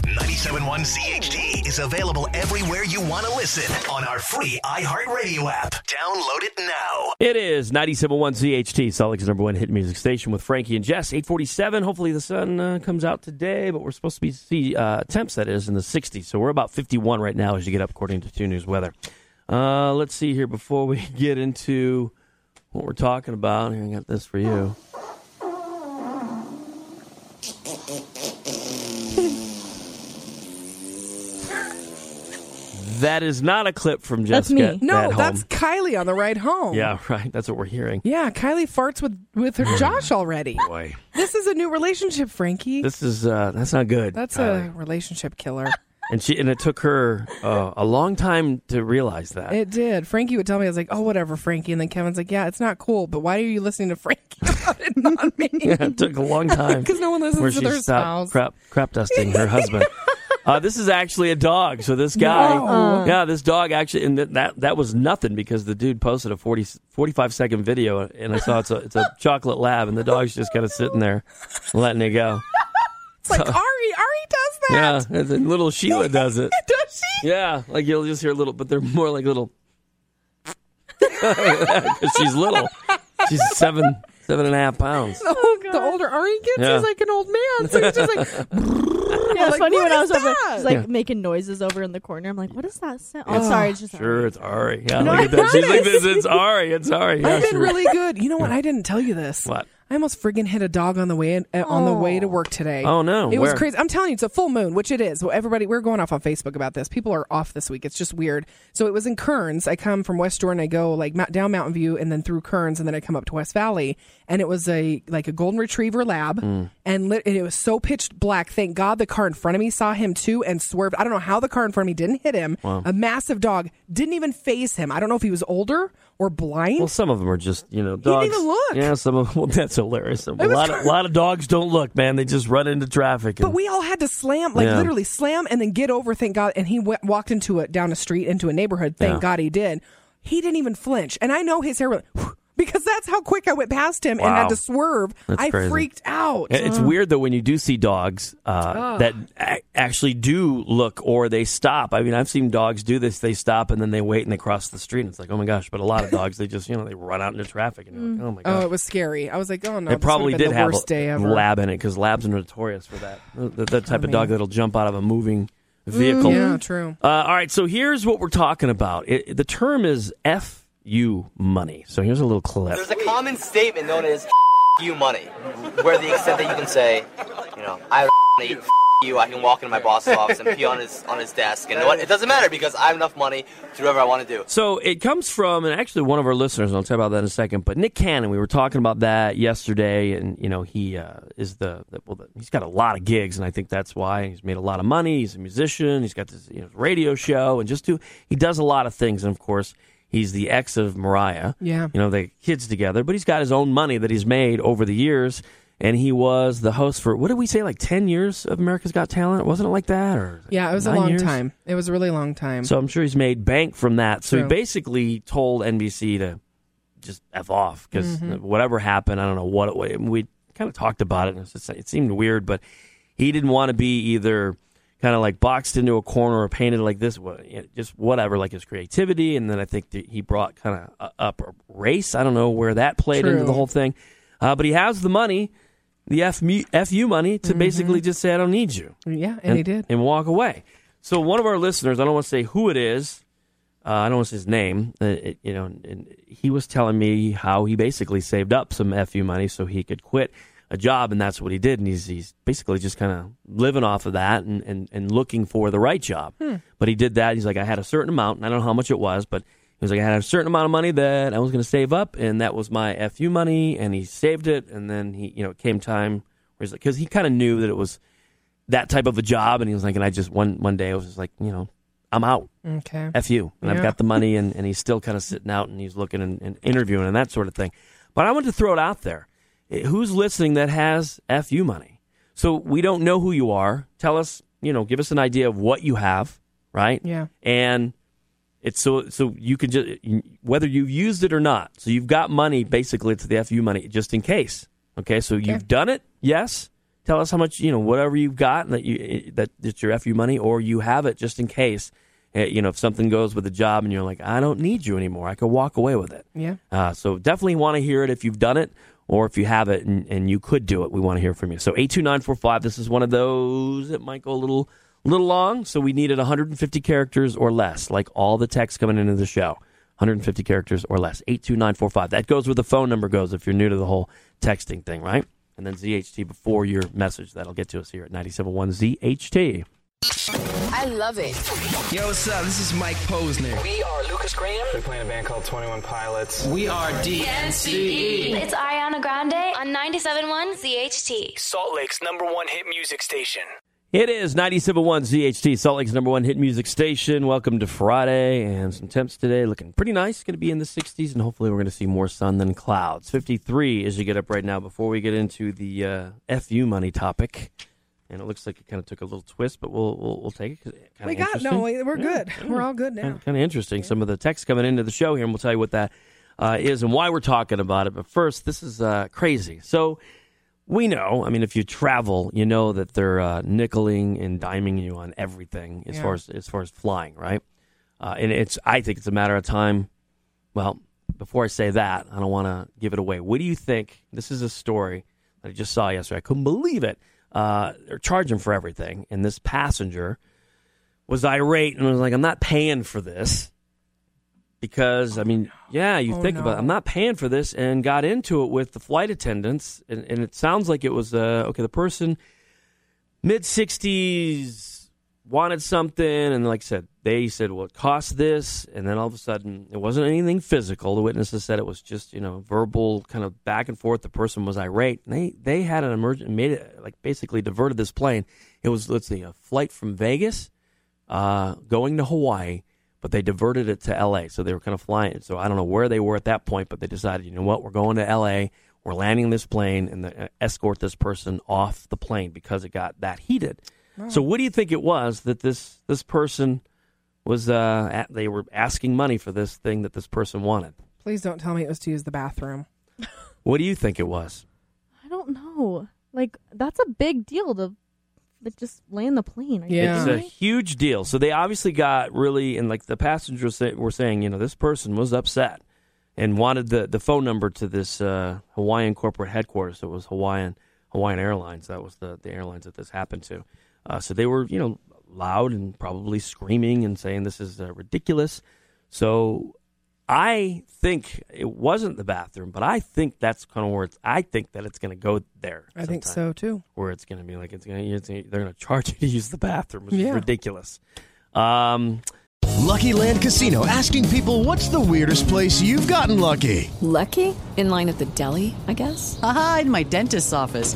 971 CHT is available everywhere you want to listen on our free iHeartRadio app. Download it now.
It is 97.1 ZHT, Salt Lake's number one hit music station with Frankie and Jess. 847. Hopefully the sun uh, comes out today, but we're supposed to be see uh, temps, that is, in the 60s. So we're about 51 right now as you get up, according to 2 News Weather. Uh, <laughs>
<laughs>
let's see here before we get into what we're talking about. Here, I got this for you. That is not a clip from
That's
Jessica.
me. No,
at home.
that's Kylie on the ride home.
yeah, <laughs> right. That's what we're hearing.
Oh. Yeah, Kylie farts with with her Josh already.
Boy,
This is a new relationship, Frankie.
this is uh, that's not good.
That's
Kylie.
a relationship
<laughs>
killer.
and she and it took her uh, a long time to realize that. <laughs>
<laughs> It did. Frankie would tell me, I was like, oh, whatever, Frankie. And then Kevin's like, yeah, it's not cool, but why are you listening to Frankie about it, not me?
yeah, it took a long time
'Cause no one listens
where
to
she
their
stopped
spouse.
Crap, crap dusting her
<laughs>
husband. Uh, this is actually a dog. So this guy,
No.
yeah, this dog actually, and th- that that was nothing because the dude posted a 40, 45 second video, and I saw it's a it's a
<laughs>
chocolate lab, and the dog's just kind of sitting there, letting it go. <laughs>
It's like, Ari, Ari does <laughs> that.
Yeah, and then little Sheila does it.
<laughs> does
she? Yeah, like you'll just hear little, but they're more like little. <laughs> 'Cause she's little. She's seven, seven and a half pounds.
<laughs> The, old- the older Ari gets,
Yeah.
he's like an old man. So he's just like,
<laughs> Yeah,
<laughs>
it's
Like,
funny
what
when I
is
was over,
that?
she's, like
Yeah.
making noises over in the corner. I'm like, what is that sound? Oh,
<laughs> It's-
sorry, it's just
sure, it's Ari. Yeah,
No,
look at
I
that. She's like
promise.
this. It's Ari. It's Ari. Yeah,
I've been
sure.
really good. You know what? I didn't tell you this.
What?
I almost friggin' hit a dog on the way in, uh, on the way to work today.
Oh, no.
It was
Where?
crazy. I'm telling you, it's a full moon, which it is. Well, everybody, we're going off on Facebook about this. People are off this week. It's just weird. So it was in Kearns. I come from West Jordan. I go like mou- down Mountain View and then through Kearns, and then I come up to West Valley. And it was a like a golden retriever lab,
Hmm.
Mm.
and, lit- and it was so pitch black. Thank God the car in front of me saw him too and swerved. I don't know how the car in front of me didn't hit him.
Wow.
A massive dog didn't even face him. I don't know if he was older or blind.
Well, some of them are just you know dogs.
even look.
Yeah, some of <laughs> well, that's hilarious. A lot of lot of dogs don't look, man. They just run into traffic. And,
But we all had to slam, like
Yeah.
literally slam, and then get over. Thank God. And he went, walked into a down a street into a neighborhood. Thank
Yeah.
God he did. He didn't even flinch, and I know his hair went because that's how quick I went past him and
Wow.
had to swerve.
That's
I
crazy.
freaked out.
It- It's weird though when you do see dogs uh,
Oh, Ugh.
that a- actually do look or they stop. I mean, I've seen dogs do this. They stop and then they wait and they cross the street. And it's like, oh my gosh! But a lot of dogs, they just you know they run out into traffic and you're like, oh my
Oh,
gosh.
it was scary. I was like, oh no,
it
this would've
probably
been
did
the
have
worst
a
day ever.
lab in it because labs are notorious for that. The, the type
Oh,
of dog
man.
that'll jump out of a moving vehicle.
Mm, Yeah, true.
Uh, all right, so here's what we're talking about. It, the term is "fu money." So here's a little clip.
There's a common statement known as <laughs> you money, where the extent that you can say, you know, I <laughs> money, you, I can walk into my boss's office and pee on his on his desk, and you know what? It doesn't matter because I have enough money to do whatever I want to do.
So it comes from, and actually one of our listeners, and I'll tell you about that in a second. But Nick Cannon, we were talking about that yesterday, and you know he uh, is the, the well, the, he's got a lot of gigs, and I think that's why he's made a lot of money. He's a musician. He's got this you know, radio show, and just do he does a lot of things, and of course he's the ex of Mariah.
Yeah.
you know they kids together, but he's got his own money that he's made over the years. And he was the host for what did we say like ten years of America's Got Talent? Wasn't it like that? Or
Yeah, it was
nine
a long
years?
time. It was a really long time.
So I'm sure he's made bank from that. So he
True.
basically told NBC to just f off because
Mhm.
whatever happened, I don't know what it was. We kind of talked about it, and it, was just- it seemed weird, but he didn't want to be either kind of like boxed into a corner or painted like this, wha- you know, just whatever, like his creativity. And then I think that he brought kind of up race. I don't know where that played into
True.
the whole thing, uh, but he has the money. The F FU money
Mm-hmm.
to basically just say, I don't need you
yeah, and, he did.
and walk away. So one of our listeners, I don't want to say who it is, uh, I don't want to say his name. uh, it- you know, and he was telling me how he basically saved up some fu money so he could quit a job, and that's what he did. And he's he's basically just kind of living off of that and, and and looking for the right job.
Hmm.
But he did that. He's like, I had a certain amount, and I don't know how much it was, but he was like, I had a certain amount of money that I was going to save up, and that was my fu money, and he saved it, and then he, you know, it came time where he's like, because he kind of knew that it was that type of a job, and he was like, and I just one one day I was just like, you know, I'm out.
Okay.
F you. And I've
Yeah.
got the money, and, and he's still kind of sitting out and he's looking and, and interviewing and that sort of thing. But I want to throw it out there. Eh, Who's listening that has FU money? So we don't know who you are. Tell us, you know, give us an idea of what you have, right?
Yeah.
And it's so so you can just whether you've used it or not. So you've got money basically it's the FU money just in case. Okay? So you've done it? Yes. Tell us how much, you know, whatever you've got that you that it's your FU money or you have it just in case. Eh, You know, if something goes with a job and you're like, I don't need you anymore. I could walk away with it.
Yeah.
Uh, so definitely want to hear it if you've done it or if you have it and, and you could do it. We want to hear from you. So 82945, this is one of those that might go a little little long. So we needed 150 characters or less, like all the text coming into the show. 150 characters or less. 82945. That goes where the phone number goes if you're new to the whole texting thing, right? And then ZHT before your message. That'll get to us here at 971 ZHT.
I love it.
Yo, what's up? This is Mike Posner.
We are Lucas Graham.
We're playing a band called 21 Pilots.
We are
E.
DNCE.
It's Ariana Grande on 97.1 ZHT.
Salt Lake's number one hit music station.
It is 97.1 ZHT, Salt Lake's number one hit music station. Welcome to Friday and some temps today. Looking pretty nice. Going to be in the 60s, and hopefully we're going to see more sun than clouds. 53 as you get up right now before we get into the uh, FU money topic. And it looks like it kind of took a little twist, but we'll we'll, we'll take it. 'cause it kinda
we got no.
interesting.
we- We're good. We're all good now.
Kind of interesting. Some of the text coming into the show here, and we'll tell you what that uh, is and why we're talking about it. But first, this is uh, crazy. So we know. I mean, if you travel, you know that they're uh, nickeling and diming you on everything as
Yeah.
far as as far as flying, right? Uh, and it's. I think it's a matter of time. Well, before I say that, I don't want to give it away. What do you think? This is a story that I just saw yesterday. I couldn't believe it. Uh, they're charging for everything, and this passenger was irate and was like, "I'm not paying for this." Because I mean, yeah, you
Oh,
think about, it,
no.
I'm not paying for this, and got into it with the flight attendants, and, and it sounds like it was uh, okay. The person mid 60s wanted something and like i said they said well it cost this and then all of a sudden it wasn't anything physical the witnesses said it was just you know verbal kind of back and forth the person was irate and they they had an emergency made it like basically diverted this plane it was let's see a flight from vegas uh, going to hawaii but they diverted it to la so they were kind of flying it. so i don't know where they were at that point but they decided you know what we're going to la we're landing this plane and the, escort this person off the plane because it got that heated. So, what do you think it was that this this person was? Uh, at, they were asking money for this thing that this person wanted.
Please don't tell me it was to use the bathroom.
What do you think it was?
I don't know. Like that's a big deal to like just land the plane. Are you
It's
kidding
a
me?
huge deal. So they obviously got really, and like the passengers say, were saying, you know, this person was upset and wanted the, the phone number to this uh, Hawaiian corporate headquarters. So it was Hawaiian Hawaiian Airlines. That was the, the airlines that this happened to. Uh, so they were, you know, loud and probably screaming and saying this is uh, ridiculous. So I think it wasn't the bathroom, but I think that's kind of where it's, I think that it's going to go there
I think so too.
where it's going to be like it's going to they're going to charge you to use the bathroom, which
Yeah.
is ridiculous. Um,
Lucky Land Casino asking people what's the weirdest place you've gotten lucky?
Lucky? In line at the deli, I guess? Aha, in my dentist's office.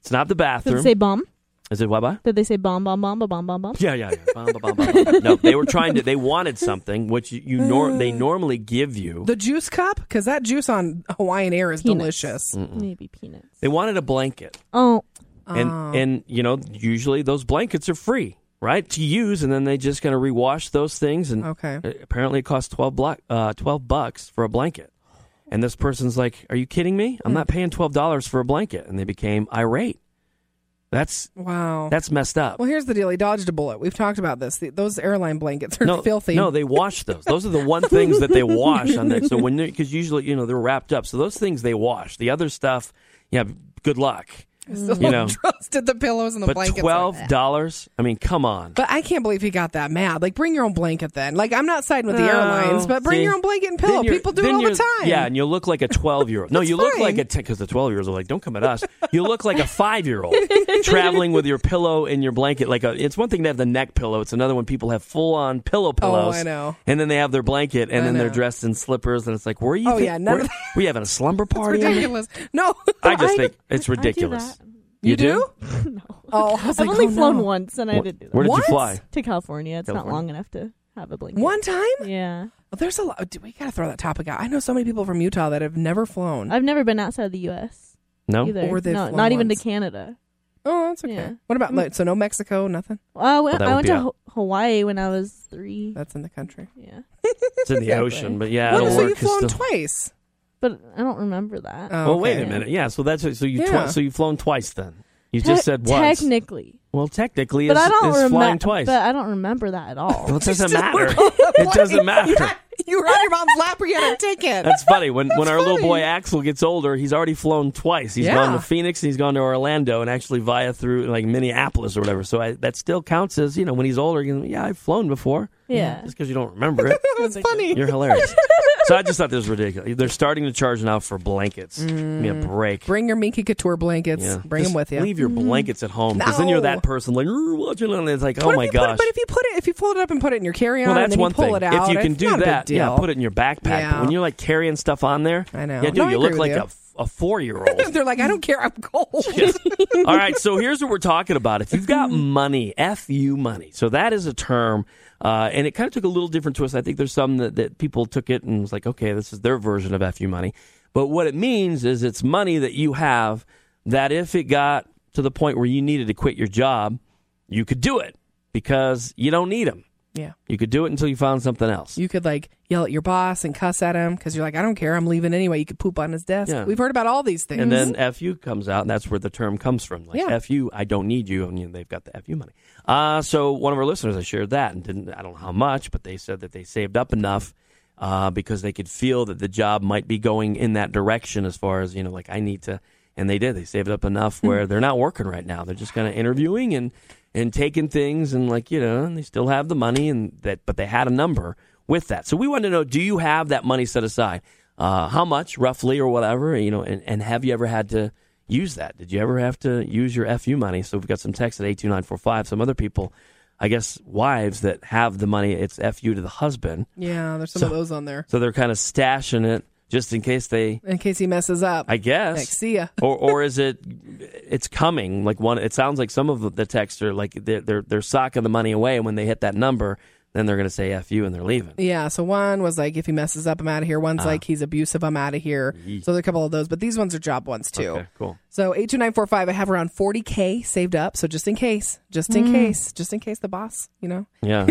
it's not the bathroom.
Did they say bomb?
Is it Waba?
Did they say bomb bomb bomb bomb bomb bomb? <laughs>
Yeah, yeah, yeah. Bum, bum, bum, bum, bum. no, they were trying to. They wanted something which you, you norm they normally give you.
Uh. The juice cup, because that juice on Hawaiian Air is delicious.
Maybe peanut.
They wanted a blanket,
Oh.
Um,
and and you know usually those blankets are free, right, to use, and then they just going to rewash those things. And
Okay.
a- apparently it costs twelve block uh, twelve bucks for a blanket. And this person's like, "Are you kidding me?
Hmm.
I'm not paying twelve dollars for a blanket." And they became irate. That's
wow.
That's messed up.
well, here's the deal. He dodged a bullet. We've talked about this. The- those airline blankets are
no,
filthy.
No,
<laughs>
they wash those. Those are the one things that they wash on that. So when they because usually you know they're wrapped up. So those things they wash. The other stuff, yeah, good luck.
I still
you know,
<laughs> trusted the pillows and the
but
blankets.
twelve dollars. I mean, come on.
But I can't believe he got that mad. Like, bring your own blanket then. Like, I'm not siding with the
No,
airlines, but bring
Oh, see.
your own blanket and
Then
pillow.
you're-
People do it
then
all the
you're-
time.
Yeah, and you look like a twelve-year-old.
<laughs>
No, you look like a because the twelve-year-olds are like, "Don't come at us." You look like a
<laughs>
five-year-old traveling with your pillow and your blanket. Like a, it's one thing to have the neck pillow; it's another when people have full-on pillow pillows.
Oh, I know.
And then they have their blanket, and
I
then they're
know.
dressed in slippers, and it's like, "Where are you?
Oh, yeah, none
where-
of
we having a slumber party?"
ridiculous. No,
<laughs> I
<laughs>
just think it's ridiculous. You, do?
Oh, I
I've
was like,
only
oh,
flown
no.
once and I
Wh-
didn't do that.
where did you Once? fly?
To California. It's
California.
not long enough to have a blanket.
One time?
Yeah.
Well, there's a lot. dude, We got to throw that topic out. I know so many people from Utah that have never flown.
I've never been outside the U.S.
No?
either.
Or they've
No,
flown
not even to
once.
Canada. Mm,
Oh, that's okay. What about like, so no Mexico, nothing?
uh, Well, I
Well,
went,
that would
I went
be
to
out.
Ho- Hawaii when I was three.
That's in the country. <laughs>
Yeah.
It's in the ocean, but yeah,
Well,
it'll
so
work.
you've
It's
flown
still-
twice. Oh,
But I don't remember that.
Well, wait a minute. Yeah, so that's so you
Yeah.
twi- so you've flown twice then. You
Te-
just said once.
Technically.
well, technically,
But
it's,
I don't
it's flying
remember.
twice.
But I don't remember that at all.
well,
<laughs>
it doesn't matter.
<laughs>
it doesn't matter.
You were on your mom's lap or you had a ticket.
That's funny. When when our little
funny.
boy Axel gets older, he's already flown twice. He's
Yeah.
gone to Phoenix and he's gone to Orlando and actually via through like Minneapolis or whatever. So I, that still counts as you know when he's older. You know, yeah, I've flown before. Mm-hmm.
Yeah.
just because you don't remember
<laughs>
it.
That's funny.
You're hilarious. so I just thought this was ridiculous. They're starting to charge now for blankets. Give me a break.
Bring your Minky Couture Mm. blankets.
Yeah.
Bring
Just
them with you. Mm-hmm.
Leave your blankets at home because then you're that person like "Ooh, watching it and it's like oh
What if
my
you put it-
gosh.
but if you put it, if you fold it up and put it in your carry-on,
well,
and
that's
then
one
you pull
thing.
it out,
if you can
it's
do
not a big
that, yeah,
deal.
put it in your backpack. But
Yeah.
when you're like carrying stuff on there, I
know.
Yeah, dude,
No, I
you look
agree with
like
you.
a f- a four year
<laughs>
old.
They're like, I don't care. I'm cold.
All right, so here's what we're talking about. If you've
<laughs>
got money, FU money. So that is a term, uh, and it kind of took a little different twist. I think there's some that, that people took it and was like, okay, this is their version of FU money. But what it means is it's money that you have that if it got to the point where you needed to quit your job, you could do it because you don't need them.
Yeah.
You could do it until you found something else.
You could like yell at your boss and cuss at him because you're like, I don't care. I'm leaving anyway. You could poop on his desk.
Yeah.
We've heard about all these things.
And
<laughs>
then FU comes out, and that's where the term comes from. Like
Yeah.
FU, I don't need you, and you know, they've got the FU money. Uh, so one of our listeners, I shared that, and didn't I don't know how much, but they said that they saved up enough uh, because they could feel that the job might be going in that direction as far as you know, like I need to, and they did. They saved up enough where they're not working right now. They're just kind of interviewing and and taking things, and like you know, and they still have the money, and that, but they had a number with that. So we want to know: Do you have that money set aside? uh, how much roughly or whatever you know and, and have you ever had to use that did you ever have to use your fu money so we've got some text at 82945 some other people i guess wives that have the money it's fu to the husband
yeah, there's some
So-
of those on there
so they're kind of stashing it just in case they
in case he messes up.
i guess
Like, see <laughs> ya.
or or is it it's coming like one it sounds like some of the texts are like they're they're, they're socking the money away and when they hit that number then they're going to say fu and they're leaving
Yeah, so one was like, if he messes up, I'm out of here. One's
Ah.
like, he's abusive, I'm out of here.
Yeesh.
So there's a couple of those, but these ones are job ones too.
okay
<laughs>
cool
So eight two nine four five. I have around forty k saved up. So just in case, just in
Mm.
case, just in case the boss, you know.
Yeah.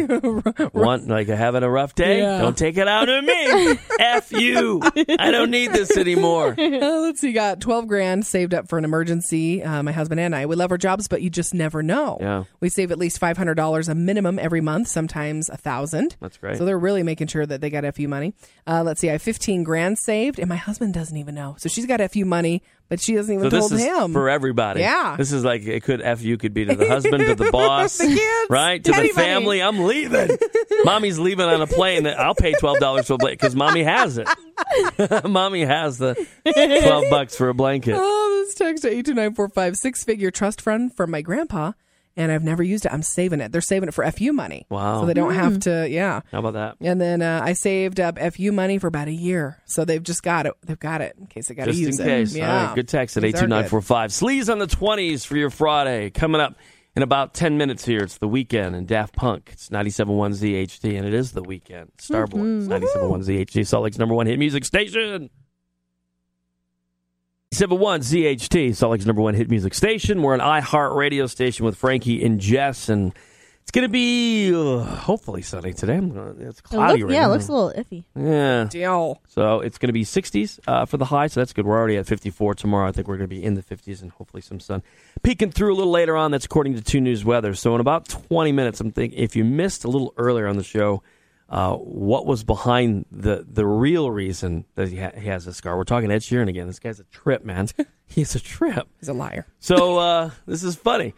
Want like having a rough day?
Yeah.
Don't take it out on
<laughs>
me. F you. I don't need this anymore.
Uh, let's see. Got twelve grand saved up for an emergency. Uh, my husband and I. We love our jobs, but you just never know.
Yeah.
We save at least five hundred dollars a minimum every month. Sometimes a thousand.
That's great.
So they're <laughs> really making sure that they got fu money. Uh, let's see. I have fifteen grand saved, and my husband doesn't even know. So she's got fu money, but she hasn't
So
even
this
told
is
him
for
<laughs>
everybody.
Yeah.
This is like it could F you could be to
<laughs>
the husband, to the boss, right? To the
anybody.
family.
<laughs>
I'm leaving. <laughs> Mommy's leaving on a plane. I'll pay twelve dollars for a blanket because mommy has it. <laughs> mommy has
<laughs>
the twelve bucks for a blanket.
Oh, this text to 82945, six figure trust fund from my grandpa, and I've never used it. I'm saving it. They're saving it for FU money.
Wow.
So they don't have to, yeah.
How about that?
And then uh, I saved up FU money for about a year. So they've just got it. They've got it in case they got to
Just in
use
case.
it.
All right, good text at
These are good.
82945. Sleaze on the 20s for your Friday. Coming up in about 10 minutes here. It's the weekend and Daft Punk. It's 971 ZHD, and it is the weekend.
Mm-hmm.
Starboard. It's 971 ZHD, Salt Lake's number one hit music station. 71 ZHT, Salt Lake's number one hit music station. We're an iHeart radio station with Frankie and Jess, and it's going to be uh, hopefully sunny today. I'm gonna, it's
It
cloudy
look-
right
yeah,
now.
it looks a little iffy.
Yeah.
Deal.
So it's going to be 60s uh, for the high, so that's good. We're already at 54 tomorrow. I think we're going to be in the 50s and hopefully some sun. Peeking through a little later on, that's according to 2 News Weather. So in about 20 minutes, I'm thinking if you missed a little earlier on the show, uh, what was behind the the real reason that he, ha- he has this scar? We're talking Ed Sheeran again. This guy's a trip, man. <laughs> He's a trip.
He's a liar.
So uh, this is funny.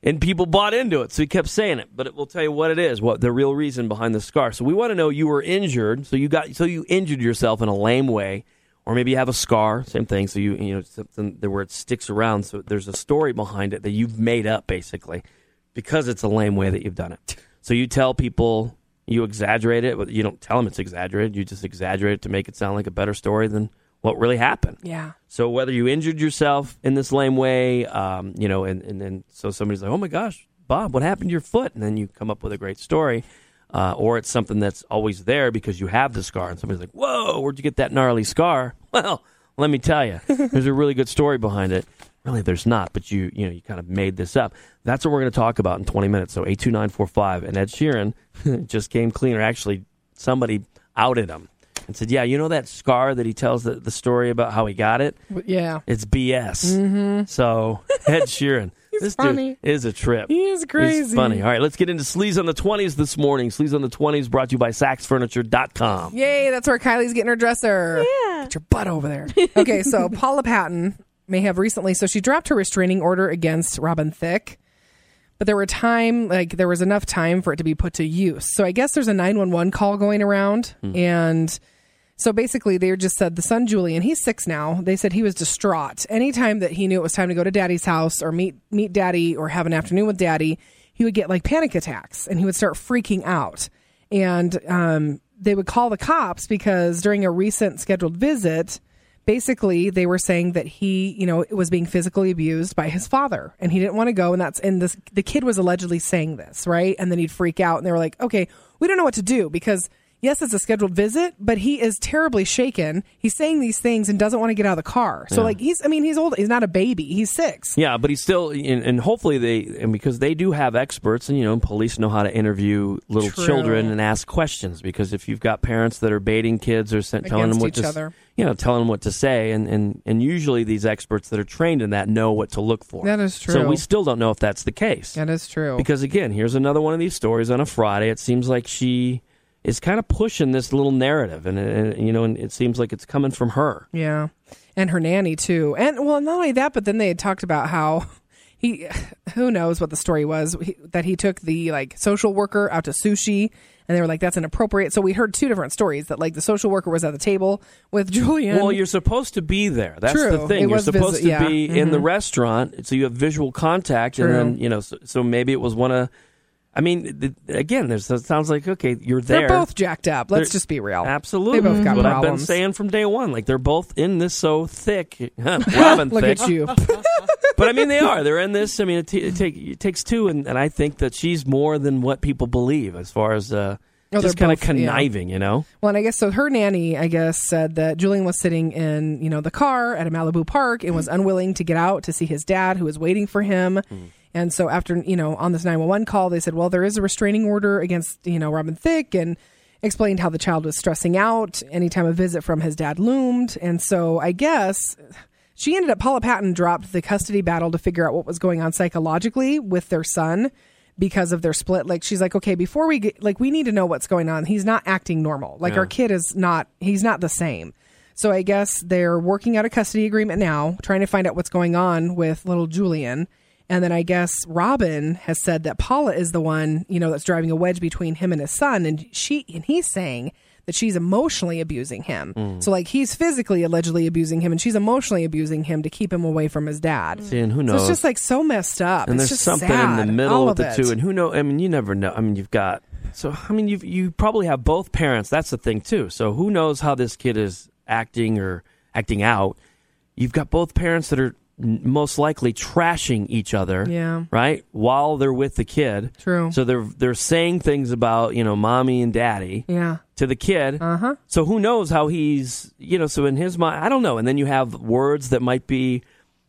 And people bought into it, so he kept saying it. But it will tell you what it is, what the real reason behind the scar. So we want to know you were injured, so you got, so you injured yourself in a lame way, or maybe you have a scar, same thing. So you, you know, something that where it sticks around. So there's a story behind it that you've made up, basically, because it's a lame way that you've done it. So you tell people you exaggerate it, but you don't tell them it's exaggerated. You just exaggerate it to make it sound like a better story than what really happened.
Yeah.
So whether you injured yourself in this lame way, um, you know, and, and then so somebody's like, oh my gosh, Bob, what happened to your foot? And then you come up with a great story. uh, or it's something that's always there because you have the scar, and somebody's like, "Whoa, where'd you get that gnarly scar?" <laughs> Well, let me tell you, there's a really good story behind it. Really, there's not, but you you know you kind of made this up. That's what we're going to talk about in 20 minutes. So 82945 and Ed Sheeran <laughs> just came clean, or actually somebody outed him and said, "Yeah, you know that scar that he tells the, the story about how he got it?
Yeah.
It's BS."
Mhm.
So <laughs> Ed Sheeran, this
funny.
dude is a trip.
He is
He's
crazy.
funny. All right, let's get into Sleaze on the 20s this morning. Sleaze on the 20s brought to you by SaxFurniture.com.
Yay, that's where Kylie's getting her dresser. Yeah. Get your butt over there. Okay, <laughs> so Paula Patton may have recently, so she dropped her restraining order against Robin Thicke. But there were time, like there was enough time for it to be put to use. So I guess there's a 911 call going around.
Hmm.
And so basically they just said the son Julian, he's six now. They said he was distraught. Anytime that he knew it was time to go to daddy's house or meet meet daddy or have an afternoon with daddy, he would get like panic attacks and he would start freaking out and um, they would call the cops because during a recent scheduled visit, basically they were saying that he, you know, was being physically abused by his father, and he didn't want to go. And that's and this the kid was allegedly saying this, right? And then he'd freak out, and they were like, "Okay, we don't know what to do because." Yes, it's a scheduled visit, but he is terribly shaken. He's saying these things and doesn't want to get out of the car. So,
Yeah.
like, he's, I mean, he's old. He's not a baby. He's six.
Yeah, but he's still, and, and hopefully they, and because they do have experts, and you know, police know how to interview little
True.
children and ask questions. Because if you've got parents that are baiting kids or sent, telling them
Against
what
each
to, s-
other.
you know, telling them what to say, and, and and usually these experts that are trained in that know what to look for.
That is
So
true.
we still don't know if that's the case.
That is true.
Because again, here's another one of these stories on a Friday. It seems like she is kind of pushing this little narrative, and, and you know, and it seems like it's coming from her.
Yeah. And her nanny too. And well, not only that, but then they had talked about how <laughs> he <sighs> who knows what the story was he, that he took the like social worker out to sushi and they were like that's inappropriate. So we heard two different stories that like the social worker was at the table with <laughs> Julian.
Well, you're supposed to be there. That's the
True.
thing.
It
You're
was
supposed
visi-
to
yeah.
be in the
Mhm.
restaurant, so you have visual contact,
True.
and then you know. So, so maybe it was one of. I mean, th- again, there's, it sounds like okay, you're
They're
there.
both jacked up. Let's
They're-
just be real.
Absolutely,
They both got
what I've been
problems.
saying from day one. Like they're both in this so thick, <laughs>
<laughs>
Robin
Look
thick.
at you.
<laughs> but I mean, they are. They're in this. I mean, it, t- it, take, it takes two, and, and I think that she's more than what people believe as far as uh,
Oh, they're
just kind of
both- yeah.
conniving. You know,
Well, and I guess so. Her nanny, I guess, said that Julian was sitting in you know the car at a Malibu park and was unwilling to get out to see his dad, who was waiting for him. And so after you know on this nine one one call, they said, well, there is a restraining order against you know Robin Thicke, and explained how the child was stressing out anytime a visit from his dad loomed. And so I guess she ended up Paula Patton dropped the custody battle to figure out what was going on psychologically with their son because of their split like she's like okay before we get like we need to know what's going on he's not acting normal like
Yeah.
our kid is not he's not the same so i guess they're working out a custody agreement now trying to find out what's going on with little julian and then i guess robin has said that paula is the one you know that's driving a wedge between him and his son and she and he's saying that she's emotionally abusing him
Mm.
so like he's physically allegedly abusing him and she's emotionally abusing him to keep him away from his dad
See, and who
Mm. so
knows?
it's just like so messed up
and
it's
there's
just
something
sad.
in the middle
All
with the
of it.
two and who know i mean you never know i mean you've got so i mean you you probably have both parents that's the thing too so who knows how this kid is acting or acting out you've got both parents that are n- most likely trashing each other
Yeah.
right while they're with the kid
True.
so they're they're saying things about you know mommy and daddy
Yeah.
to the kid. Uh-huh. So who knows how he's, you know, so in his mind, I don't know. And then you have words that might be,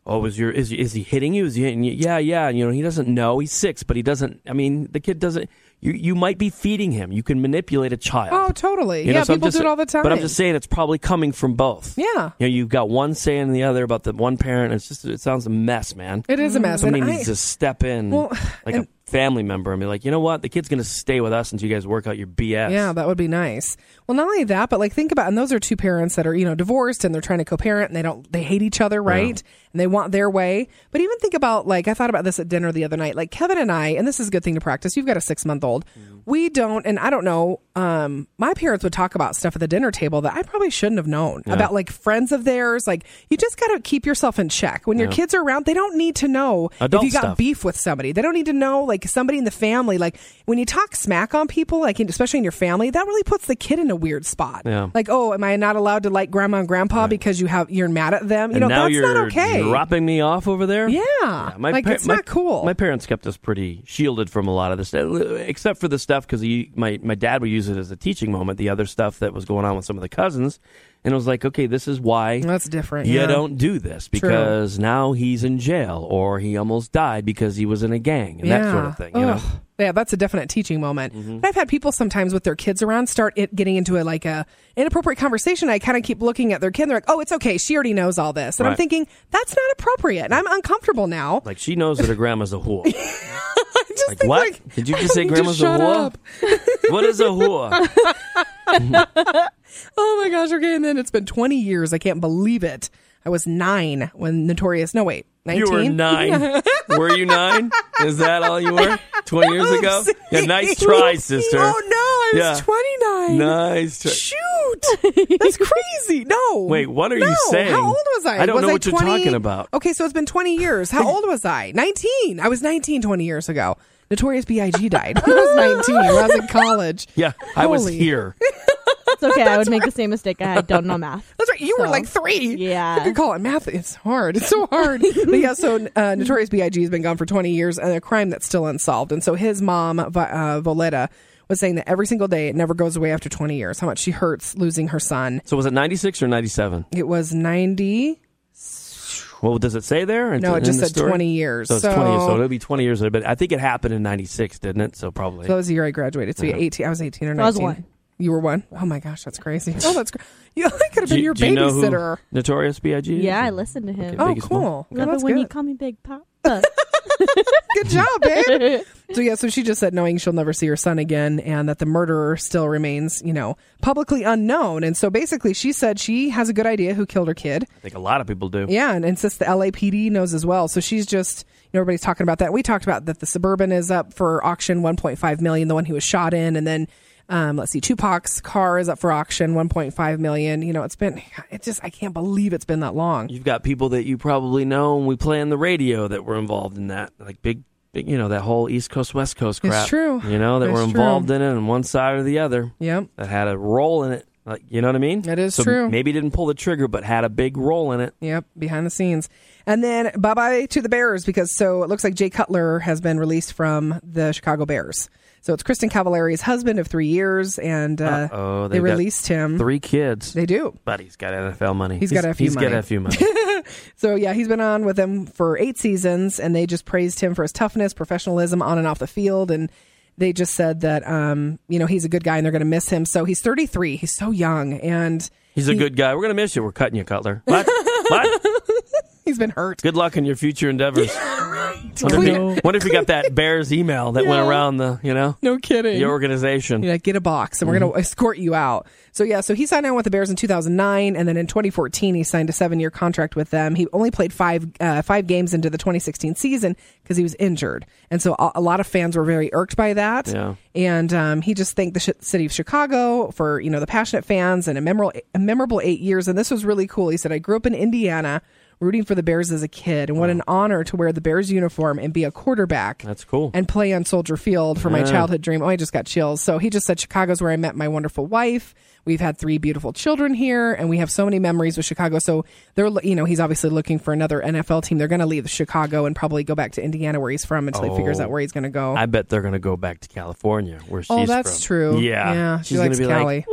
oh, was your is is he hitting you? Is he hitting you? Yeah, yeah. You know, he doesn't know. He's six, but he doesn't. I mean, the kid doesn't. You you might be feeding him. You can manipulate a child.
oh totally
You know,
yeah
so I'm
people
just-
do it all the time
But I'm just saying it's probably coming from both.
yeah
You know, you've got one saying the other about the one parent. It's just it sounds a mess, man.
It is a mess,
Somebody
and I-
needs to step in,
Well,
like
and-
a family member, and be like, you know what, the kid's going to stay with us until you guys work out your BS.
Yeah, that would be nice. Well, not only that, but like think about and those are two parents that are, you know, divorced and they're trying to co-parent and they don't they hate each other, right? And they want their way. But even think about like I thought about this at dinner the other night. Like Kevin and I, and this is a good thing to practice. You've got a 6-month-old.
Mm-hmm.
We don't and I don't know, um my parents would talk about stuff at the dinner table that I probably shouldn't have known
Yeah.
about like friends of theirs. Like you just got to keep yourself in check. When your
Yeah.
kids are around, they don't need to know
Adult
if you got
stuff.
beef with somebody. They don't need to know like like somebody in the family, like when you talk smack on people, like in, especially in your family, that really puts the kid in a weird spot.
Yeah.
Like, oh, am I not allowed to like grandma and grandpa because you have you're mad at them? You
and
know,
now
that's
you're
not okay.
dropping me off over there.
Yeah,
my
like
par-
it's
my-
not cool.
My parents kept us pretty shielded from a lot of this, except for the stuff because my my dad would use it as a teaching moment. The other stuff that was going on with some of the cousins, and it was like, okay, this is why
that's different.
You
yeah.
don't do this
True.
because now he's in jail or he almost died because he was in a gang and that sort of thing. You know? Mm-hmm.
Ugh. Yeah, that's a definite teaching moment. But I've had people sometimes with their kids around start it getting into a like a inappropriate conversation. I kind of keep looking at their kid. And they're like, "Oh, it's okay. She already knows all this," and I'm
Right.
thinking that's not appropriate. And I'm uncomfortable now.
Like she knows that her grandma's a
<laughs>
whore. like what? Did you just say
Just
grandma's
shut
a whore? what is a
<laughs>
whore?
oh my gosh. Okay, and then it's been 20 years. I can't believe it. I was nine when Notorious. No, wait, 19.
You were nine. were you nine? Is that all you were? Twenty years ago? Yeah, nice try, sister.
Oh no, I was
Yeah.
29.
Nice try.
<laughs> Shoot, that's crazy. No,
Wait, what are you
No.
saying?
How old was I?
I don't
Was
know what you're
20?
talking about.
Okay, so it's been 20
<laughs>
years. How old was I? 19. I was 19 20 years ago. Notorious B.I.G.
<laughs>
died. when I was 19. when I was in college.
Yeah, I was
Holy.
here.
It's okay. I would make the same mistake. I don't know math.
<laughs> That's right. You were
So,
like three.
Yeah.
You could call it math. It's hard. It's
<laughs>
so hard. but yeah, so uh, Notorious B.I.G. has been gone for 20 years and a crime that's still unsolved. And so his mom, Vi- uh, Violetta, was saying that every single day it never goes away after 20 years, how much she hurts losing her son.
So was it 96 or 97?
It was 90.
Well, does it say there?
No, it
in
just
the
said 20 years.
So it's 20 years. So
So-
it'll be 20 years. But I think it happened in 96, didn't it? So probably.
So that was the year I graduated. So yeah,
Yeah.
18. I was 18 or 19.
I was one.
You were one? Oh my gosh, that's
<laughs>
crazy. Oh, that's crazy. <laughs> You could have been your
do you know who
babysitter.
Notorious B.I.G. is?
Yeah, I listened to him.
Okay, Oh, Biggie Smalls. cool.
Love
That's
it when you
good.
call me Big Oh, Pop.
<laughs> Good job,
<laughs>
babe. so yeah, so she just said knowing she'll never see her son again and that the murderer still remains, you know, publicly unknown. And so basically she said she has a good idea who killed her kid.
I think a lot of people do.
Yeah, and, and since the LAPD knows as well. So she's just, you know, everybody's talking about that. We talked about that the Suburban is up for auction, 1.5 million, the one he was shot in. And then, um, let's see, Tupac's car is up for auction, 1.5 million. You know, it's been, it just, I can't believe it's been that long.
You've got people that you probably know and we play on the radio that were involved in that. Like big, big you know, that whole East Coast, West Coast
It's
crap.
true.
You know, that
It's
were
true.
involved in it on one side or the other.
Yep.
That had a role in it. Like, you know what I mean? That
is
so
true.
Maybe didn't pull the trigger, but had a big role in it.
Yep, behind the scenes. And then bye bye to the Bears because so it looks like Jay Cutler has been released from the Chicago Bears. So it's Kristen Cavallari's husband of three years, and uh,
Uh-oh,
they
they've got
released him.
Three kids.
They do.
But he's got NFL money.
He's got a few
He's
money.
got a few
<laughs>
money.
So yeah, he's been on with them for eight seasons, and they just praised him for his toughness, professionalism on and off the field, and they just said that um, you know he's a good guy and they're going to miss him. So he's 33. He's so young, and
He's a good guy. We're gonna miss you. We're cutting you, Cutler.
<laughs>
What? what?
He's been hurt.
Good luck in your future endeavors.
<laughs>
Wonder, if
Clear-
you, wonder if you got that Bears email that went
Yeah.
around the, you know,
no kidding.
the organization.
Yeah, get a box and we're going to escort you out. So, yeah, so he signed on with the Bears in 2009. And then in 2014, he signed a seven year contract with them. He only played five, uh, five games into the 2016 season because he was injured. And so a, a lot of fans were very irked by that.
Yeah.
And um, he just thanked the sh- city of Chicago for, you know, the passionate fans and a memorable, a memorable eight years. And this was really cool. He said, I grew up in Indiana rooting for the Bears as a kid. And what an honor to wear the Bears uniform and be a quarterback
That's cool.
and play on Soldier Field for my
Yeah.
childhood dream. Oh, I just got chills. So he just said, Chicago's where I met my wonderful wife. We've had three beautiful children here, and we have so many memories with Chicago. So they're, lo- you know, he's obviously looking for another NFL team. They're going to leave Chicago and probably go back to Indiana where he's from until he figures
Oh.
out where he's going to go.
I bet they're going to go back to California where she's
Oh, that's
from.
true.
Yeah.
Yeah, she
she's gonna
likes
be
Cali.
Like,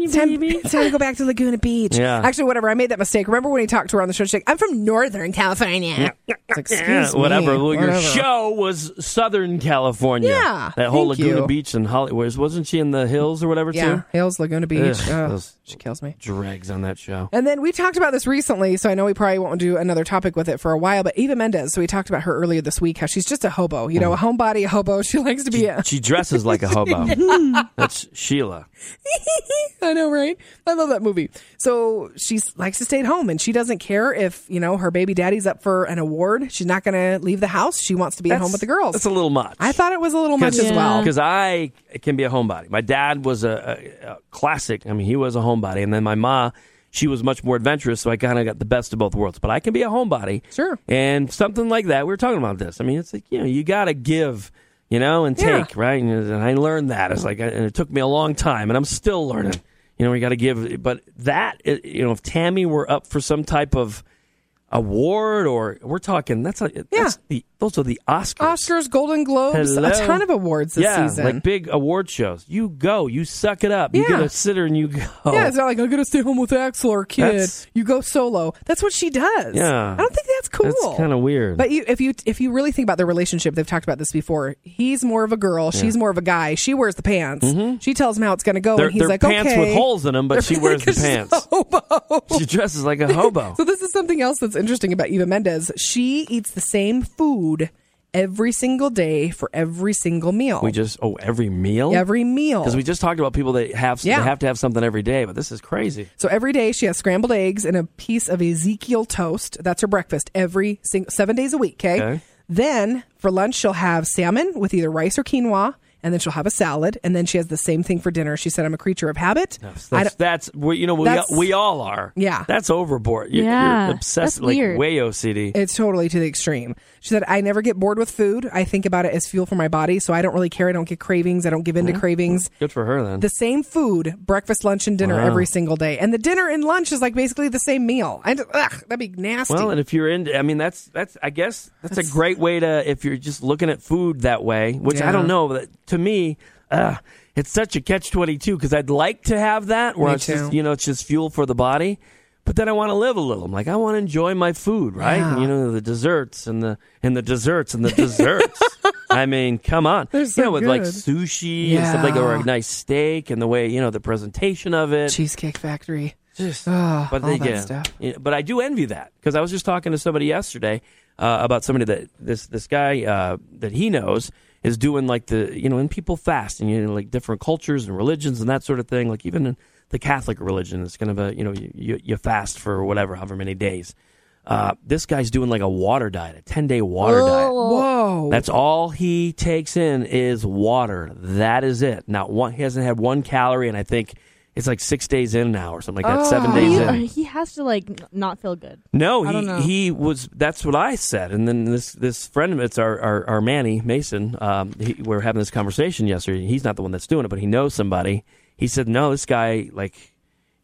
It's time, it's <laughs> time to go back to Laguna Beach.
Yeah.
Actually, whatever. I made that mistake. Remember when he talked to her on the show? She's like, I'm from Northern California. It's like,
<laughs> yeah,
Excuse me.
whatever. Well, your
Whatever.
show was Southern California.
Yeah,
That whole
thank
Laguna
you.
Beach and Hollywood. Wasn't she in the hills or whatever,
Yeah.
too?
Hills, Laguna Beach.
Ugh,
Ugh.
those
she kills me.
Dregs on that show.
And then we talked about this recently, so I know we probably won't do another topic with it for a while. But Eva Mendez, so we talked about her earlier this week, how she's just a hobo, you know, a homebody, a hobo. <laughs> She likes to be a.
Mm. She dresses like a
<laughs>
hobo. That's Sheila.
I know, right? I love that movie. So she likes to stay at home, and she doesn't care if you know her baby daddy's up for an award. She's not going to leave the house. She wants to be at home with the girls.
That's a little much.
I thought it was a little much as well.
Because I can be a homebody. My dad was a, a, a classic. I mean, he was a homebody, and then my ma she was much more adventurous, so I kind of got the best of both worlds. But I can be a homebody,
sure,
and something like that. We were talking about this. I mean, it's like you know, you got to give, you know, and
Yeah.
take, right? And, and I learned that. It's like, and it took me a long time, and I'm still learning. You know, we got to give. But that, it- you know, if Tammy were up for some type of award, or we're talking, that's a, that's the those are the Oscars.
Oscars, Golden Globes,
Hello?
Oh, a ton of awards this
yeah,
season.
like big award shows. You go, you suck it up. You
Yeah.
get a sitter and you go.
Yeah, it's not like I'm gonna stay home with Axel or kid.
Oh. That's-
you go solo. That's what she does.
Yeah.
I don't think that's cool.
That's kinda weird.
But you, if you if you really think about their relationship, they've talked about this before. He's more of a girl.
Yeah.
She's more of a guy. She wears the pants. She tells him how it's gonna go,
They're,
and oh, he's
they're
like,
pants
okay.
with holes in them, but she
<laughs>
wears the
Because she's
pants. She dresses like
<laughs>
a hobo.
So this is something else that's interesting about Eva Mendes. She eats the same food every single day for every single meal.
We just oh every meal,
Every meal.
because we just talked about people that have
Yeah.
they have to have something every day, but this is crazy.
So every day she has scrambled eggs and a piece of Ezekiel toast. That's her breakfast every single seven days a week. Okay?
Okay.
Then for lunch she'll have salmon with either rice or quinoa, and then she'll have a salad. And then she has the same thing for dinner. She said, "I'm a creature of habit." I
That's,
don't-
that's we, you know we
That's-
we all are.
Yeah.
that's overboard. You're,
Yeah,
you're obsessed
that's
like
weird.
way OCD.
It's totally to the extreme. She said, I never get bored with food. I think about it as fuel for my body, so I don't really care. I don't get cravings. I don't give in
Mm-hmm.
to cravings.
Good for her then.
The same food, breakfast, lunch, and dinner
Wow.
every single day. And the dinner and lunch is like basically the same meal. I just, ugh, that'd be nasty.
well, and if you're in, I mean, that's that's I guess that's, a great way to if you're just looking at food that way. Which I
Yeah.
don't know. But to me, uh, it's such a catch twenty two because I'd like to have that where
Me
it's just
too.
you know it's just fuel for the body, but then I want to live a little. I'm like I want to enjoy my food, right? And, you know the desserts and the and the desserts and the
<laughs>
desserts. I mean, come on.
They're so
you know, with like
good.
sushi and stuff like that, or a
Yeah.
nice steak and the way, you know, the presentation of it.
Cheesecake Factory.
Just,
Ugh,
But
all
they
that
get,
stuff.
yeah, but I do envy that because I was just talking to somebody yesterday uh, about somebody that this this guy uh, that he knows is doing like the you know and people fast and you know like different cultures and religions and that sort of thing like even in the Catholic religion it's kind of a you know you, you, you fast for whatever however many days. Uh, this guy's doing like a water diet, a ten day
Oh.
water diet.
Whoa.
That's <laughs> all he takes in is water. That is it. Not one. He hasn't had one calorie, and I think it's like six days in now or something like that.
Oh,
Seven days
He,
in.
he has to like n- not feel good.
No,
I don't know.
he, he was. That's what I said. And then this this friend of it's our, our our Manny Mason. Um, he, we were having this conversation yesterday. He's not the one that's doing it, but he knows somebody. He said, "No, this guy like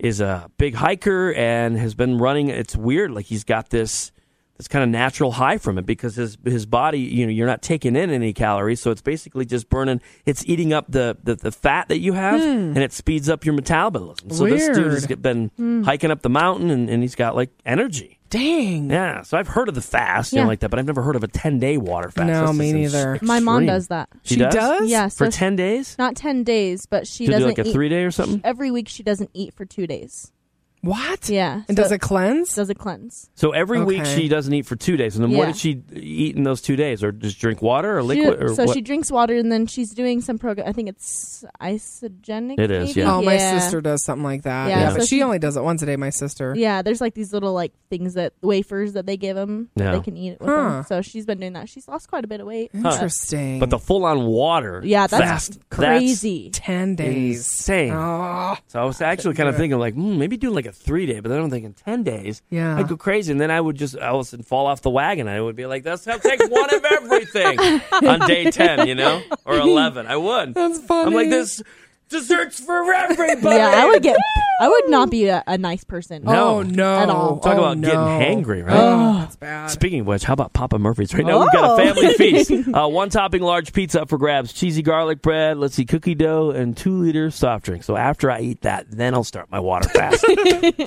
is a big hiker and has been running. It's weird. Like he's got this this kind of natural high from it because his his body. You know, you're not taking in any calories, so it's basically just burning. It's eating up the the, the fat that you have,
Hmm.
and it speeds up your metabolism. So this dude has
Weird.
been
Hmm.
hiking up the mountain, and, and he's got like energy.
Dang.
Yeah, so I've heard of the fast, you know,
Yeah.
like that, but I've never heard of a ten day water fast.
No,
That's
me
just ex-
neither.
My mom
extreme.
does that.
She, does?
Yeah, so
for
she-
ten days.
Not ten days, but
She'll
she
do, like,
doesn't
a
eat-
three-day or
she-
something?
every week she doesn't eat for two days.
What?
Yeah.
And does it cleanse?
Does it cleanse?
So every week
Okay.
she doesn't eat for two days, and then what
Yeah.
did she eat in those two days, or just drink water or
She-
liquid? or
so
what?
she drinks water and then she's doing some program. I think it's isogenic.
It is,
maybe?
yeah.
Oh, my sister does something like that.
Yeah,
Yeah,
so
but she,
she-
only does it once a day. My sister.
Yeah, there's like these little like things that wafers that they give them.
Yeah.
They can eat it with
Huh.
them. So she's been doing that. She's lost quite a bit of weight.
Huh.
but-
But the full on water.
Yeah, that's
fast,
crazy.
Ten
That's
days.
insane. So I was actually kind of
Yeah.
thinking like mm, maybe do like a three day, but then I'm thinking ten days.
Yeah.
I'd go crazy, and then I would just I would fall off the wagon. I would be like, that's how take one of <laughs> everything on day ten, you
<laughs>
know, or eleven. I would. That's
funny.
I'm like this desserts for everybody.
yeah, I would get. I would not be a, a nice person.
No. <laughs> Oh, no.
At all.
Talk about getting hangry, right?
Oh,
that's bad. Speaking of which, how about Papa Murphy's? Right now, we've got
Oh.
a
<laughs>
family feast. Uh, one topping large pizza up for grabs, cheesy garlic bread, let's see, cookie dough, and two liter soft drink. So after I eat that, then I'll start my water
<laughs>
fast.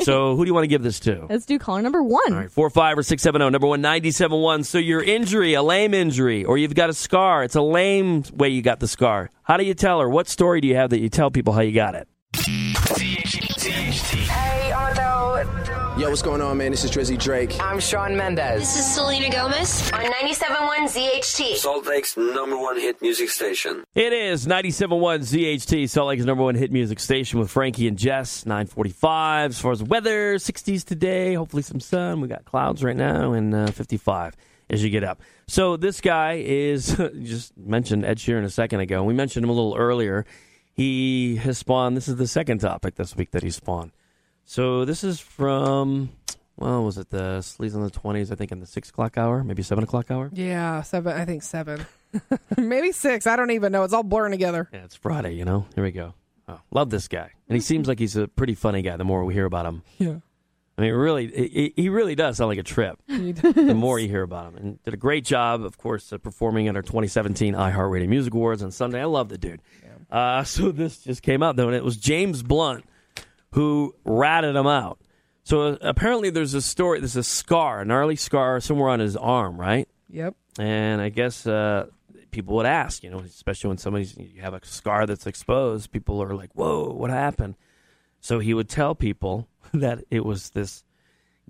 so who do you want to give this to?
Let's do caller number one.
All right, four five or six seven zero. Number one ninety seven one. So your injury, a lame injury, or you've got a scar. It's a lame way you got the scar. How do you tell her? What story do you have that you tell people how you got it?
Hey, I'm Adele.
Yo, what's going on, man? This is Drizzy Drake.
I'm Sean Mendez.
This is Selena Gomez on 97.1 ZHT.
Salt Lake's number one hit music
<laughs>
station.
It is 97.1 ZHT, Salt Lake's number one hit music station with Frankie and Jess, 945. As far as weather, 60s today, hopefully some sun. We got clouds right now and uh, 55 as you get up. So this guy is, <laughs> you just mentioned Ed Sheeran a second ago. We mentioned him a little earlier. He has spawned, this is the second topic this week that he spawned. So this is from, well, was it the sleaze on the 20s, I think, in the 6 o'clock hour, maybe 7 o'clock hour?
Yeah, seven. I think seven. <laughs> Maybe six. I don't even know. It's all blurring together.
Yeah, it's Friday, you know? Here we go. Oh, love this guy. And he seems like he's a pretty funny guy the more we hear about him.
Yeah.
I mean, really, he- he he really does sound like a trip.
<laughs>
the more you hear about him, and did a great job, of course, uh, performing at our 2017 iHeartRadio Music Awards on Sunday. I love the dude. Uh, <laughs> so this just came out though, and it was James Blunt who ratted him out. So uh, apparently, there's a story. There's a scar, a gnarly scar somewhere on his arm, right?
Yep.
And I guess uh, people would ask, you know, especially when somebody's you have a scar that's exposed, people are like, "Whoa, what happened?" So he would tell people <laughs> that it was this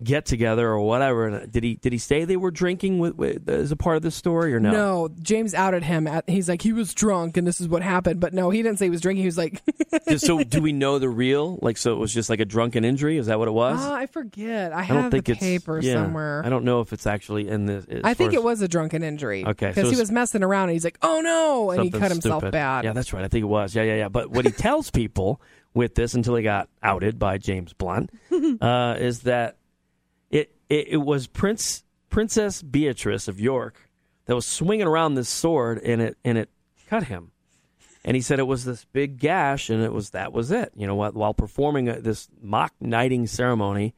get together or whatever. And uh, did he did he say they were drinking with, with uh, as a part of the story or no?
James outed him. At, he's like, he was drunk and this is what happened. But no, he didn't say he was drinking. He was like, <laughs>
Just so do we know the real? Like, so it was just like a drunken injury? Is that what it was?
Ah, I forget. I,
I
have
don't think
the
it's
paper
yeah,
somewhere.
I don't know if it's actually in this. as
I think
far
it
as-
was a drunken injury.
Okay, so
Because he
it's-
was messing around and he's like, oh no. And he
Something
cut himself
stupid.
bad.
Yeah, that's right. I think it was. Yeah, yeah, yeah. But what he tells people with this until he got outed by James
<laughs>
Blunt uh, is that it, it it was Prince Princess Beatrice of York that was swinging around this sword and it and it cut him. And he said it was this big gash, and it was that was it. You know what? While performing uh this mock knighting ceremony,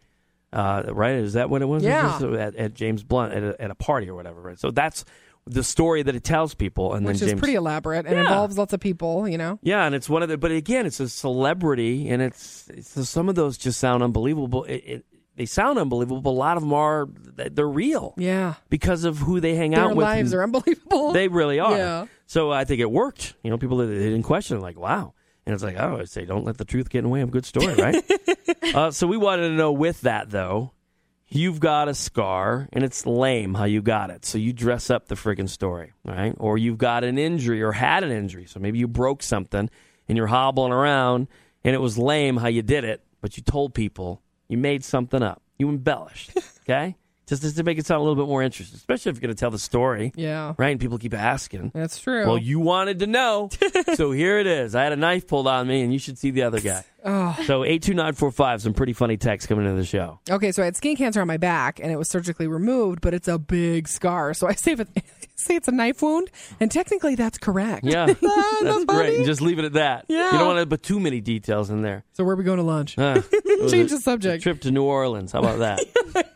uh, right? Is that what it was?
Yeah.
It was At, at James Blunt at a, at a party or whatever. Right. So that's the story that it tells people, and
Which
then
is
James
pretty elaborate and
Yeah.
involves lots of people, you know?
yeah, and it's one of the. But again, it's a celebrity, and it's, it's so some of those just sound unbelievable. It, it, they sound unbelievable, but a lot of them are they're real
Yeah.
because of who they hang
Their
out with.
lives are <laughs> unbelievable.
They really are.
Yeah.
So I think it worked. You know, people they didn't question it, like, wow. And it's like, oh, I always say, don't let the truth get in the way of a good story, right? uh, so we wanted to know with that though, you've got a scar and it's lame how you got it. So you dress up the friggin' story, right? Or you've got an injury or had an injury. So maybe you broke something and you're hobbling around and it was lame how you did it, but you told people you made something up. You embellished, okay? Just, just to make it sound a little bit more interesting, especially if you're going to tell the story.
Yeah.
Right? And people keep asking.
That's true.
Well, you wanted to
<laughs>
know. so here it is. I had a knife pulled on me, and you should see the other guy.
Oh.
So 82945, some pretty funny texts coming into the show.
Okay, so I had skin cancer on my back and it was surgically removed, but it's a big scar. So I <laughs> say, if it, say it's a knife wound, and technically <laughs> that's correct.
Yeah. <laughs> that's great. And just leave it at that.
Yeah.
You don't want to put too many details in
<laughs>
there.
So where are we going to lunch?
Uh, it was
Change
a-
the subject.
a trip to New Orleans. How about
<laughs>
that?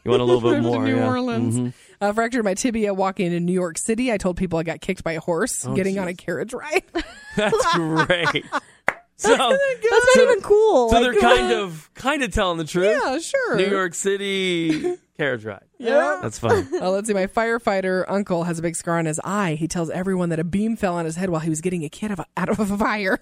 You want a little bit
Trip <laughs> to
more?
New
yeah.
Orleans.
Mhm.
I fractured my tibia walking in New York City. I told people I got kicked by a horse
Oh,
getting on a
geez.
carriage ride.
<laughs>
<laughs>
That's great. So
That's not even cool.
So
Like,
they're kind of kind of telling the truth.
Yeah, sure.
New York City carriage ride.
<laughs> Yeah.
That's fine.
Uh, let's see. My firefighter uncle has a big scar on his eye. He tells everyone that a beam fell on his head while he was getting a kid of- out of a fire.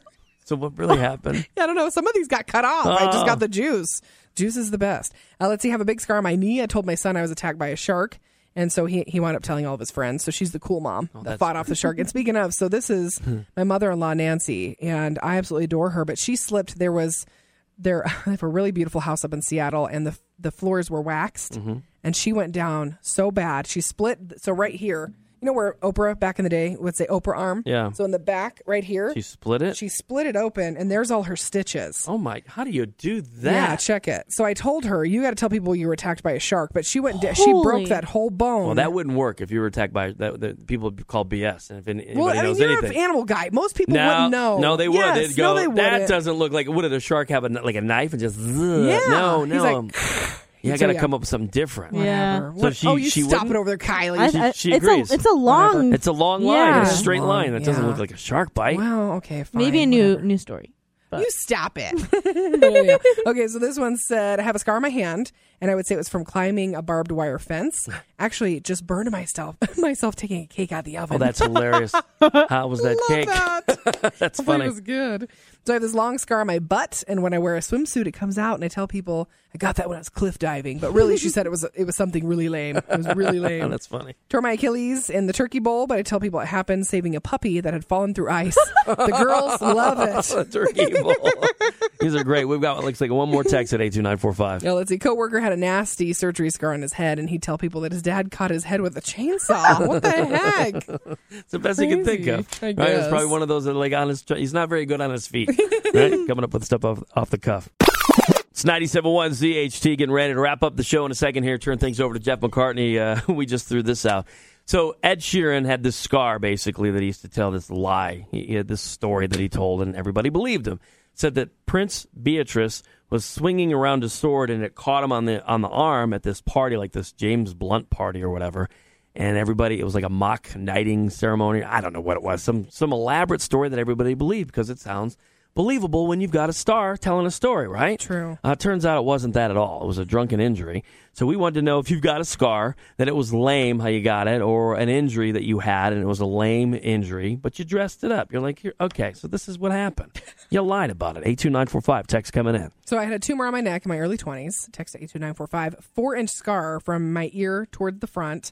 So what really
<laughs>
happened?
I don't know. Some of these got cut off. I just
Oh.
got the juice. Juice is the best. Uh, let's see. I have a big scar on my knee. I told my son I was attacked by a shark. And so he, he wound up telling all of his friends. So she's the cool mom that
Oh, that's
fought off the shark.
<laughs>
And speaking of, so this is my mother in law, Nancy, and I absolutely adore her, but she slipped. There was, there, <laughs> they have a really beautiful house up in Seattle, and the, the floors were waxed
Mm-hmm.
and she went down so bad. She split. So right here, you know where Oprah back in the day would say Oprah arm.
Yeah.
So in the back, right here,
She split it?
She split it open, and there's all her stitches.
Oh my! How do you do that?
Yeah, check it. So I told her you got to tell people you were attacked by a shark, but she went. da- She
Holy.
broke that whole
<laughs>
bone.
Well, that wouldn't work if you were attacked by that. that people would call BS, and if any, anybody
Well, I mean,
knows
you're an
anything,
animal guy. Most people
no,
wouldn't know.
No, they would.
Yes,
They'd go.
no, they wouldn't.
that doesn't look like. Would a shark have a kn- like a knife and just? zzz."
Yeah.
No,
He's
no.
like,
um, yeah, I
So,
got to
yeah.
come up with something different.
Whatever.
So
What-
she,
oh, you
she
stop
wouldn't-
it over there, Kylie.
I-
She,
I-
she
it's
agrees.
A, it's a long.
It's a long line.
Yeah.
It's a straight line. That doesn't
yeah.
look like a shark bite.
Well, okay, fine.
Maybe a new new story.
You stop <laughs> it. okay, so this one said, I have a scar on my hand, and I would say it was from climbing a barbed
<laughs>
wire fence. Actually, it just burned myself <laughs> myself taking a cake out of the oven.
Oh, that's
<laughs>
hilarious. How was that cake? <laughs> that's
I thought
funny.
It was good. So I have this long scar on my butt, and when I wear a swimsuit, it comes out, and I tell people I got that when I was cliff diving. But really, she said it was it was something really lame. It was
<laughs>
really lame.
that's funny.
Tore my Achilles in the turkey bowl, but I tell people it happened saving a puppy that had fallen
<laughs>
through ice. the girls love it. <laughs>
Turkey bowl. These are great. We've got it looks like one more text at eight two nine four five.
Yeah, let's see. Coworker had a nasty surgery scar on his head, and he'd tell people that his dad caught his head with
<laughs>
a chainsaw. what the heck?
It's the best he can think of.
Crazy, I
Right? It's probably
guess. <laughs>
one of those that like on his. He's not very good on his feet. Right? Coming up with stuff off, off the cuff. It's 97.1 ZHT getting ready to wrap up the show in a second here. Turn things over to Jeff McCartney. Uh, <laughs> we just threw this out. So Ed Sheeran had this scar, basically, that he used to tell this lie. He, he had this story that he told, and everybody believed him. Said that Prince Beatrice was swinging around his sword, and it caught him on the on the arm at this party, like this James Blunt party or whatever. And everybody, it was like a mock knighting ceremony. I don't know what it was. Some some elaborate story that everybody believed because it sounds believable when you've got a star telling a story, right? True. Uh, turns out it wasn't that at all. It was a drunken injury. So we wanted to know if you've got a scar, that it was lame how you got it, or an injury that you had and it was a lame injury, but you dressed it up. You're like, Here, okay, so this is what happened.
<laughs>
you lied about it. 82945, text coming in.
So I had a tumor on my neck in my early 20s, text 82945, four inch scar from my ear toward the front.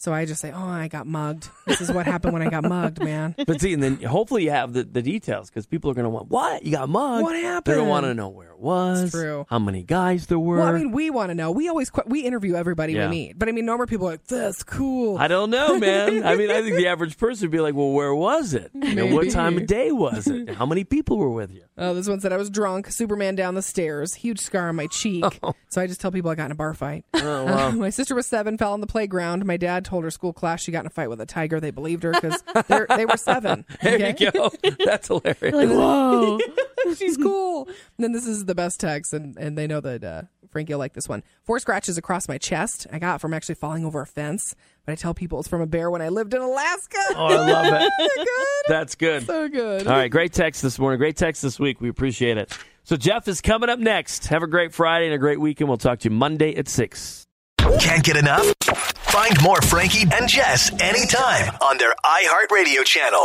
So I just say, oh, I got mugged. This is what happened when I got mugged, man.
But see, and then hopefully you have the, the details because people are going to want, what? You got <laughs> mugged?
What
They're going
happened?
to want to know where it was,
It's true.
how many guys there were.
Well, I mean, we want to know. We always qu- we interview everybody
Yeah.
we meet, but I mean, normal people are like, "That's cool."
I don't know, man. I mean, I think the average person would be like, well, where was it? You know, what
Maybe.
time of day was it? How many people were
<laughs>
with you?
Oh, this one said I was drunk. Superman down the stairs, huge scar on my
<laughs>
cheek. So I just tell people I got in a bar fight.
Oh, wow.
Uh, my sister was seven, fell on the playground. My dad told her school class she got in a fight with a tiger. They believed her
<laughs>
because they were seven.
There you go. That's hilarious.
<laughs> She's cool. And then this is the best text, and, and they know that uh, Frankie will like this one. Four scratches across my chest I got from actually falling over a fence, but I tell people it's from a bear when I lived in Alaska.
Oh, I love it.
<laughs>
That's good.
So good.
All right, great text this morning. Great text this week. We appreciate it. So Jeff is coming up next. Have a great Friday and a great weekend. We'll talk to you Monday at 6.
Can't get enough? Find more Frankie and Jess anytime on their iHeartRadio channel.